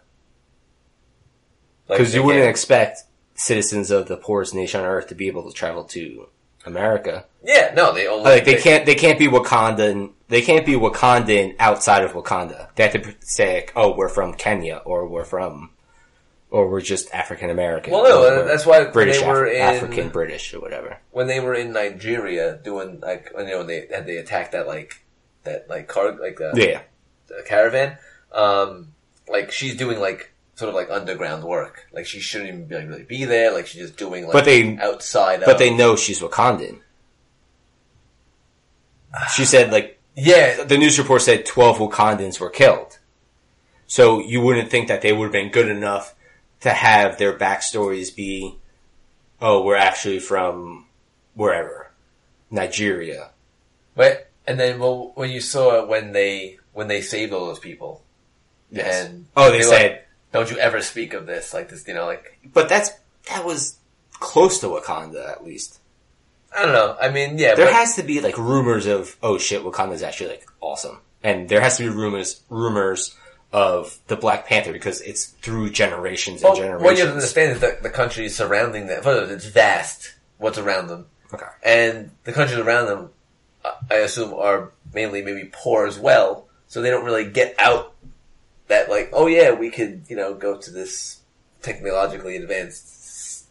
[SPEAKER 1] Like,
[SPEAKER 2] Because you
[SPEAKER 1] they
[SPEAKER 2] wouldn't
[SPEAKER 1] can't-
[SPEAKER 2] expect citizens of the poorest nation on earth to be able to travel to America.
[SPEAKER 1] Yeah, no, they only
[SPEAKER 2] Like they can't, they can't be Wakandan, they can't be Wakandan outside of Wakanda. They have to p- say, like, oh, we're from Kenya, or we're from, or we're just African American.
[SPEAKER 1] Well, no, uh,
[SPEAKER 2] or we're
[SPEAKER 1] that's why
[SPEAKER 2] British,
[SPEAKER 1] they were
[SPEAKER 2] Af-
[SPEAKER 1] in-
[SPEAKER 2] African British, or whatever.
[SPEAKER 1] when they were in Nigeria doing like you know when they had they attacked that like that like car like uh, the,
[SPEAKER 2] Yeah.
[SPEAKER 1] the caravan. Um, like she's doing like sort of like underground work. Like she shouldn't even be, like, really be there. Like she's just doing like
[SPEAKER 2] But they-
[SPEAKER 1] outside.
[SPEAKER 2] But
[SPEAKER 1] of,
[SPEAKER 2] they know she's Wakandan. She said, like,
[SPEAKER 1] yeah
[SPEAKER 2] the news report said 12 Wakandans were killed. So you wouldn't think that they would have been good enough to have their backstories be, oh, we're actually from wherever. Nigeria.
[SPEAKER 1] But and then well, when you saw it, when they when they saved all those people,
[SPEAKER 2] Yes.
[SPEAKER 1] and
[SPEAKER 2] oh, they,
[SPEAKER 1] were
[SPEAKER 2] said,
[SPEAKER 1] like, "Don't you ever speak of this?" Like this, you know, like
[SPEAKER 2] but that's, that was close to Wakanda at least.
[SPEAKER 1] I don't know. I mean, yeah,
[SPEAKER 2] There
[SPEAKER 1] but,
[SPEAKER 2] has to be like rumors of, oh shit, Wakanda's actually like awesome. And there has to be rumors, rumors of the Black Panther because it's through generations and
[SPEAKER 1] well,
[SPEAKER 2] generations.
[SPEAKER 1] what you have to understand is that the countries surrounding them, first of all, it's vast. What's around them,
[SPEAKER 2] Okay.
[SPEAKER 1] and the countries around them, I- I assume, are mainly maybe poor as well. So they don't really get out that like, oh yeah, we could you know go to this technologically advanced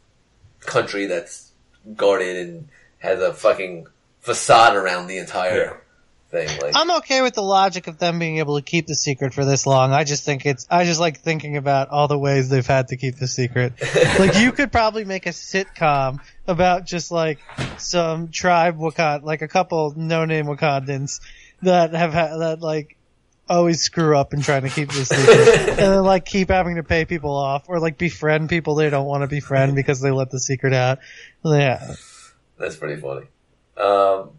[SPEAKER 1] country that's guarded and has a fucking facade around the entire thing. Like,
[SPEAKER 3] I'm okay with the logic of them being able to keep the secret for this long. I just think it's I just like thinking about all the ways they've had to keep the secret. like you could probably make a sitcom about just like some tribe Wakand, like a couple no-name Wakandans that have ha- that like always screw up in trying to keep this secret and then like keep having to pay people off or like befriend people they don't want to befriend because they let the secret out. Yeah.
[SPEAKER 1] That's pretty funny. Um,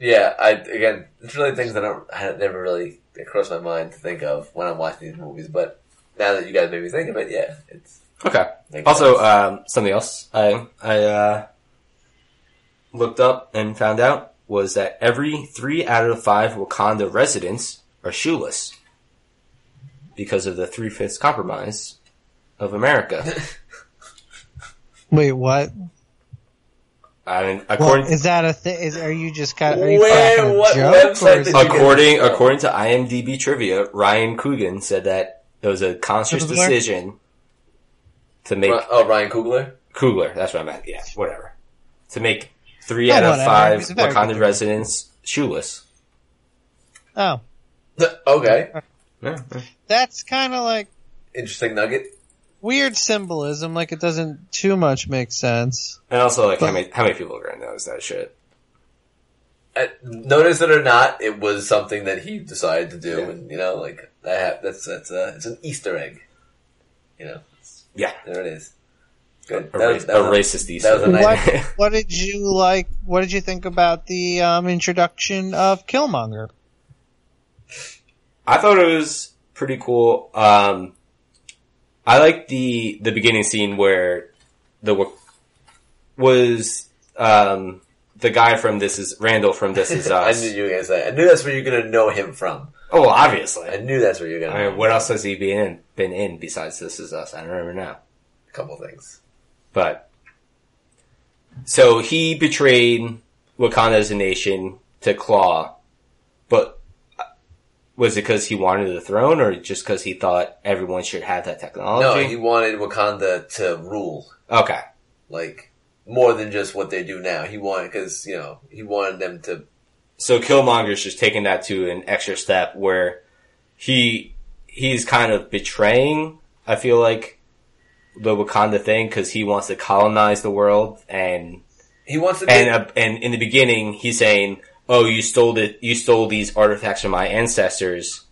[SPEAKER 1] yeah, I again, it's really things that I don't, I never really it crossed my mind to think of when I'm watching these movies. But now that you guys made me think of it, yeah, it's
[SPEAKER 2] Okay.
[SPEAKER 1] Makes
[SPEAKER 2] Also,
[SPEAKER 1] sense.
[SPEAKER 2] um, something else I I uh, looked up and found out was that every three out of five Wakanda residents are shoeless because of the Three Fifths Compromise of America.
[SPEAKER 3] Wait, what?
[SPEAKER 2] I mean,
[SPEAKER 3] Well,
[SPEAKER 2] according
[SPEAKER 3] is that a thing? Is are you just kind of are you
[SPEAKER 1] Where-
[SPEAKER 3] cracking a
[SPEAKER 1] what
[SPEAKER 3] joke?
[SPEAKER 1] website
[SPEAKER 3] or is
[SPEAKER 1] did
[SPEAKER 3] it-
[SPEAKER 1] you-
[SPEAKER 2] according according to IMDb trivia, Ryan Coogan said that it was a conscious
[SPEAKER 3] Who's where?
[SPEAKER 2] decision to make
[SPEAKER 1] Ri- oh Ryan Coogler.
[SPEAKER 2] Kugler, that's what I meant. Yeah, whatever. To make three
[SPEAKER 3] Oh,
[SPEAKER 2] out of
[SPEAKER 3] whatever.
[SPEAKER 2] five
[SPEAKER 3] He's a very
[SPEAKER 2] Wakanda
[SPEAKER 3] good
[SPEAKER 2] residents shoeless.
[SPEAKER 3] oh,
[SPEAKER 1] okay,
[SPEAKER 2] Yeah, yeah.
[SPEAKER 3] that's kind of like
[SPEAKER 1] interesting nugget.
[SPEAKER 3] weird symbolism. Like it doesn't too much make sense.
[SPEAKER 2] And also, like, how
[SPEAKER 3] But-
[SPEAKER 2] many how many people are gonna notice that shit?
[SPEAKER 1] I, notice it or not, it was something that he decided to do, and you know, like I have, that's that's uh, it's an Easter egg. You know,
[SPEAKER 2] Yeah,
[SPEAKER 1] there it is. Good.
[SPEAKER 2] a,
[SPEAKER 1] That
[SPEAKER 2] ra-
[SPEAKER 1] was-
[SPEAKER 2] a
[SPEAKER 1] that was-
[SPEAKER 2] racist
[SPEAKER 1] that was a
[SPEAKER 2] Easter.
[SPEAKER 1] nice-
[SPEAKER 3] What what did you like? What did you think about the um, introduction of Killmonger?
[SPEAKER 2] I thought it was pretty cool. Um, I like the the beginning scene where the Wa- was um the guy from this is Randall from this is
[SPEAKER 1] I
[SPEAKER 2] us.
[SPEAKER 1] knew you were gonna say. I knew that's where you're gonna know him from.
[SPEAKER 2] oh, well, obviously.
[SPEAKER 1] I knew that's where you're gonna.
[SPEAKER 2] I mean, what else has he been in, been in besides this is us? I don't remember now.
[SPEAKER 1] a couple things.
[SPEAKER 2] But so he betrayed Wakanda as a nation to Claw, but uh, was it because he wanted the throne, or just because he thought everyone should have that
[SPEAKER 1] No,
[SPEAKER 2] technology?
[SPEAKER 1] he wanted Wakanda to rule,
[SPEAKER 2] okay,
[SPEAKER 1] like more than just what they do now. He wanted because you know he wanted them to.
[SPEAKER 2] so Killmonger's just taking that to an extra step where he he's kind of betraying. I feel like the Wakanda thing because he wants to colonize the world and
[SPEAKER 1] He wants to be.
[SPEAKER 2] and uh, and in the beginning he's saying, "Oh, you stole the you stole these artifacts from my ancestors."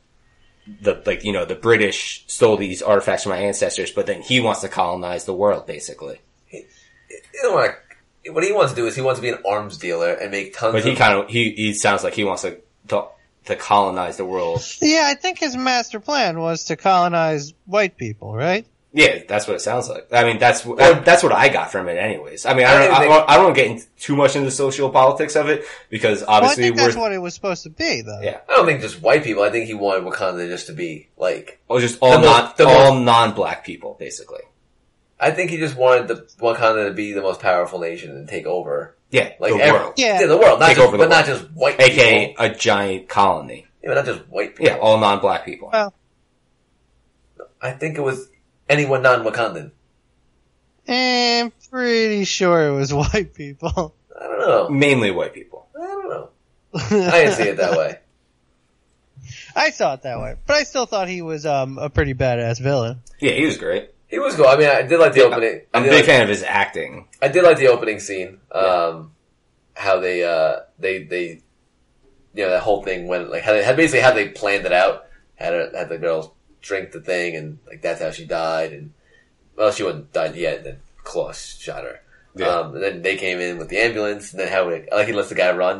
[SPEAKER 2] The like you know the British stole these artifacts from my ancestors, but then he wants to colonize the world basically.
[SPEAKER 1] you don't want what he wants to do is he wants to be an arms dealer and make tons.
[SPEAKER 2] But
[SPEAKER 1] of,
[SPEAKER 2] he kind of he he sounds like he wants to to, to colonize the world.
[SPEAKER 3] Yeah, I think his master plan was to colonize white people, right?
[SPEAKER 2] Yeah, that's what it sounds like. I mean, that's that, that's what I got from it, anyways. I mean, I
[SPEAKER 1] I
[SPEAKER 2] don't
[SPEAKER 1] didn't
[SPEAKER 2] I,
[SPEAKER 1] think-
[SPEAKER 2] don't- I don't get in too much into the social politics of it because
[SPEAKER 3] Well, I
[SPEAKER 2] obviously
[SPEAKER 3] think that's
[SPEAKER 2] we're
[SPEAKER 3] what it was supposed to be, though.
[SPEAKER 2] Yeah.
[SPEAKER 1] I don't think just white people. I think he wanted Wakanda just to be like.
[SPEAKER 2] oh, just all
[SPEAKER 1] the most-
[SPEAKER 2] non
[SPEAKER 1] the most-
[SPEAKER 2] all non black people basically.
[SPEAKER 1] I think he just wanted the Wakanda to be the most powerful nation and take over,
[SPEAKER 2] Yeah,
[SPEAKER 1] like
[SPEAKER 2] the
[SPEAKER 1] ev-
[SPEAKER 2] world,
[SPEAKER 3] Yeah.
[SPEAKER 1] the world, not
[SPEAKER 2] Take
[SPEAKER 1] just,
[SPEAKER 2] over the
[SPEAKER 1] but not
[SPEAKER 2] world.
[SPEAKER 1] just white,
[SPEAKER 2] aka
[SPEAKER 1] people.
[SPEAKER 2] a giant colony.
[SPEAKER 1] Yeah, but not just white people.
[SPEAKER 2] Yeah, all non black people.
[SPEAKER 3] Well,
[SPEAKER 1] I think it was anyone non-Wakandan.
[SPEAKER 3] Eh, I'm pretty sure it was white people.
[SPEAKER 1] I don't know.
[SPEAKER 2] Mainly white people.
[SPEAKER 1] I don't know. I didn't see it that way.
[SPEAKER 3] I saw it that way, but I still thought he was um, a pretty badass villain.
[SPEAKER 2] Yeah, he was great.
[SPEAKER 1] He was cool. I mean, I did like the opening. I
[SPEAKER 2] I'm a
[SPEAKER 1] did
[SPEAKER 2] big
[SPEAKER 1] like,
[SPEAKER 2] fan of his acting.
[SPEAKER 1] I did like the opening scene. Um, how they uh they they you know that whole thing went like how they how basically how they planned it out. Had her, had the girls drink the thing and like that's how she died and well she wasn't died yet. Then Klaus shot her.
[SPEAKER 2] Yeah.
[SPEAKER 1] Um, and then they came in with the ambulance and then how it, like he lets the guy run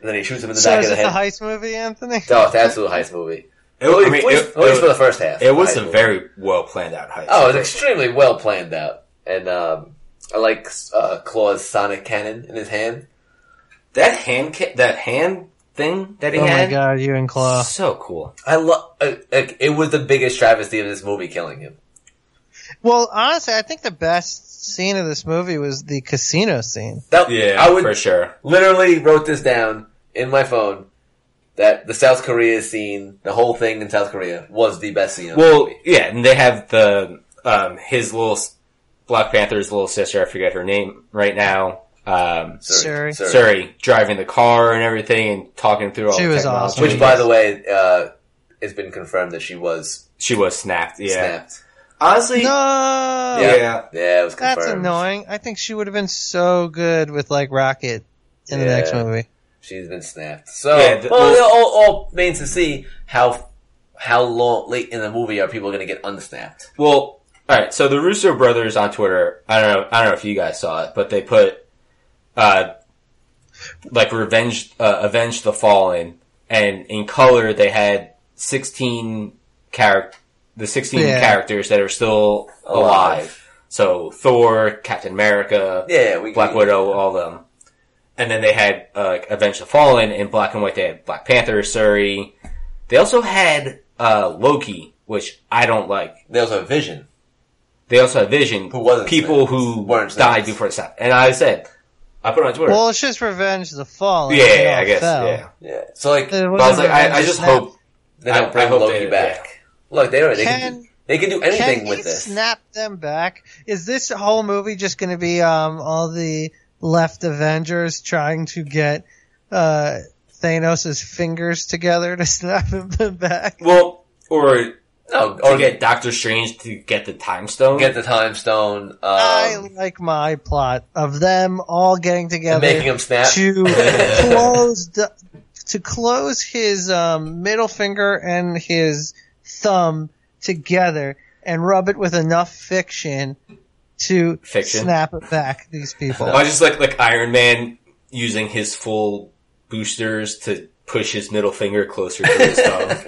[SPEAKER 1] and then he shoots him in the
[SPEAKER 3] So
[SPEAKER 1] back
[SPEAKER 3] is
[SPEAKER 1] of the
[SPEAKER 3] it the
[SPEAKER 1] head.
[SPEAKER 3] heist movie, Anthony?
[SPEAKER 1] oh, it's an absolute heist movie.
[SPEAKER 2] It,
[SPEAKER 1] At
[SPEAKER 2] was-
[SPEAKER 1] least,
[SPEAKER 2] I mean,
[SPEAKER 1] at least-
[SPEAKER 2] it-
[SPEAKER 1] at least
[SPEAKER 2] it-
[SPEAKER 1] for the first half.
[SPEAKER 2] it was
[SPEAKER 1] Heist
[SPEAKER 2] a
[SPEAKER 1] movie.
[SPEAKER 2] very well planned out heist.
[SPEAKER 1] Oh, it was extremely well planned out. And um, I like uh, Claw's sonic cannon in his hand.
[SPEAKER 2] that hand ca- that hand thing that he
[SPEAKER 3] Oh my
[SPEAKER 2] had.
[SPEAKER 3] god, you and Claw.
[SPEAKER 2] So cool.
[SPEAKER 1] I love. Uh, like, it was the biggest travesty of this movie, killing him.
[SPEAKER 3] Well, honestly, I think the best scene of this movie was the casino scene.
[SPEAKER 1] That,
[SPEAKER 2] Yeah,
[SPEAKER 1] I would
[SPEAKER 2] for sure.
[SPEAKER 1] literally wrote this down in my phone. That the South Korea scene, the whole thing in South Korea, was the best scene. Of the
[SPEAKER 2] Well,
[SPEAKER 1] movie.
[SPEAKER 2] yeah, and they have the um, his little s- Black Panther's little sister. I forget her name right now. Um,
[SPEAKER 3] Suri.
[SPEAKER 2] Suri driving the car and everything, and talking through all
[SPEAKER 3] She
[SPEAKER 2] the
[SPEAKER 3] was
[SPEAKER 2] technology.
[SPEAKER 3] awesome.
[SPEAKER 1] Which, by the way, uh, it's been confirmed that she was
[SPEAKER 2] she was snapped. Yeah,
[SPEAKER 1] snapped.
[SPEAKER 2] honestly,
[SPEAKER 3] No,
[SPEAKER 2] Yeah.
[SPEAKER 1] Yeah, it was confirmed.
[SPEAKER 3] that's annoying. I think she would have been so good with like Rocket in the next
[SPEAKER 1] Yeah.
[SPEAKER 3] movie.
[SPEAKER 1] She's been snapped. So,
[SPEAKER 2] Yeah, the-
[SPEAKER 1] well,
[SPEAKER 2] well-
[SPEAKER 1] it all, all means to see how how long late in the movie are people going to get unsnapped.
[SPEAKER 2] Well, all right. So the Russo brothers on Twitter. I don't know. I don't know if you guys saw it, but they put, uh, like revenge, uh, avenge the fallen, and in color they had sixteen character, the sixteen
[SPEAKER 3] Yeah.
[SPEAKER 2] characters that are still alive.
[SPEAKER 1] Alive.
[SPEAKER 2] So Thor, Captain America,
[SPEAKER 1] Yeah, we
[SPEAKER 2] Black Widow, all them. And then they had uh, Avenge the Fallen in black and white. They had Black Panther, Suri. They also had uh, Loki, which I don't like.
[SPEAKER 1] There was a vision.
[SPEAKER 2] They also have Vision,
[SPEAKER 1] Who wasn't
[SPEAKER 2] people
[SPEAKER 1] Thanos.
[SPEAKER 2] who
[SPEAKER 1] Weren't
[SPEAKER 2] died
[SPEAKER 1] Thanos.
[SPEAKER 2] before the snap. And I said, I put it on Twitter.
[SPEAKER 3] Well, it's just Revenge of the Fallen.
[SPEAKER 2] yeah,
[SPEAKER 3] They
[SPEAKER 2] I
[SPEAKER 3] all
[SPEAKER 2] guess.
[SPEAKER 3] fell.
[SPEAKER 2] Yeah,
[SPEAKER 1] Yeah. So like,
[SPEAKER 3] It
[SPEAKER 1] they
[SPEAKER 2] but I was
[SPEAKER 3] wasn't
[SPEAKER 2] like, I,
[SPEAKER 3] Revenge
[SPEAKER 2] I
[SPEAKER 3] of
[SPEAKER 2] just
[SPEAKER 3] Snap.
[SPEAKER 2] hope. I-
[SPEAKER 1] don't
[SPEAKER 2] I
[SPEAKER 1] bring
[SPEAKER 2] hope
[SPEAKER 1] Loki
[SPEAKER 2] they-
[SPEAKER 1] back. Look, they, they can,
[SPEAKER 3] Can-
[SPEAKER 1] do, they can do anything
[SPEAKER 3] Can
[SPEAKER 1] with
[SPEAKER 3] he
[SPEAKER 1] this.
[SPEAKER 3] snap them back? Is this whole movie just going to be um, all the left Avengers trying to get uh, Thanos' fingers together to snap them back?
[SPEAKER 2] Well, or
[SPEAKER 1] no,
[SPEAKER 2] or
[SPEAKER 1] or
[SPEAKER 2] get
[SPEAKER 1] get
[SPEAKER 2] Doctor Strange to get the time stone.
[SPEAKER 1] get the time stone. Um,
[SPEAKER 3] I like my plot of them all getting together,
[SPEAKER 1] making him snap.
[SPEAKER 3] to close the, to close his um, middle finger and his thumb together and rub it with enough fiction to
[SPEAKER 2] Fiction?
[SPEAKER 3] snap it back. These people.
[SPEAKER 2] I just like like Iron Man using his full boosters to push his middle finger closer to his thumb.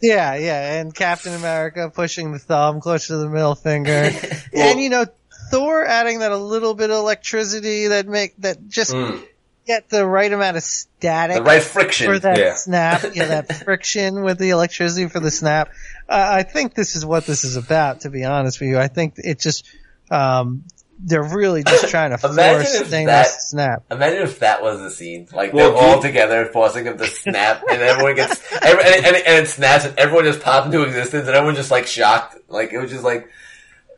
[SPEAKER 3] Yeah, yeah, and Captain America pushing the thumb closer to the middle finger, and you know Thor adding that a little bit of electricity that make that just
[SPEAKER 2] Mm.
[SPEAKER 3] get the right amount of static
[SPEAKER 1] Hmm. the right friction.
[SPEAKER 3] for that
[SPEAKER 2] yeah.
[SPEAKER 3] snap, yeah, that friction with the electricity for the snap. Uh, I think this is what this is about. To be honest with you, I think it just um, they're really just trying to force
[SPEAKER 1] Imagine if
[SPEAKER 3] Thanos
[SPEAKER 1] that-
[SPEAKER 3] to snap.
[SPEAKER 1] Imagine if that was the scene. Like
[SPEAKER 2] Well,
[SPEAKER 1] they're all
[SPEAKER 2] dude-
[SPEAKER 1] together forcing him to snap, and everyone gets every, and, and, and it snaps, and everyone just pops into existence, and everyone's just like shocked. Like it was just like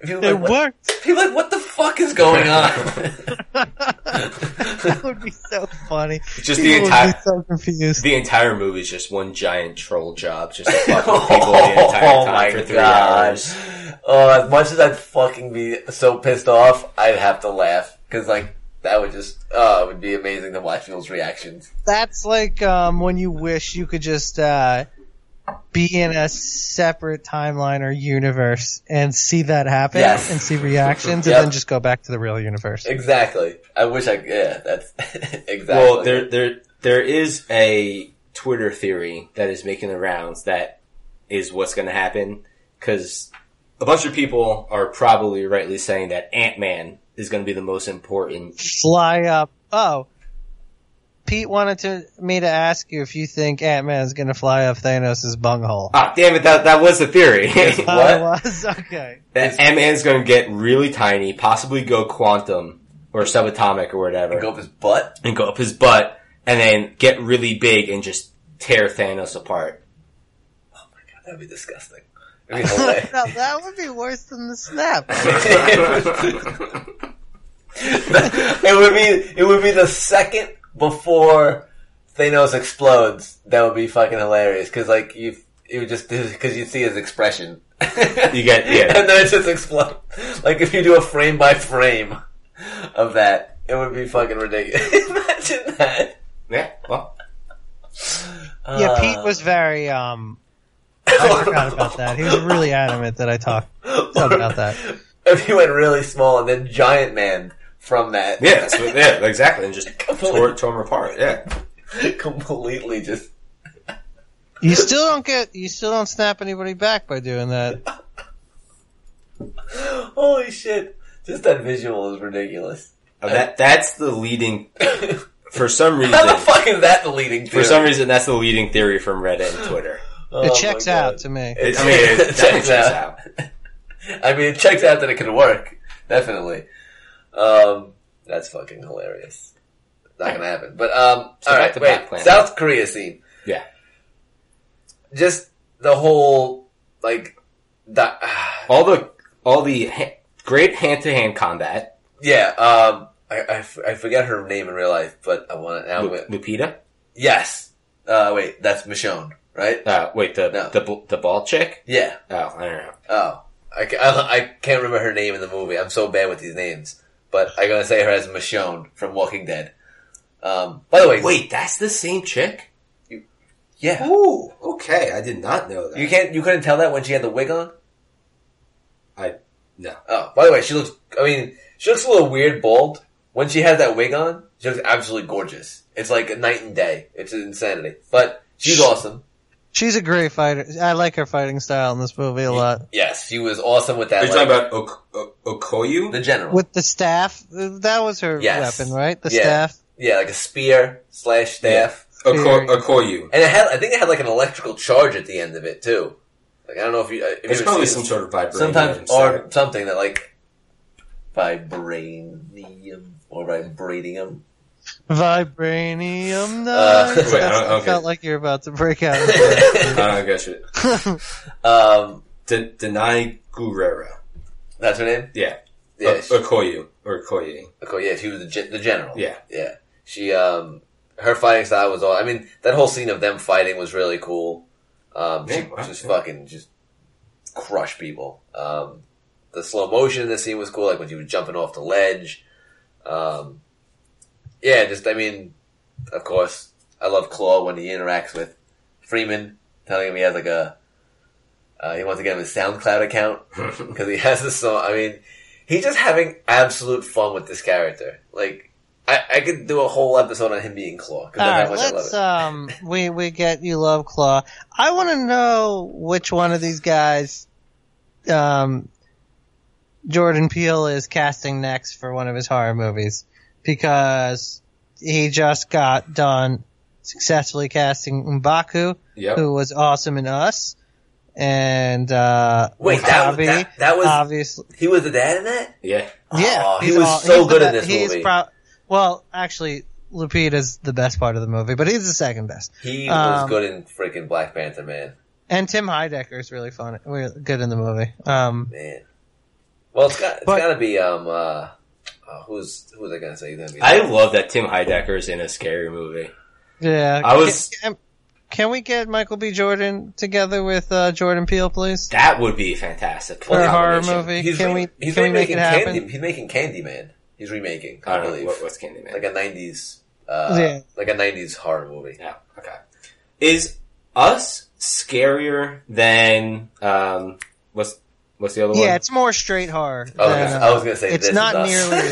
[SPEAKER 1] people
[SPEAKER 3] It
[SPEAKER 1] like, what,
[SPEAKER 3] worked.
[SPEAKER 1] people like what the fuck is going on?
[SPEAKER 3] That would be so funny.
[SPEAKER 2] Just the
[SPEAKER 3] People
[SPEAKER 2] entire
[SPEAKER 3] would be so confused.
[SPEAKER 2] the entire movie is just one giant troll job, just to fuck with people the entire time for three hours.
[SPEAKER 1] Oh, as much as I'd fucking be so pissed off, I'd have to laugh because like that would just uh, it would be amazing to watch people's reactions.
[SPEAKER 3] That's like um, when you wish you could just uh, be in a separate timeline or universe and see that happen
[SPEAKER 1] Yes.
[SPEAKER 3] and see reactions
[SPEAKER 1] Yep.
[SPEAKER 3] and then just go back to the real universe.
[SPEAKER 1] Exactly. I wish I. Yeah, that's exactly.
[SPEAKER 2] Well, there there there is a Twitter theory that is making the rounds that is what's going to happen because a bunch of people are probably rightly saying that Ant Man is going to be the most important.
[SPEAKER 3] Fly up. Oh. Pete wanted to me to ask you if you think Ant Man is going to fly up Thanos' bunghole.
[SPEAKER 2] Ah, damn it! That that was the theory.
[SPEAKER 3] Oh,
[SPEAKER 1] Uh, what?
[SPEAKER 3] it was okay.
[SPEAKER 2] that Ant Man is going to get really tiny, possibly go quantum or subatomic or whatever,
[SPEAKER 1] go up his butt.
[SPEAKER 2] and go up his butt, and then get really big and just tear Thanos apart.
[SPEAKER 1] That'd be disgusting. There'd be no way.
[SPEAKER 3] No, that would be worse than the snap.
[SPEAKER 1] Uh. it would be it would be the second before Thanos explodes. That would be fucking hilarious because like you, it would just because you see his expression.
[SPEAKER 2] You get- yeah.
[SPEAKER 1] and then it just explodes. Like if you do a frame by frame of that, it would be fucking ridiculous. Imagine that.
[SPEAKER 2] Yeah, well,
[SPEAKER 3] Yeah, Pete was very um.
[SPEAKER 1] Uh,
[SPEAKER 3] I forgot about that. He was really adamant that I talked about that.
[SPEAKER 1] If you went really small and then giant man from that,
[SPEAKER 2] yeah, that's what- yeah, exactly, and just tore, tore him apart. Yeah.
[SPEAKER 1] completely just
[SPEAKER 3] You still don't get. You still don't snap anybody back by doing that.
[SPEAKER 1] holy shit. Just that visual is ridiculous.
[SPEAKER 2] Uh, That that's the leading. For some
[SPEAKER 1] How the
[SPEAKER 2] reason,
[SPEAKER 1] fuck is that the leading
[SPEAKER 2] for some reason, that's the leading theory from Reddit and Twitter.
[SPEAKER 1] Oh
[SPEAKER 3] It checks out to me.
[SPEAKER 2] It- I mean, it,
[SPEAKER 1] It
[SPEAKER 2] definitely
[SPEAKER 1] checks out. I mean, it checks out that it could work. Definitely. Um, that's fucking hilarious. Not gonna happen. But, um,
[SPEAKER 2] So back
[SPEAKER 1] alright,
[SPEAKER 2] to
[SPEAKER 1] wait.
[SPEAKER 2] back plan.
[SPEAKER 1] South Korea scene.
[SPEAKER 2] Yeah,
[SPEAKER 1] Just the whole, like, di-
[SPEAKER 2] all the all the ha- great hand to hand combat.
[SPEAKER 1] yeah, um, I, I, f- I forget her name in real life, but I wanna, now
[SPEAKER 2] Lu- Lupita,
[SPEAKER 1] yes. Uh, wait, that's Michonne, right?
[SPEAKER 2] uh, wait the
[SPEAKER 1] No.
[SPEAKER 2] the bl- the bald chick.
[SPEAKER 1] Yeah.
[SPEAKER 2] Oh, I don't know.
[SPEAKER 1] Oh, I, ca- I, I can't remember her name in the movie. I'm so bad with these names, but I'm gonna say her as Michonne from Walking Dead. Um, by the way,
[SPEAKER 2] Wait, that's the same chick.
[SPEAKER 1] yeah,
[SPEAKER 2] Ooh, okay, I did not know that.
[SPEAKER 1] you can't, you couldn't tell that when she had the wig on.
[SPEAKER 2] I no.
[SPEAKER 1] Oh, by the way, she looks. I mean, she looks a little weird, bald. When she has that wig on, she looks absolutely gorgeous. It's like a night and day. It's insanity, but she's awesome.
[SPEAKER 3] She's a great fighter. I like her fighting style in this movie a lot.
[SPEAKER 1] Yes, she was awesome with that.
[SPEAKER 2] Are you
[SPEAKER 1] like,
[SPEAKER 2] talking about ok- O- Okoyu?
[SPEAKER 1] the general?
[SPEAKER 3] With the staff, that was her
[SPEAKER 1] Yes.
[SPEAKER 3] weapon, right? The
[SPEAKER 1] Yeah.
[SPEAKER 3] staff.
[SPEAKER 1] yeah, like a spear slash staff.
[SPEAKER 2] Oko- Okoyu.
[SPEAKER 1] And it had, I think it had like an electrical charge at the end of it too. Like I don't know if you, uh, if
[SPEAKER 2] It's
[SPEAKER 1] you
[SPEAKER 2] probably some sort of vibration.
[SPEAKER 1] sometimes or something that like vibranium or vibranium.
[SPEAKER 3] Vibranium.
[SPEAKER 1] Uh,
[SPEAKER 3] knives.
[SPEAKER 2] wait, I
[SPEAKER 3] That's-
[SPEAKER 2] don't-
[SPEAKER 3] I
[SPEAKER 2] okay.
[SPEAKER 3] felt like you're about to break out.
[SPEAKER 2] I don't guess it.
[SPEAKER 1] Um,
[SPEAKER 2] De- Denai Guerrero.
[SPEAKER 1] that's her name.
[SPEAKER 2] Yeah. Oh,
[SPEAKER 1] Yeah,
[SPEAKER 2] O-
[SPEAKER 1] she,
[SPEAKER 2] Okoyu. Or Okoye.
[SPEAKER 1] okay, yeah, she was the, gen- the general.
[SPEAKER 2] Yeah.
[SPEAKER 1] yeah. She, um, her fighting style was all. I mean, that whole scene of them fighting was really cool. Um, she
[SPEAKER 2] Yeah, wow,
[SPEAKER 1] just
[SPEAKER 2] yeah.
[SPEAKER 1] fucking just crush people. Um, the slow motion in this scene was cool, like when she was jumping off the ledge. Um, yeah, just I mean, of course, I love Claw when he interacts with Freeman, telling him he has like a uh, he wants to get him his SoundCloud account because he has this song. I mean, he's just having absolute fun with this character. Like, I, I could do a whole episode on him being Claw because
[SPEAKER 3] All
[SPEAKER 1] that's how
[SPEAKER 3] right,
[SPEAKER 1] much I love
[SPEAKER 3] let's
[SPEAKER 1] it.
[SPEAKER 3] um, we we get you love claw. I want to know which one of these guys, um, Jordan Peele is casting next for one of his horror movies because he just got done successfully casting Mbaku,
[SPEAKER 2] Yep.
[SPEAKER 3] who was awesome in Us, and uh,
[SPEAKER 1] Wait, that-
[SPEAKER 3] Wasabi,
[SPEAKER 1] that- that was-
[SPEAKER 3] obviously
[SPEAKER 1] he was the dad in that.
[SPEAKER 2] Yeah.
[SPEAKER 3] yeah,
[SPEAKER 1] Aw, he
[SPEAKER 3] he's
[SPEAKER 1] was
[SPEAKER 3] all-
[SPEAKER 1] so
[SPEAKER 3] he's the
[SPEAKER 1] good in
[SPEAKER 3] be-
[SPEAKER 1] this
[SPEAKER 3] he's
[SPEAKER 1] movie.
[SPEAKER 3] prob- well, actually, Lupita's the best part of the movie, but he's the second best.
[SPEAKER 1] He
[SPEAKER 3] Um,
[SPEAKER 1] was good in freaking Black Panther, man.
[SPEAKER 3] And Tim Heidecker is really fun, really good in the movie. Um,
[SPEAKER 1] Man. Well, it's got it's
[SPEAKER 3] But-
[SPEAKER 1] got to be um uh, uh who's who was I gonna say? He's gonna be
[SPEAKER 2] I love that Tim Heidecker is in a scary movie.
[SPEAKER 3] yeah,
[SPEAKER 2] I was-
[SPEAKER 3] Can, can we get Michael B. Jordan together with uh, Jordan Peele, please,
[SPEAKER 2] That would be fantastic.
[SPEAKER 3] for a horror
[SPEAKER 2] combination.
[SPEAKER 3] movie?
[SPEAKER 1] He's
[SPEAKER 3] can
[SPEAKER 1] re-
[SPEAKER 3] we
[SPEAKER 1] he's
[SPEAKER 3] can we make
[SPEAKER 1] remaking
[SPEAKER 3] it happen?
[SPEAKER 1] Candy. He's making Candyman. He's remaking. I,
[SPEAKER 2] I don't
[SPEAKER 1] believe
[SPEAKER 2] know. What, what's Candyman?
[SPEAKER 1] like a nineties. Uh,
[SPEAKER 3] Yeah.
[SPEAKER 1] Like a nineties horror movie.
[SPEAKER 2] yeah. Okay. Is Us scarier than um what's what's the other
[SPEAKER 3] Yeah,
[SPEAKER 2] one?
[SPEAKER 3] it's more straight horror.
[SPEAKER 1] I was,
[SPEAKER 3] than,
[SPEAKER 1] gonna,
[SPEAKER 3] uh,
[SPEAKER 1] I was gonna say
[SPEAKER 3] it's
[SPEAKER 1] This
[SPEAKER 3] not
[SPEAKER 1] Is uh, Us.
[SPEAKER 3] nearly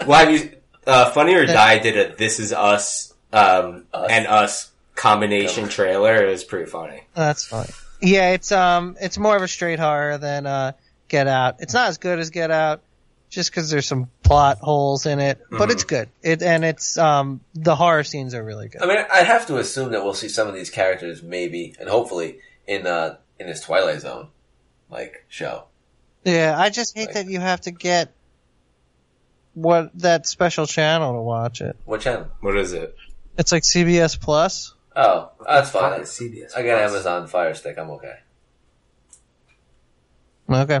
[SPEAKER 3] as
[SPEAKER 2] Well, have you, uh, Funny or
[SPEAKER 3] That-
[SPEAKER 2] Die did a This Is Us, um,
[SPEAKER 1] Us.
[SPEAKER 2] and Us combination trailer. It was pretty funny.
[SPEAKER 3] Oh, That's funny. Yeah, it's um, it's more of a straight horror than uh, Get Out. It's not as good as Get Out, just because there's some plot holes in it, but it's good. It and it's um, the horror scenes are really good.
[SPEAKER 1] I mean, I have to assume that we'll see some of these characters, maybe and hopefully, in uh in this Twilight Zone like show.
[SPEAKER 3] Yeah, I just hate that you have to get what that special channel to watch it.
[SPEAKER 1] What channel?
[SPEAKER 2] What is it?
[SPEAKER 3] It's like CBS Plus.
[SPEAKER 1] Oh, that's fine.
[SPEAKER 2] Fucking CBS.
[SPEAKER 1] I got
[SPEAKER 2] Plus.
[SPEAKER 1] Amazon Fire Stick. I'm okay.
[SPEAKER 3] Okay.
[SPEAKER 1] I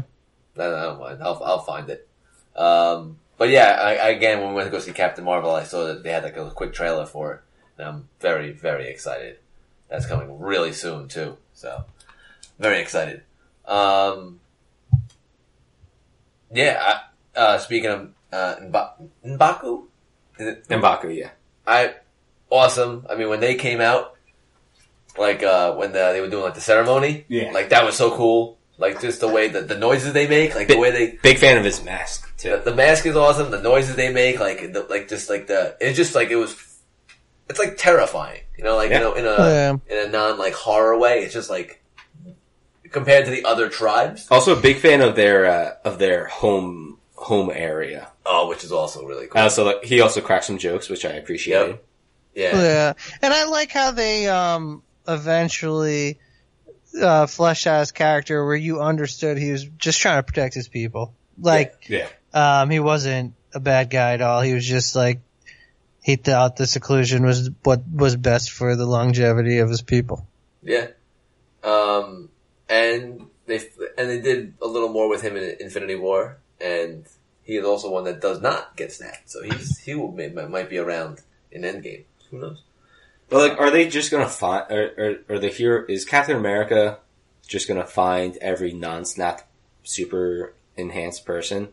[SPEAKER 1] don't, I don't mind. I'll, I'll find it. Um, but yeah, I, I- again, when we went to go see Captain Marvel, I saw that they had like a quick trailer for it, and I'm very, very excited. That's coming really soon too, so very excited. Um, yeah. I, uh, speaking of uh, Mba- Mbaku, is it
[SPEAKER 2] Mbaku, yeah.
[SPEAKER 1] I awesome. I mean, when they came out, like uh when the, they were doing like the ceremony,
[SPEAKER 2] Yeah.
[SPEAKER 1] like that was so cool. Like just the way that the noises they make, like the way they
[SPEAKER 2] Big fan of his mask, too.
[SPEAKER 1] the, the mask is awesome. The noises they make, like the, like just like the it's just like it was. It's like terrifying, you know, like
[SPEAKER 2] Yeah.
[SPEAKER 1] you know in a
[SPEAKER 3] Yeah.
[SPEAKER 1] in a non like horror way. It's just like compared to the other tribes,
[SPEAKER 2] Also a big fan of their, uh, of their home, home area.
[SPEAKER 1] oh, which is also really cool.
[SPEAKER 2] I also, like, he also cracked some jokes, which I appreciated.
[SPEAKER 1] Yep. yeah.
[SPEAKER 3] Yeah, and I like how they um eventually uh, fleshed out his character, where you understood he was just trying to protect his people. Like
[SPEAKER 2] Yeah.
[SPEAKER 3] um, he wasn't a bad guy at all. He was just like he thought the seclusion was what was best for the longevity of his people.
[SPEAKER 1] Yeah. Um, and they and they did a little more with him in Infinity War, and he is also one that does not get snapped, so he's he will may, might be around in Endgame. Who knows?
[SPEAKER 2] But like, are they just gonna find, or, or, or the hero, is Captain America just gonna find every non-snap super enhanced person?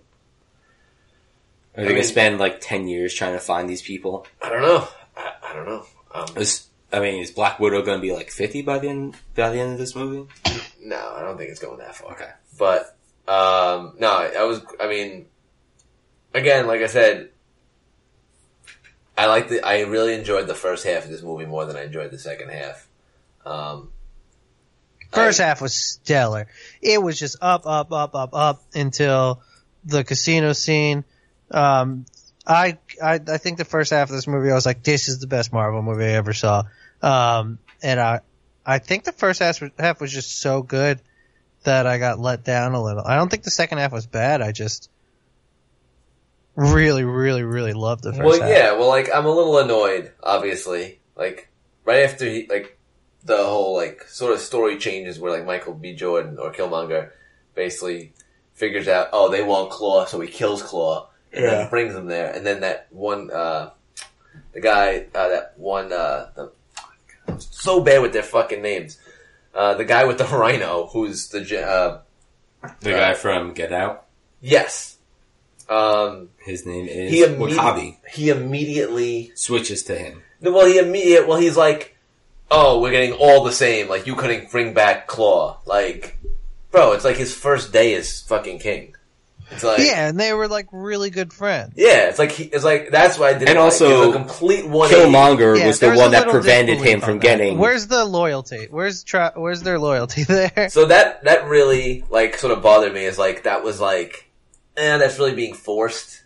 [SPEAKER 2] Are they
[SPEAKER 1] mean-
[SPEAKER 2] gonna spend like 10 years trying to find these people?
[SPEAKER 1] I don't know. I, I don't know. Um,
[SPEAKER 2] Is, I mean, is Black Widow gonna be like 50 by the end, by the end of this movie?
[SPEAKER 1] no, I don't think it's going that far.
[SPEAKER 2] Okay.
[SPEAKER 1] But um, no, I was. I mean, again, like I said, I like the. I really enjoyed the first half of this movie more than I enjoyed the second half. Um,
[SPEAKER 3] First
[SPEAKER 1] I-
[SPEAKER 3] half was stellar. It was just up, up, up, up, up until the casino scene. Um, I, I, I think the first half of this movie, I was like, this is the best Marvel movie I ever saw. Um, and I, I think the first half, half was just so good that I got let down a little. I don't think the second half was bad. I just really, really, really loved the first
[SPEAKER 1] Well,
[SPEAKER 3] half.
[SPEAKER 1] yeah. Well, like I'm a little annoyed, obviously. Like right after he, like the whole like sort of story changes where like Michael B. Jordan or Killmonger basically figures out, oh, they want Claw, so he kills Claw and then brings him there, and then that one, uh, the guy, uh, that one, uh, the, I'm so bad with their fucking names. Uh, the guy with the rhino, who's the, gen- uh,
[SPEAKER 2] The
[SPEAKER 1] guy
[SPEAKER 2] from Get Out,
[SPEAKER 1] yes. Um,
[SPEAKER 2] his name is
[SPEAKER 1] he, imme- he immediately
[SPEAKER 2] switches to him.
[SPEAKER 1] No, Well, he immediate. Well, he's like, "Oh, we're getting all the same. Like you couldn't bring back Claw. Like, bro, it's like his first day is fucking king. It's like, yeah,
[SPEAKER 3] Yeah, and they were like really good friends.
[SPEAKER 1] it's like he, it's like that's why I did.
[SPEAKER 2] And also,
[SPEAKER 1] a complete one.
[SPEAKER 2] Killmonger
[SPEAKER 3] Yeah,
[SPEAKER 2] was the
[SPEAKER 3] there a
[SPEAKER 2] one that
[SPEAKER 3] little
[SPEAKER 2] prevented
[SPEAKER 3] disbelief
[SPEAKER 2] him
[SPEAKER 3] on
[SPEAKER 2] from
[SPEAKER 3] that.
[SPEAKER 2] getting.
[SPEAKER 3] Where's the loyalty? Where's tra- Where's their loyalty there?
[SPEAKER 1] So that that really like sort of bothered me. Is like that was like, eh, that's really being forced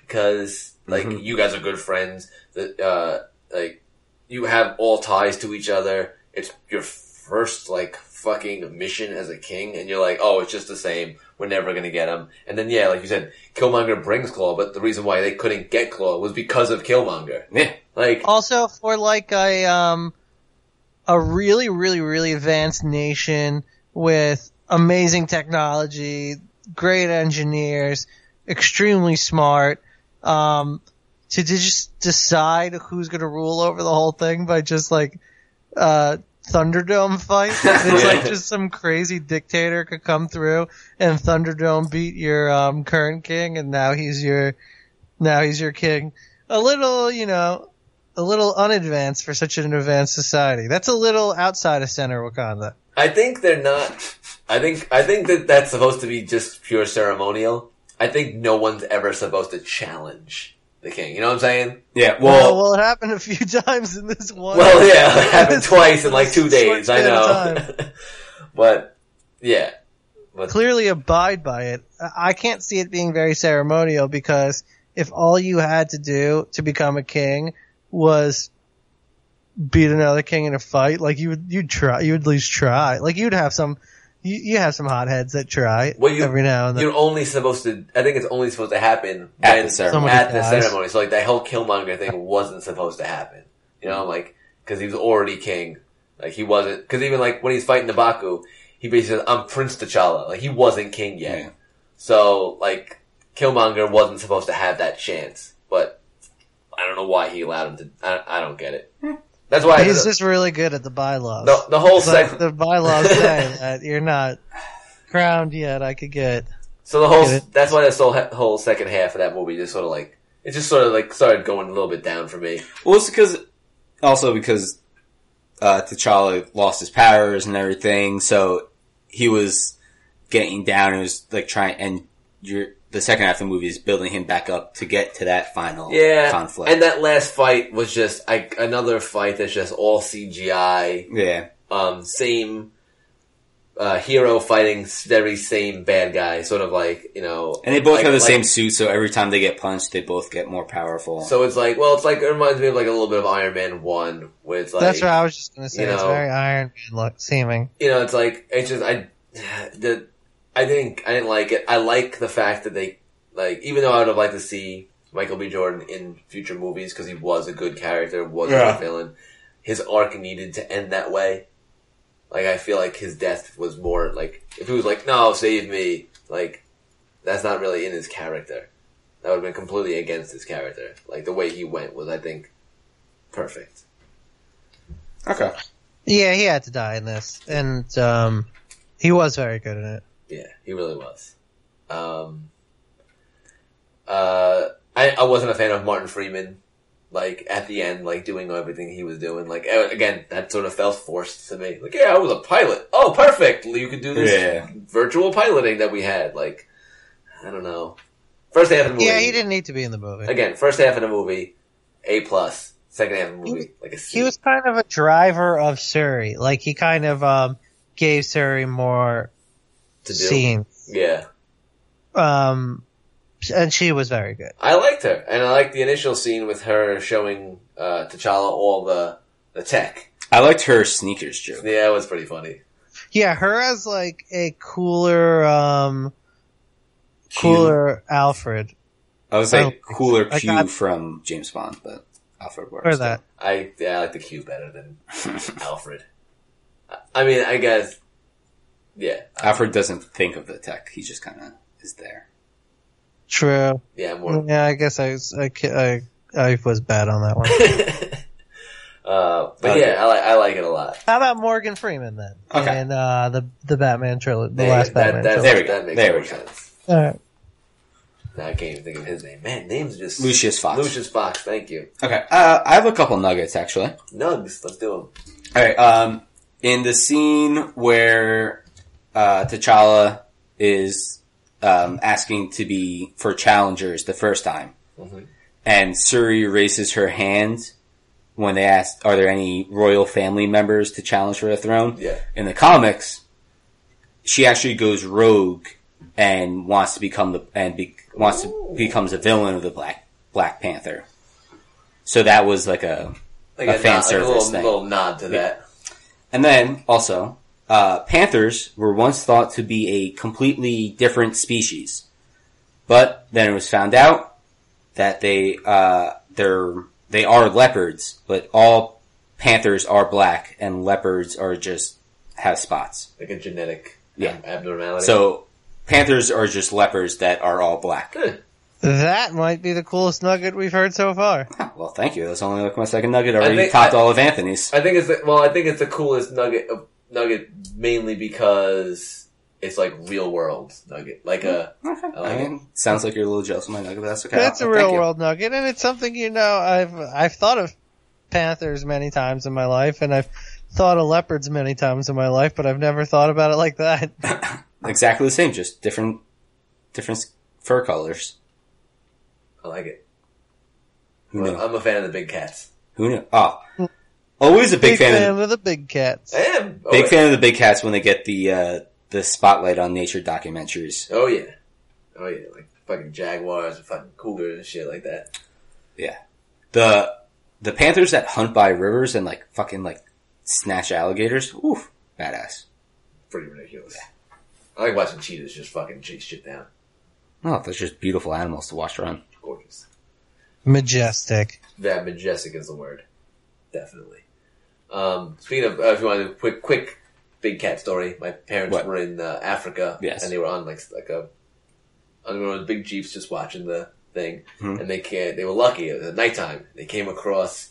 [SPEAKER 1] because like you guys are good friends. That uh, like you have all ties to each other. It's your first like fucking mission as a king, and you're like, oh, it's just the same. We're never gonna get him. And then yeah, like you said, Killmonger brings Claw, but the reason why they couldn't get Claw was because of Killmonger.
[SPEAKER 2] yeah,
[SPEAKER 1] Like
[SPEAKER 3] Also, for like a um, a really, really, really advanced nation with amazing technology, great engineers, extremely smart, um, to d- just decide who's gonna rule over the whole thing by just like uh, Thunderdome fight. It's like just some crazy dictator could come through and Thunderdome beat your um, current king, and now he's your now he's your king. A little, you know, a little unadvanced for such an advanced society. That's a little outside of center Wakanda.
[SPEAKER 1] I think they're not. I think I think that that's supposed to be just pure ceremonial. I think no one's ever supposed to challenge the king. You know what I'm saying?
[SPEAKER 2] Yeah,
[SPEAKER 3] Well,
[SPEAKER 2] well,
[SPEAKER 3] well, it happened a few times in this one.
[SPEAKER 1] Well, yeah, it happened
[SPEAKER 3] It's-
[SPEAKER 1] twice in like two
[SPEAKER 3] it's a short
[SPEAKER 1] days. I
[SPEAKER 3] span of
[SPEAKER 1] know, but yeah, but
[SPEAKER 3] clearly abide by it. I- I can't see it being very ceremonial because if all you had to do to become a king was beat another king in a fight, like you would, you'd try, you would at least try. Like you'd have some, you, you have some hotheads that try
[SPEAKER 1] Well, you-
[SPEAKER 3] every now and then.
[SPEAKER 1] you're only supposed to. I think it's only supposed to happen
[SPEAKER 2] At
[SPEAKER 1] when-
[SPEAKER 2] the ceremony.
[SPEAKER 3] Somebody
[SPEAKER 1] at the
[SPEAKER 3] dies.
[SPEAKER 1] ceremony. So like that whole Killmonger thing wasn't supposed to happen. You know, like because he was already king. Like he wasn't because even like when he's fighting Nabaku, he basically says, "I'm Prince T'Challa." Like he wasn't king yet.
[SPEAKER 2] Yeah.
[SPEAKER 1] So like Killmonger wasn't supposed to have that chance, but I don't know why he allowed him to. I, I don't get it. That's why
[SPEAKER 3] He's
[SPEAKER 1] the,
[SPEAKER 3] just really good at the bylaws.
[SPEAKER 1] the, the whole
[SPEAKER 3] It's like
[SPEAKER 1] sec-
[SPEAKER 3] the bylaws say that you're not crowned yet. I could get.
[SPEAKER 1] So the whole
[SPEAKER 3] Get it?
[SPEAKER 1] that's why this whole whole second half of that movie just sort of like it just sort of like started going a little bit down for me.
[SPEAKER 2] well, it's because also because uh, T'Challa lost his powers and everything, so he was getting down. It was like trying, and you're the second half of the movie is building him back up to get to that final
[SPEAKER 1] Yeah,
[SPEAKER 2] conflict.
[SPEAKER 1] and that last fight was just like another fight that's just all CGI.
[SPEAKER 2] yeah,
[SPEAKER 1] Um, same uh, hero fighting s- very same bad guy, sort of like you know.
[SPEAKER 2] and they both
[SPEAKER 1] like-
[SPEAKER 2] have the
[SPEAKER 1] like-
[SPEAKER 2] same suit, so every time they get punched, they both get more powerful.
[SPEAKER 1] So it's like, well, it's like it reminds me of like a little bit of Iron Man One, where it's like
[SPEAKER 3] That's what I was just gonna say.
[SPEAKER 1] you
[SPEAKER 3] it's
[SPEAKER 1] know-
[SPEAKER 3] very Iron Man look, seeming.
[SPEAKER 1] you know, it's like it's just I the I didn't I didn't like it. I like the fact that they like even though I would have liked to see Michael B. Jordan in future movies because he was a good character, was a
[SPEAKER 2] Yeah.
[SPEAKER 1] good villain. His arc needed to end that way. Like I feel like his death was more like if he was like no save me like that's not really in his character. That would have been completely against his character. Like the way he went was I think perfect.
[SPEAKER 2] okay,
[SPEAKER 3] Yeah, he had to die in this, and um, he was very good in it.
[SPEAKER 1] Yeah, he really was. Um, uh, I, I wasn't a fan of Martin Freeman, like, at the end, like, doing everything he was doing. Like, eh, again, that sort of felt forced to me. Like, yeah, I was a pilot. Oh, perfect! You could do this
[SPEAKER 2] Yeah.
[SPEAKER 1] virtual piloting that we had. Like, I don't know. First half of the movie.
[SPEAKER 3] Yeah, he didn't need to be in the movie.
[SPEAKER 1] Again, first half of the movie, A plus. Second half of the movie, like a C.
[SPEAKER 3] He was kind of a driver of Surrey. Like he kind of um, gave Surrey more
[SPEAKER 1] to do.
[SPEAKER 3] scene.
[SPEAKER 1] Yeah.
[SPEAKER 3] Um, and she was very good.
[SPEAKER 1] I liked her, and I liked the initial scene with her showing uh, T'Challa all the the tech.
[SPEAKER 2] I liked her sneakers joke.
[SPEAKER 1] Yeah, it was pretty funny.
[SPEAKER 3] Yeah, her as like a cooler, um,
[SPEAKER 2] She-
[SPEAKER 3] cooler Alfred.
[SPEAKER 2] I was
[SPEAKER 3] I don't-
[SPEAKER 2] like cooler
[SPEAKER 3] I
[SPEAKER 2] Q
[SPEAKER 3] got-
[SPEAKER 2] from James Bond, but Alfred works.
[SPEAKER 3] Or that.
[SPEAKER 1] I yeah, I like the Q better than Alfred. I- I mean, I guess. Yeah,
[SPEAKER 2] Alfred doesn't think of the tech; he just kind of is there.
[SPEAKER 3] True.
[SPEAKER 1] yeah, more.
[SPEAKER 3] Yeah, I guess I was, I, ca- I, I was bad on that one.
[SPEAKER 1] Uh, but
[SPEAKER 2] Okay.
[SPEAKER 1] yeah, I like I like it a lot.
[SPEAKER 3] How about Morgan Freeman then?
[SPEAKER 2] Okay.
[SPEAKER 3] And uh, the the Batman trilogy, the
[SPEAKER 1] They-
[SPEAKER 3] last
[SPEAKER 1] that,
[SPEAKER 3] Batman
[SPEAKER 1] that,
[SPEAKER 2] There we go.
[SPEAKER 1] that makes
[SPEAKER 2] There
[SPEAKER 1] more
[SPEAKER 2] we go.
[SPEAKER 1] sense.
[SPEAKER 3] trilogy. All right.
[SPEAKER 1] Now I can't even think of his name. Man, names are just
[SPEAKER 2] Lucius Fox.
[SPEAKER 1] Lucius Fox. Thank you.
[SPEAKER 2] Okay, uh, I have a couple nuggets actually.
[SPEAKER 1] Nugs. Let's do him.
[SPEAKER 2] All right, um, in the scene where uh, T'Challa is um, asking to be for challengers the first time,
[SPEAKER 1] Mhm.
[SPEAKER 2] and Suri raises her hand when they ask, "Are there any royal family members to challenge for the throne?"
[SPEAKER 1] Yeah.
[SPEAKER 2] in the comics, she actually goes rogue and wants to become the and be, wants to becomes a villain of the Black Black Panther. So that was like a
[SPEAKER 1] Like
[SPEAKER 2] A
[SPEAKER 1] a,
[SPEAKER 2] fan
[SPEAKER 1] nod, like a little,
[SPEAKER 2] service thing.
[SPEAKER 1] little nod to that.
[SPEAKER 2] and then also uh, panthers were once thought to be a completely different species, but then it was found out that they uh, they're they are leopards, but all panthers are black and leopards are just have spots.
[SPEAKER 1] Like a genetic
[SPEAKER 2] Yeah.
[SPEAKER 1] abnormality.
[SPEAKER 2] So panthers are just leopards that are all black.
[SPEAKER 1] Huh.
[SPEAKER 3] That might be the coolest nugget we've heard so far.
[SPEAKER 2] Ah, Well, thank you. That's only like my second nugget. I
[SPEAKER 1] I
[SPEAKER 2] already
[SPEAKER 1] think-
[SPEAKER 2] topped
[SPEAKER 1] I-
[SPEAKER 2] all of Anthony's.
[SPEAKER 1] I think it's the, well. I think it's the coolest nugget. Of, nugget mainly because it's like real world nugget. Like a I like
[SPEAKER 2] I
[SPEAKER 1] it.
[SPEAKER 2] mean, sounds like you're a little jealous of my nugget, but that's okay.
[SPEAKER 3] That's
[SPEAKER 2] I'll-
[SPEAKER 3] a
[SPEAKER 2] thank
[SPEAKER 3] real
[SPEAKER 2] you.
[SPEAKER 3] world nugget, and it's something you know I've I've thought of panthers many times in my life, and I've thought of leopards many times in my life, but I've never thought about it like that.
[SPEAKER 2] Exactly the same, just different, different fur colors.
[SPEAKER 1] I like it.
[SPEAKER 2] Who
[SPEAKER 1] Well, uh,
[SPEAKER 2] knew?
[SPEAKER 1] I'm a fan of the big cats.
[SPEAKER 2] Who knew? Oh, always a big, fan. of,
[SPEAKER 3] of the big cats.
[SPEAKER 1] I am. Oh,
[SPEAKER 2] big
[SPEAKER 1] yeah.
[SPEAKER 2] fan of the big cats when they get the uh, the spotlight on nature documentaries.
[SPEAKER 1] Oh yeah. Oh yeah. Like fucking jaguars and fucking cougars and shit like that.
[SPEAKER 2] Yeah, the the panthers that hunt by rivers and like fucking like snatch alligators. Oof, badass.
[SPEAKER 1] Pretty ridiculous. I like watching cheetahs just fucking chase shit down.
[SPEAKER 2] No, they're Oh, just beautiful animals to watch run.
[SPEAKER 1] Gorgeous.
[SPEAKER 3] Majestic.
[SPEAKER 1] That majestic is the word. Definitely. Um, speaking of, uh, if you want to do a quick, quick big cat story, my parents
[SPEAKER 2] What?
[SPEAKER 1] were in uh, Africa.
[SPEAKER 2] Yes.
[SPEAKER 1] And they were on like, like a, on one of those big jeeps just watching the thing.
[SPEAKER 2] Hmm.
[SPEAKER 1] And they can't, they were lucky. It was at nighttime. They came across,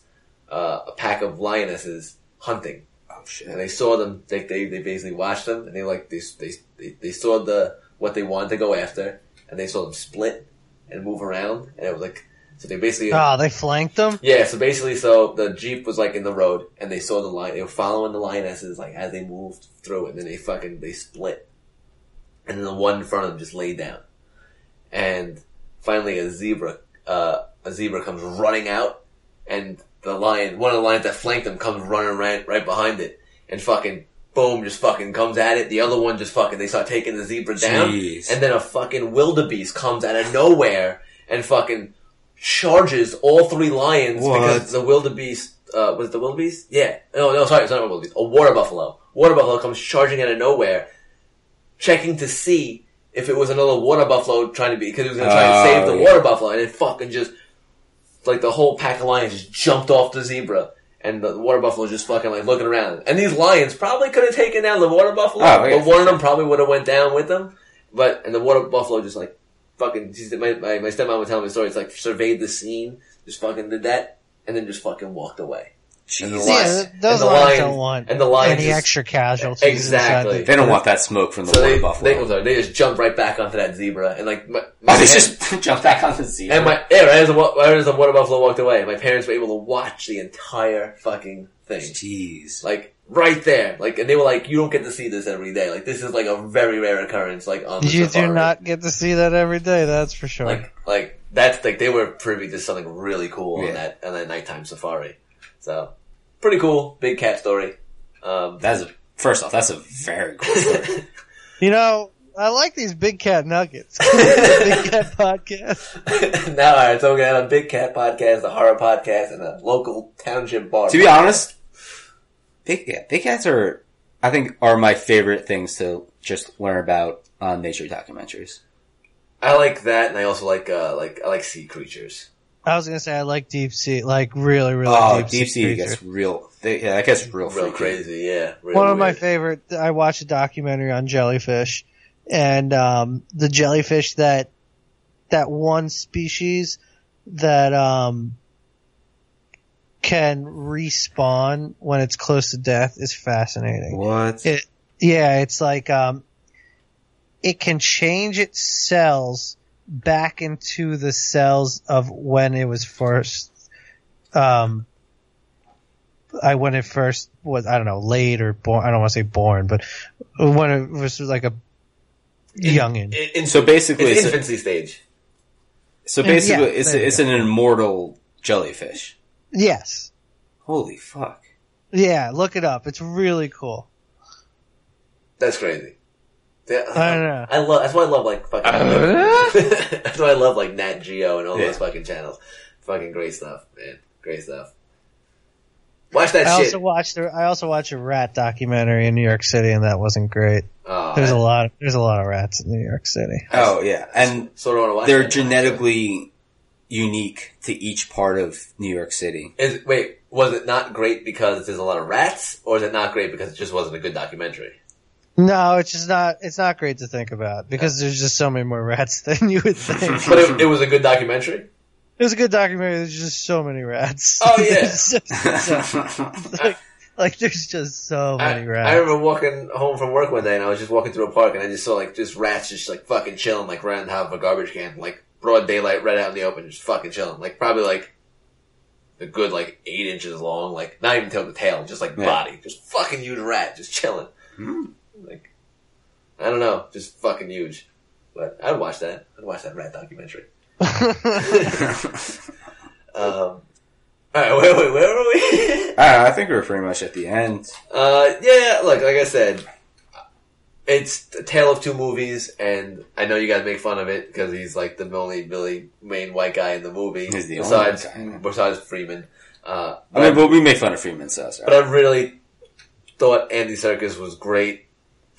[SPEAKER 1] uh, a pack of lionesses hunting.
[SPEAKER 2] Oh
[SPEAKER 1] and
[SPEAKER 2] shit!
[SPEAKER 1] they saw them. They they, they basically watched them, and they like they, they they they saw the what they wanted to go after, and they saw them split and move around, and it was like so they basically
[SPEAKER 3] Ah, they flanked them.
[SPEAKER 1] yeah. So basically, so the jeep was like in the road, and they saw the lion. They were following the lionesses like as they moved through, it, and then they fucking they split, and then the one in front of them just laid down, and finally a zebra uh, a zebra comes running out, and the lion one of the lions that flanked them comes running right right behind it, and fucking. Boom! Just fucking comes at it. The other one just fucking. They start taking the zebra down,
[SPEAKER 2] Jeez.
[SPEAKER 1] and then a fucking wildebeest comes out of nowhere and fucking charges all three lions
[SPEAKER 2] What?
[SPEAKER 1] because the wildebeest uh, was it the wildebeest. Yeah. No, no, sorry, it's not a wildebeest. A water buffalo. Water buffalo comes charging out of nowhere, checking to see if it was another water buffalo trying to be because it was going to try
[SPEAKER 2] Oh,
[SPEAKER 1] and save the
[SPEAKER 2] yeah.
[SPEAKER 1] water buffalo, and it fucking just like the whole pack of lions just jumped off the zebra. And the water buffalo just fucking like looking around. And these lions probably could have taken down the water buffalo,
[SPEAKER 2] Oh,
[SPEAKER 1] but
[SPEAKER 2] yeah,
[SPEAKER 1] one
[SPEAKER 2] for
[SPEAKER 1] of them probably would have went down with them. But and the water buffalo just like fucking. She's, my, my my stepmom would tell me the story. It's like surveyed the scene, just fucking did that, and then just fucking walked away. And the
[SPEAKER 2] Jeez.
[SPEAKER 1] lion-
[SPEAKER 3] Yeah,
[SPEAKER 1] and
[SPEAKER 3] uh, those
[SPEAKER 1] the
[SPEAKER 3] lions
[SPEAKER 1] lion-
[SPEAKER 3] don't want
[SPEAKER 1] and the lion
[SPEAKER 3] any
[SPEAKER 1] just-
[SPEAKER 3] extra casualties.
[SPEAKER 1] Exactly.
[SPEAKER 3] inside
[SPEAKER 2] They don't want that smoke from the
[SPEAKER 1] So
[SPEAKER 2] water
[SPEAKER 1] they,
[SPEAKER 2] buffalo.
[SPEAKER 1] they, I'm sorry, they just jumped right back onto that zebra and like my, my
[SPEAKER 2] oh, they
[SPEAKER 1] parents-
[SPEAKER 2] just jump back on the zebra.
[SPEAKER 1] and my yeah, right as, the, wa- right as the water buffalo walked away, my parents were able to watch the entire fucking thing,
[SPEAKER 2] Jeez.
[SPEAKER 1] like right there, like and they were like, you don't get to see this every day, like this is like a very rare occurrence, like on
[SPEAKER 3] the-
[SPEAKER 1] the
[SPEAKER 3] You
[SPEAKER 1] safari.
[SPEAKER 3] do not get to see that every day. That's for sure.
[SPEAKER 1] like like that's like they were privy to something really cool
[SPEAKER 2] Yeah.
[SPEAKER 1] on that on that nighttime safari, so pretty cool big cat story. Um,
[SPEAKER 2] That's a, first off, that's a very cool story.
[SPEAKER 3] you know, I like these big cat nuggets. big cat podcast.
[SPEAKER 1] now, all right, so we're gonna have a big cat podcast, a horror podcast, and a local township bar.
[SPEAKER 2] to be honest, big, yeah, big cats are, I think, are my favorite things to just learn about on nature documentaries.
[SPEAKER 1] I like that, and I also like uh like I like sea creatures.
[SPEAKER 3] I was gonna say I like deep sea, like really, really
[SPEAKER 2] Oh,
[SPEAKER 3] deep,
[SPEAKER 2] deep sea
[SPEAKER 3] creatures.
[SPEAKER 2] gets real. They, yeah, that gets
[SPEAKER 1] Real
[SPEAKER 2] real, freaky.
[SPEAKER 1] crazy, yeah. Real
[SPEAKER 3] One of my
[SPEAKER 1] weird.
[SPEAKER 3] favorite. I watched a documentary on jellyfish, and um, the jellyfish that that one species that um, can respawn when it's close to death is fascinating.
[SPEAKER 2] What?
[SPEAKER 3] It, yeah, it's like um, it can change its cells back into the cells of when it was first. Um, I when it first was I don't know laid or born I don't want to say born but when it was like a youngin.
[SPEAKER 1] It- it's-
[SPEAKER 2] So basically,
[SPEAKER 1] it's
[SPEAKER 2] it's, a-
[SPEAKER 1] infancy stage.
[SPEAKER 2] so
[SPEAKER 3] and yeah,
[SPEAKER 2] basically, it's
[SPEAKER 3] there
[SPEAKER 2] a,
[SPEAKER 3] you
[SPEAKER 2] it's an immortal jellyfish.
[SPEAKER 3] Yes,
[SPEAKER 2] Holy fuck!
[SPEAKER 3] yeah. Look it up. It's really cool.
[SPEAKER 1] That's crazy. Yeah,
[SPEAKER 3] I don't know.
[SPEAKER 1] I love. That's why I love like fucking. that's why I love like Nat Geo and all
[SPEAKER 2] Yeah.
[SPEAKER 1] those fucking channels. Fucking great stuff, man. Great stuff. Watch that
[SPEAKER 3] I
[SPEAKER 1] shit.
[SPEAKER 3] also watched the, I also watched a rat documentary in New York City and that wasn't great.
[SPEAKER 1] oh,
[SPEAKER 3] There's a lot of, there's a lot of rats in New York City.
[SPEAKER 2] Oh yeah, and
[SPEAKER 1] sort of want to watch.
[SPEAKER 2] they're
[SPEAKER 1] that.
[SPEAKER 2] genetically unique to each part of New York City.
[SPEAKER 1] Is, wait, was it not great because there's a lot of rats, or is it not great because it just wasn't a good documentary?
[SPEAKER 3] No, it's just not. It's not great to think about because there's just so many more rats than you would think.
[SPEAKER 1] But it, it was a good documentary.
[SPEAKER 3] it was a good documentary. There's just so many rats.
[SPEAKER 1] Oh, yeah.
[SPEAKER 3] There's just so- like, like there's just so
[SPEAKER 1] I,
[SPEAKER 3] many
[SPEAKER 1] I
[SPEAKER 3] rats.
[SPEAKER 1] remember walking home from work one day, and I was just walking through a park, and I just saw like just rats just like fucking chilling, like right on top of a garbage can, like broad daylight, right out in the open, just fucking chilling, like probably like a good like eight inches long, like not even till the tail, just like
[SPEAKER 2] Yeah.
[SPEAKER 1] body, just fucking huge rat, just chilling. Like, I don't know, just fucking huge. But I'd watch that. I'd watch that rat documentary. Um, all right, wait, wait, where are we?
[SPEAKER 2] I, I think we were pretty much at the end.
[SPEAKER 1] Uh, yeah, look, like I said, it's a tale of two movies, and I know you guys make fun of it because he's like the only really main white guy in the movie.
[SPEAKER 2] He's the only
[SPEAKER 1] besides,
[SPEAKER 2] white guy.
[SPEAKER 1] besides Freeman. Uh,
[SPEAKER 2] I
[SPEAKER 1] but,
[SPEAKER 2] mean, but we make fun of Freeman, so that's all
[SPEAKER 1] but I really thought Andy Serkis was great.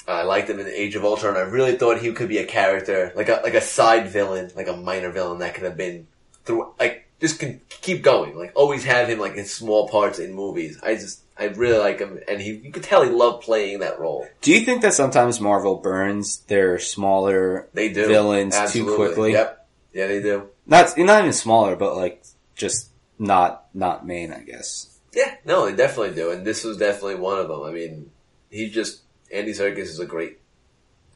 [SPEAKER 1] I liked him in the Age of Ultron. I really thought he could be a character, like a like a side villain, like a minor villain that could have been through, like just can keep going, like always have him like in small parts in movies. I just I really like him, and he you could tell he loved playing that role.
[SPEAKER 2] Do you think that sometimes Marvel burns their smaller
[SPEAKER 1] They do
[SPEAKER 2] villains
[SPEAKER 1] Absolutely.
[SPEAKER 2] too quickly?
[SPEAKER 1] Yep, yeah, they do.
[SPEAKER 2] Not not even smaller, but like just not not main, I guess.
[SPEAKER 1] Yeah, no, they definitely do, and this was definitely one of them. I mean, he just Andy Serkis is a great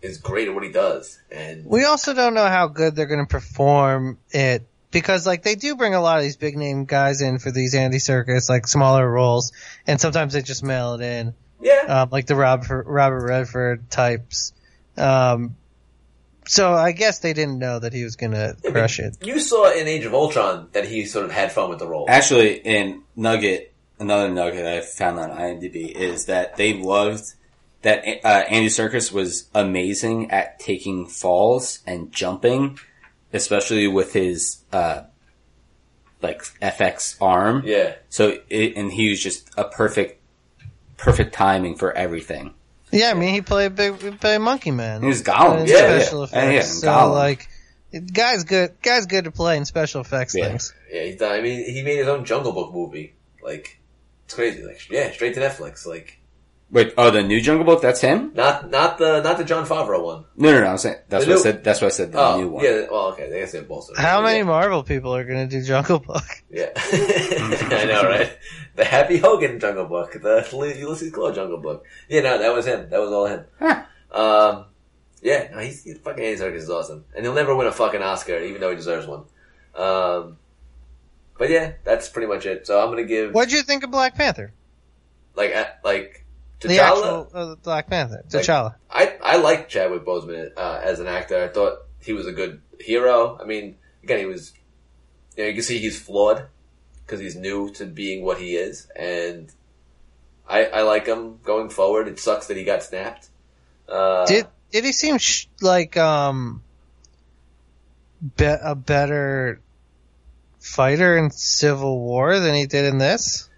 [SPEAKER 1] is great at what he does, and
[SPEAKER 3] We also don't know how good they're going to perform it because, like, they do bring a lot of these big name guys in for these Andy Circus, like, smaller roles, and sometimes they just mail it in,
[SPEAKER 1] yeah,
[SPEAKER 3] um, like the Robert, Robert Redford types. Um, so I guess they didn't know that he was going to crush it.
[SPEAKER 1] You saw in Age of Ultron that he sort of had fun with the role.
[SPEAKER 2] Actually, in Nugget, another nugget I found on IMDb is that they loved that uh, Andy Serkis was amazing at taking falls and jumping, especially with his uh, like FX arm.
[SPEAKER 1] yeah.
[SPEAKER 2] So it, and he was just a perfect, perfect timing for everything.
[SPEAKER 3] Yeah, I mean, he played big, he played Monkey Man.
[SPEAKER 2] He was Gollum.
[SPEAKER 3] And
[SPEAKER 1] Yeah,
[SPEAKER 3] special
[SPEAKER 2] yeah. Yeah, yeah,
[SPEAKER 3] effects. so,
[SPEAKER 2] Gollum.
[SPEAKER 3] like, it- guy's good, guy's good to play in special effects
[SPEAKER 2] Yeah.
[SPEAKER 3] things.
[SPEAKER 1] Yeah, he's done. I mean, he made his own Jungle Book movie. Like, it's crazy. Like, yeah, straight to Netflix. Like,
[SPEAKER 2] Wait, oh, the new Jungle Book. That's him.
[SPEAKER 1] not not the not the John Favreau one.
[SPEAKER 2] No, no, no. I'm saying that's
[SPEAKER 1] The
[SPEAKER 2] what I
[SPEAKER 1] new-
[SPEAKER 2] said. That's what I said. The
[SPEAKER 1] oh,
[SPEAKER 2] new one.
[SPEAKER 1] yeah. Well, okay. I guess they're both.
[SPEAKER 3] How many
[SPEAKER 1] Yeah.
[SPEAKER 3] Marvel people are going to do Jungle Book?
[SPEAKER 1] Yeah, I know, right? The Happy Hogan Jungle Book, the Ulysses Claw Jungle Book. Yeah, no, that was him. That was all him.
[SPEAKER 2] Huh.
[SPEAKER 1] Um, yeah, no, he's, he's fucking Andy Serkis is awesome, and he'll never win a fucking Oscar, even though he deserves one. Um, but yeah, that's pretty much it. So I'm gonna give
[SPEAKER 3] What would you think of Black Panther?
[SPEAKER 1] like uh, like
[SPEAKER 3] The
[SPEAKER 1] T'Challa.
[SPEAKER 3] actual uh, Black Panther, T'Challa.
[SPEAKER 1] I I like Chadwick Boseman uh, as an actor. I thought he was a good hero. I mean, again, he was. You know, you can see he's flawed because he's new to being what he is, and I I like him going forward. It sucks that he got snapped. Uh,
[SPEAKER 3] did did he seem sh- like um be- a better fighter in Civil War than he did in this?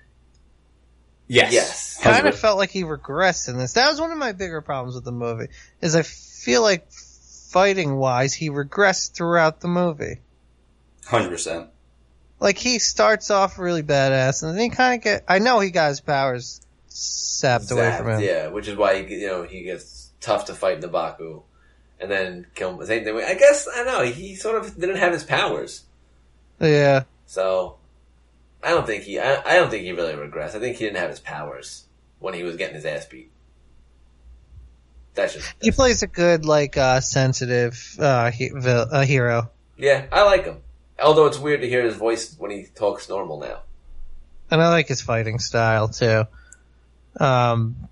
[SPEAKER 2] Yes.
[SPEAKER 1] Yes.
[SPEAKER 3] Kind of felt like he regressed in this. That was one of my bigger problems with the movie. Is I feel like fighting wise he regressed throughout the movie.
[SPEAKER 2] Hundred percent.
[SPEAKER 3] Like he starts off really badass and then he kind of get. I know he got his powers sapped away
[SPEAKER 1] Zapped,
[SPEAKER 3] from him.
[SPEAKER 1] Yeah, which is why he, you know he gets tough to fight Nabaku, and then kill him. Same thing. with- I guess I know he sort of didn't have his powers.
[SPEAKER 3] yeah.
[SPEAKER 1] So I don't think he I, I don't think he really regrets. I think he didn't have his powers when he was getting his ass beat. That's just
[SPEAKER 3] He plays a good, like, uh, sensitive, uh, he- vil- uh, hero.
[SPEAKER 1] yeah, I like him. Although it's weird to hear his voice when he talks normal now.
[SPEAKER 3] And I like his fighting style, too. Um,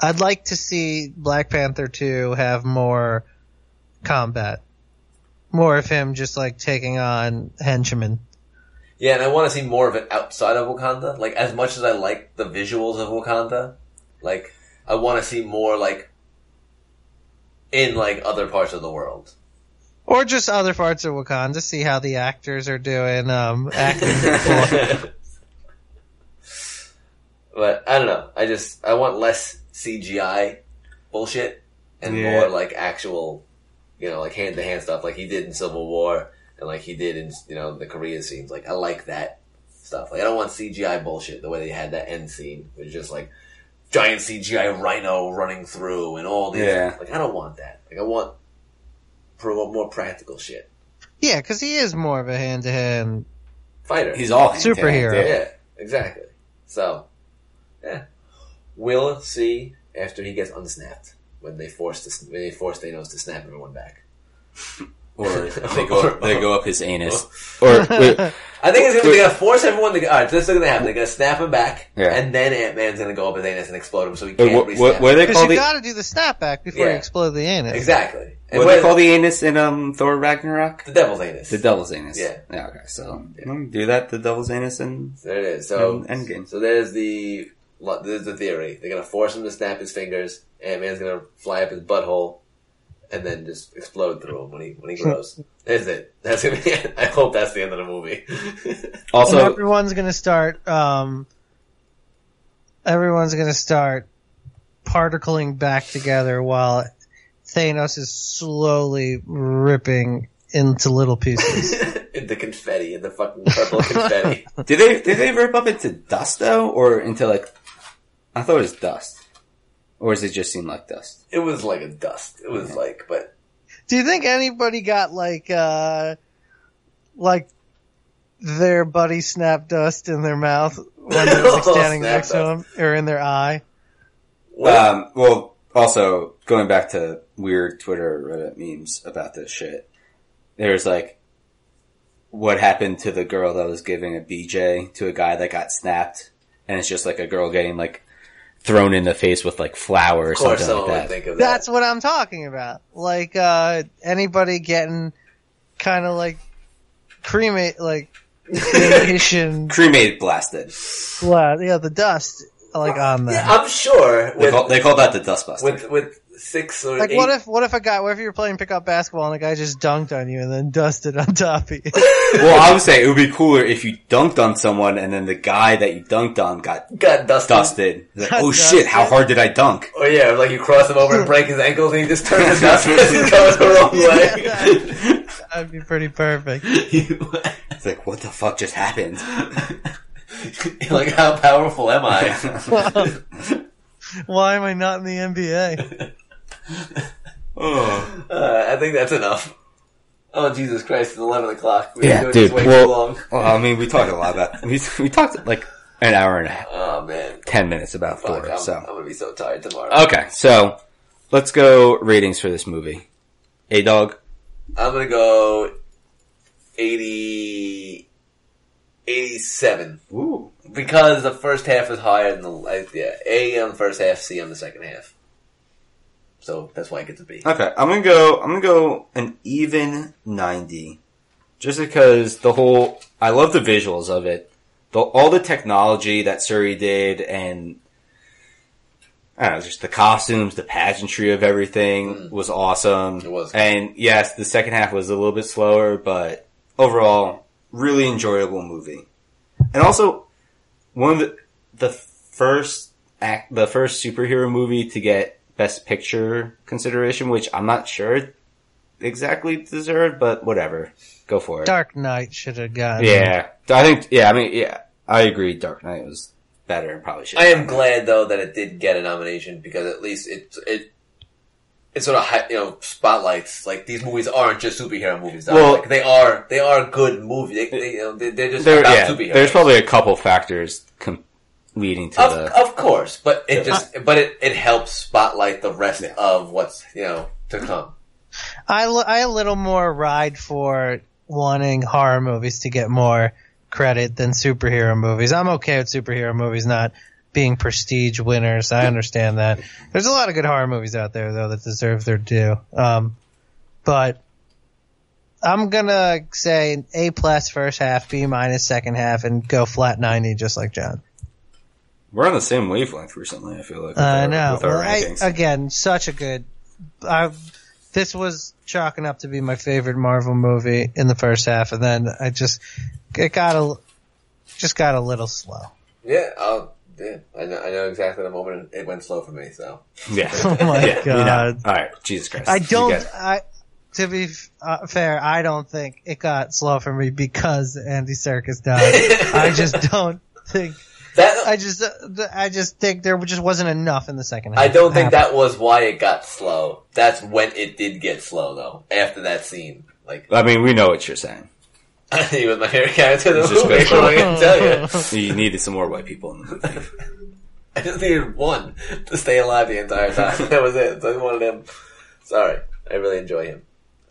[SPEAKER 3] I'd like to see Black Panther 2 have more combat. More of him just, like, taking on henchmen.
[SPEAKER 1] Yeah, and I want to see more of it outside of Wakanda. Like as much as I like the visuals of Wakanda, like I want to see more like in like other parts of the world.
[SPEAKER 3] Or just other parts of Wakanda, see how the actors are doing, um, acting.
[SPEAKER 1] But I don't know. I just I want less CGI bullshit and
[SPEAKER 2] Yeah.
[SPEAKER 1] more like actual, you know, like hand to hand stuff, like he did in Civil War and like he did in you know the Korea scenes. Like I like that stuff. Like I don't want CGI bullshit. The way they had that end scene it was just like giant CGI rhino running through and all these.
[SPEAKER 2] Yeah.
[SPEAKER 1] Like I don't want that. Like I want pro- more practical shit.
[SPEAKER 3] yeah, cause he is more of a hand-to-hand.
[SPEAKER 1] Fighter.
[SPEAKER 2] He's all
[SPEAKER 3] Superhero.
[SPEAKER 2] hand-to-hand,
[SPEAKER 1] Yeah, exactly. So, yeah, we'll see after he gets unsnapped when they force the, when they force Thanos to snap everyone back.
[SPEAKER 2] Or they go they go up his anus. Or wait,
[SPEAKER 1] I think it's gonna, they're gonna force everyone to. All right, this is gonna happen. They're gonna snap him back,
[SPEAKER 2] Yeah.
[SPEAKER 1] and then Ant Man's gonna go up his anus and explode him, so he
[SPEAKER 2] Wait,
[SPEAKER 1] can't.
[SPEAKER 2] what, what,
[SPEAKER 1] re-snap.
[SPEAKER 2] what do they
[SPEAKER 3] Because
[SPEAKER 2] call
[SPEAKER 3] you
[SPEAKER 2] the
[SPEAKER 3] gotta do the snapback before
[SPEAKER 1] Yeah.
[SPEAKER 3] you explode the anus.
[SPEAKER 1] exactly? And
[SPEAKER 2] what do they
[SPEAKER 1] whether-
[SPEAKER 2] call the anus in um Thor Ragnarok?
[SPEAKER 1] the devil's anus?
[SPEAKER 2] The devil's anus.
[SPEAKER 1] Yeah.
[SPEAKER 2] Yeah. Okay. So mm, do that. The devil's anus and
[SPEAKER 1] there it is. So
[SPEAKER 2] And Endgame.
[SPEAKER 1] So there's the there's the theory. They're gonna force him to snap his fingers. Ant Man's gonna fly up his butthole, and then just explode through him when he when he grows. Is it? That's gonna be. It. I hope that's the end of the movie.
[SPEAKER 3] And
[SPEAKER 2] also
[SPEAKER 3] Oh, everyone's gonna start. Um, everyone's gonna start particling back together while Thanos is slowly ripping into little pieces.
[SPEAKER 1] the confetti and the fucking purple confetti.
[SPEAKER 2] Did they did they rip up into dust though, or into like? I thought it was dust, or does it just seem like dust?
[SPEAKER 1] It was like a dust. It was like, but
[SPEAKER 3] do you think anybody got like, uh, like their buddy snap dust in their mouth when they're like,
[SPEAKER 1] Oh,
[SPEAKER 3] standing
[SPEAKER 1] snap
[SPEAKER 3] next to them or in their eye?
[SPEAKER 2] Um, well, also going back to weird Twitter or Reddit memes about this shit. There's like, what happened to the girl that was giving a BJ to a guy that got snapped, and it's just like a girl getting like thrown in the face with like flour or
[SPEAKER 1] of course,
[SPEAKER 2] something
[SPEAKER 1] someone
[SPEAKER 2] like
[SPEAKER 1] would
[SPEAKER 2] that.
[SPEAKER 1] think of that.
[SPEAKER 3] That's what I'm talking about. Like uh anybody getting kind of like cremate like cremation
[SPEAKER 2] Cremated, blasted.
[SPEAKER 3] blood, yeah, the dust like on
[SPEAKER 2] Uh,
[SPEAKER 3] them.
[SPEAKER 1] Yeah, I'm sure
[SPEAKER 2] They
[SPEAKER 1] with
[SPEAKER 2] call, they call that the dustbuster.
[SPEAKER 1] with with six or
[SPEAKER 3] Like
[SPEAKER 1] eight.
[SPEAKER 3] what if what if a guy what if you're playing pickup basketball and a guy just dunked on you and then dusted on top of you?
[SPEAKER 2] Well, I would say it would be cooler if you dunked on someone and then the guy that you dunked on got
[SPEAKER 1] got dusted.
[SPEAKER 2] dusted. He's like,
[SPEAKER 3] Got
[SPEAKER 2] oh shit, how hard did I dunk?
[SPEAKER 1] Or Oh, yeah, like you cross him over and break his ankles, and he just turns his dust and it goes the wrong way.
[SPEAKER 3] That'd be pretty perfect.
[SPEAKER 2] It's like, what the fuck just happened?
[SPEAKER 1] like how powerful am I?
[SPEAKER 3] Why am I not in the NBA?
[SPEAKER 2] oh.
[SPEAKER 1] Uh, I think that's enough. Oh Jesus Christ! It's eleven o'clock. We've been
[SPEAKER 2] Yeah,
[SPEAKER 1] doing
[SPEAKER 2] dude,
[SPEAKER 1] This way
[SPEAKER 2] well-
[SPEAKER 1] too long.
[SPEAKER 2] Well, I mean, we talked a lot about, we, we talked like an hour and a half,
[SPEAKER 1] Oh man,
[SPEAKER 2] ten minutes about
[SPEAKER 1] Fuck,
[SPEAKER 2] Thor,
[SPEAKER 1] I'm,
[SPEAKER 2] so.
[SPEAKER 1] I'm gonna be so tired tomorrow.
[SPEAKER 2] Okay, so let's go ratings for this movie. A dog,
[SPEAKER 1] I'm gonna go 80, 87.
[SPEAKER 2] Ooh.
[SPEAKER 1] because the first half is higher than the like, yeah A on the first half, C on the second half. So that's why I get to B.
[SPEAKER 2] Okay, I'm gonna go. I'm gonna go an even ninety, just because the whole. I love the visuals of it, the, all the technology that Suri did, and I don't know, just the costumes, the pageantry of everything was awesome.
[SPEAKER 1] Mm. It was.
[SPEAKER 2] and yes, the second half was a little bit slower, but overall, really enjoyable movie. And also, one of the the first act, the first superhero movie to get Best Picture consideration, which I'm not sure it exactly deserved, but whatever. Go for it.
[SPEAKER 3] Dark Knight should have gotten
[SPEAKER 2] Yeah, I think. Yeah, I mean, yeah, I agree. Dark Knight was better and probably should.
[SPEAKER 1] I am glad though that it did get a nomination because at least it it it sort of hi- you know spotlights like these movies aren't just superhero movies. though.
[SPEAKER 2] Well-
[SPEAKER 1] like, they are they are good movies. They, they, you know, they, they're just
[SPEAKER 2] There,
[SPEAKER 1] about
[SPEAKER 2] yeah,
[SPEAKER 1] superheroes.
[SPEAKER 2] there's probably a couple factors com- leading to
[SPEAKER 1] of,
[SPEAKER 2] the.
[SPEAKER 1] of course, but it just but it, it helps spotlight the rest
[SPEAKER 2] Yeah.
[SPEAKER 1] of what's you know to come.
[SPEAKER 3] I, li- I a little more ride for wanting horror movies to get more credit than superhero movies. I'm okay with superhero movies not being prestige winners. I understand that. There's a lot of good horror movies out there though that deserve their due. Um, but I'm gonna say an A plus first half, B minus second half, and go flat ninety just like John.
[SPEAKER 2] We're on the same wavelength recently. I feel like. With
[SPEAKER 3] I
[SPEAKER 2] our,
[SPEAKER 3] know.
[SPEAKER 2] With our
[SPEAKER 3] Uh, Well, I-
[SPEAKER 2] rankings.
[SPEAKER 3] again, such a good. I, this was chalking up to be my favorite Marvel movie in the first half, and then I just it got a just got a little slow.
[SPEAKER 1] Yeah, I'll, yeah, I know, I know exactly the moment it went slow for me. So
[SPEAKER 2] yeah.
[SPEAKER 3] Oh my
[SPEAKER 2] yeah, we know.
[SPEAKER 3] God.
[SPEAKER 2] All right, Jesus Christ.
[SPEAKER 3] I
[SPEAKER 2] You
[SPEAKER 3] don't.
[SPEAKER 2] guys-
[SPEAKER 3] I to be f- uh, fair, I don't think it got slow for me because Andy Serkis died. I just don't think.
[SPEAKER 1] that
[SPEAKER 3] I just uh, th- I just think there just wasn't enough in the second half.
[SPEAKER 1] I don't think that
[SPEAKER 3] Happened.
[SPEAKER 1] was why it got slow. That's when it did get slow, though. After that scene, like
[SPEAKER 2] I mean, we know what you're saying.
[SPEAKER 1] he was my favorite character in the
[SPEAKER 2] It's just
[SPEAKER 1] movie.
[SPEAKER 2] special.
[SPEAKER 1] I can tell you,
[SPEAKER 2] You needed some more white people in the movie.
[SPEAKER 1] I just needed one to stay alive the entire time. That was it. So I wanted him. Sorry, I really enjoy him.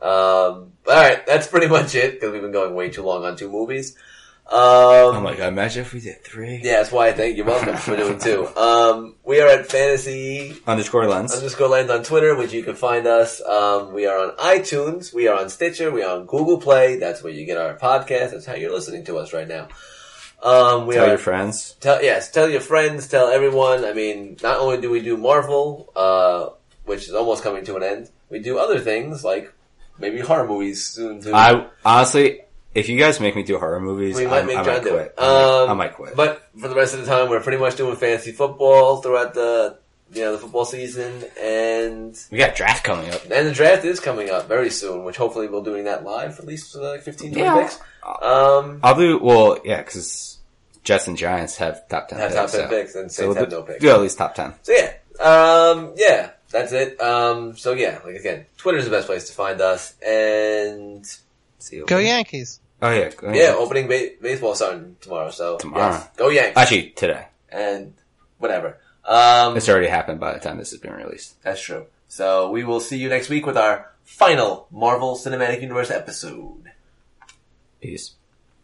[SPEAKER 1] Um, all right, that's pretty much it because we've been going way too long on two movies. Um,
[SPEAKER 2] Oh my god, imagine if we did three.
[SPEAKER 1] Yeah, that's why I think you're welcome for doing two. Um, we are at fantasy
[SPEAKER 2] Underscore lens.
[SPEAKER 1] underscore land on Twitter, which you can find us. Um, we are on iTunes, we are on Stitcher, we are on Google Play. That's where you get our podcast. That's how you're listening to us right now. Um, we
[SPEAKER 2] Tell
[SPEAKER 1] are
[SPEAKER 2] your friends.
[SPEAKER 1] Tell yes, tell your friends, tell everyone. I mean, not only do we do Marvel, uh, which is almost coming to an end, we do other things like maybe horror movies soon too.
[SPEAKER 2] I honestly, if you guys make me do horror movies,
[SPEAKER 1] we
[SPEAKER 2] I,
[SPEAKER 1] might
[SPEAKER 2] I
[SPEAKER 1] make
[SPEAKER 2] might
[SPEAKER 1] John do
[SPEAKER 2] quit.
[SPEAKER 1] it.
[SPEAKER 2] I might-
[SPEAKER 1] Um,
[SPEAKER 2] I might quit.
[SPEAKER 1] But for the rest of the time, we're pretty much doing fantasy football throughout the you know the football season, and
[SPEAKER 2] we got draft coming up.
[SPEAKER 1] and the draft is coming up very soon, which hopefully we'll doing that live for at least uh, like 15 20
[SPEAKER 2] Yeah.
[SPEAKER 1] picks. Um,
[SPEAKER 2] I'll do well, yeah, because Jets and Giants have top ten.
[SPEAKER 1] Have
[SPEAKER 2] picks,
[SPEAKER 1] top 10
[SPEAKER 2] so.
[SPEAKER 1] picks, and
[SPEAKER 2] so
[SPEAKER 1] Saints
[SPEAKER 2] we'll
[SPEAKER 1] have
[SPEAKER 2] do,
[SPEAKER 1] no picks.
[SPEAKER 2] do at least top ten.
[SPEAKER 1] So yeah, um, yeah, that's it. Um, so yeah, like again, Twitter's the best place to find us, and
[SPEAKER 2] See you
[SPEAKER 3] Go
[SPEAKER 2] later.
[SPEAKER 3] Yankees.
[SPEAKER 2] Oh yeah, go
[SPEAKER 1] yeah,
[SPEAKER 2] Yanks.
[SPEAKER 1] opening ba- baseball starting tomorrow. So
[SPEAKER 2] Tomorrow.
[SPEAKER 1] yes, go Yanks
[SPEAKER 2] Actually, today.
[SPEAKER 1] and whatever. Um,
[SPEAKER 2] It's already happened by the time this has been released.
[SPEAKER 1] that's true. So we will see you next week with our final Marvel Cinematic Universe episode.
[SPEAKER 2] Peace.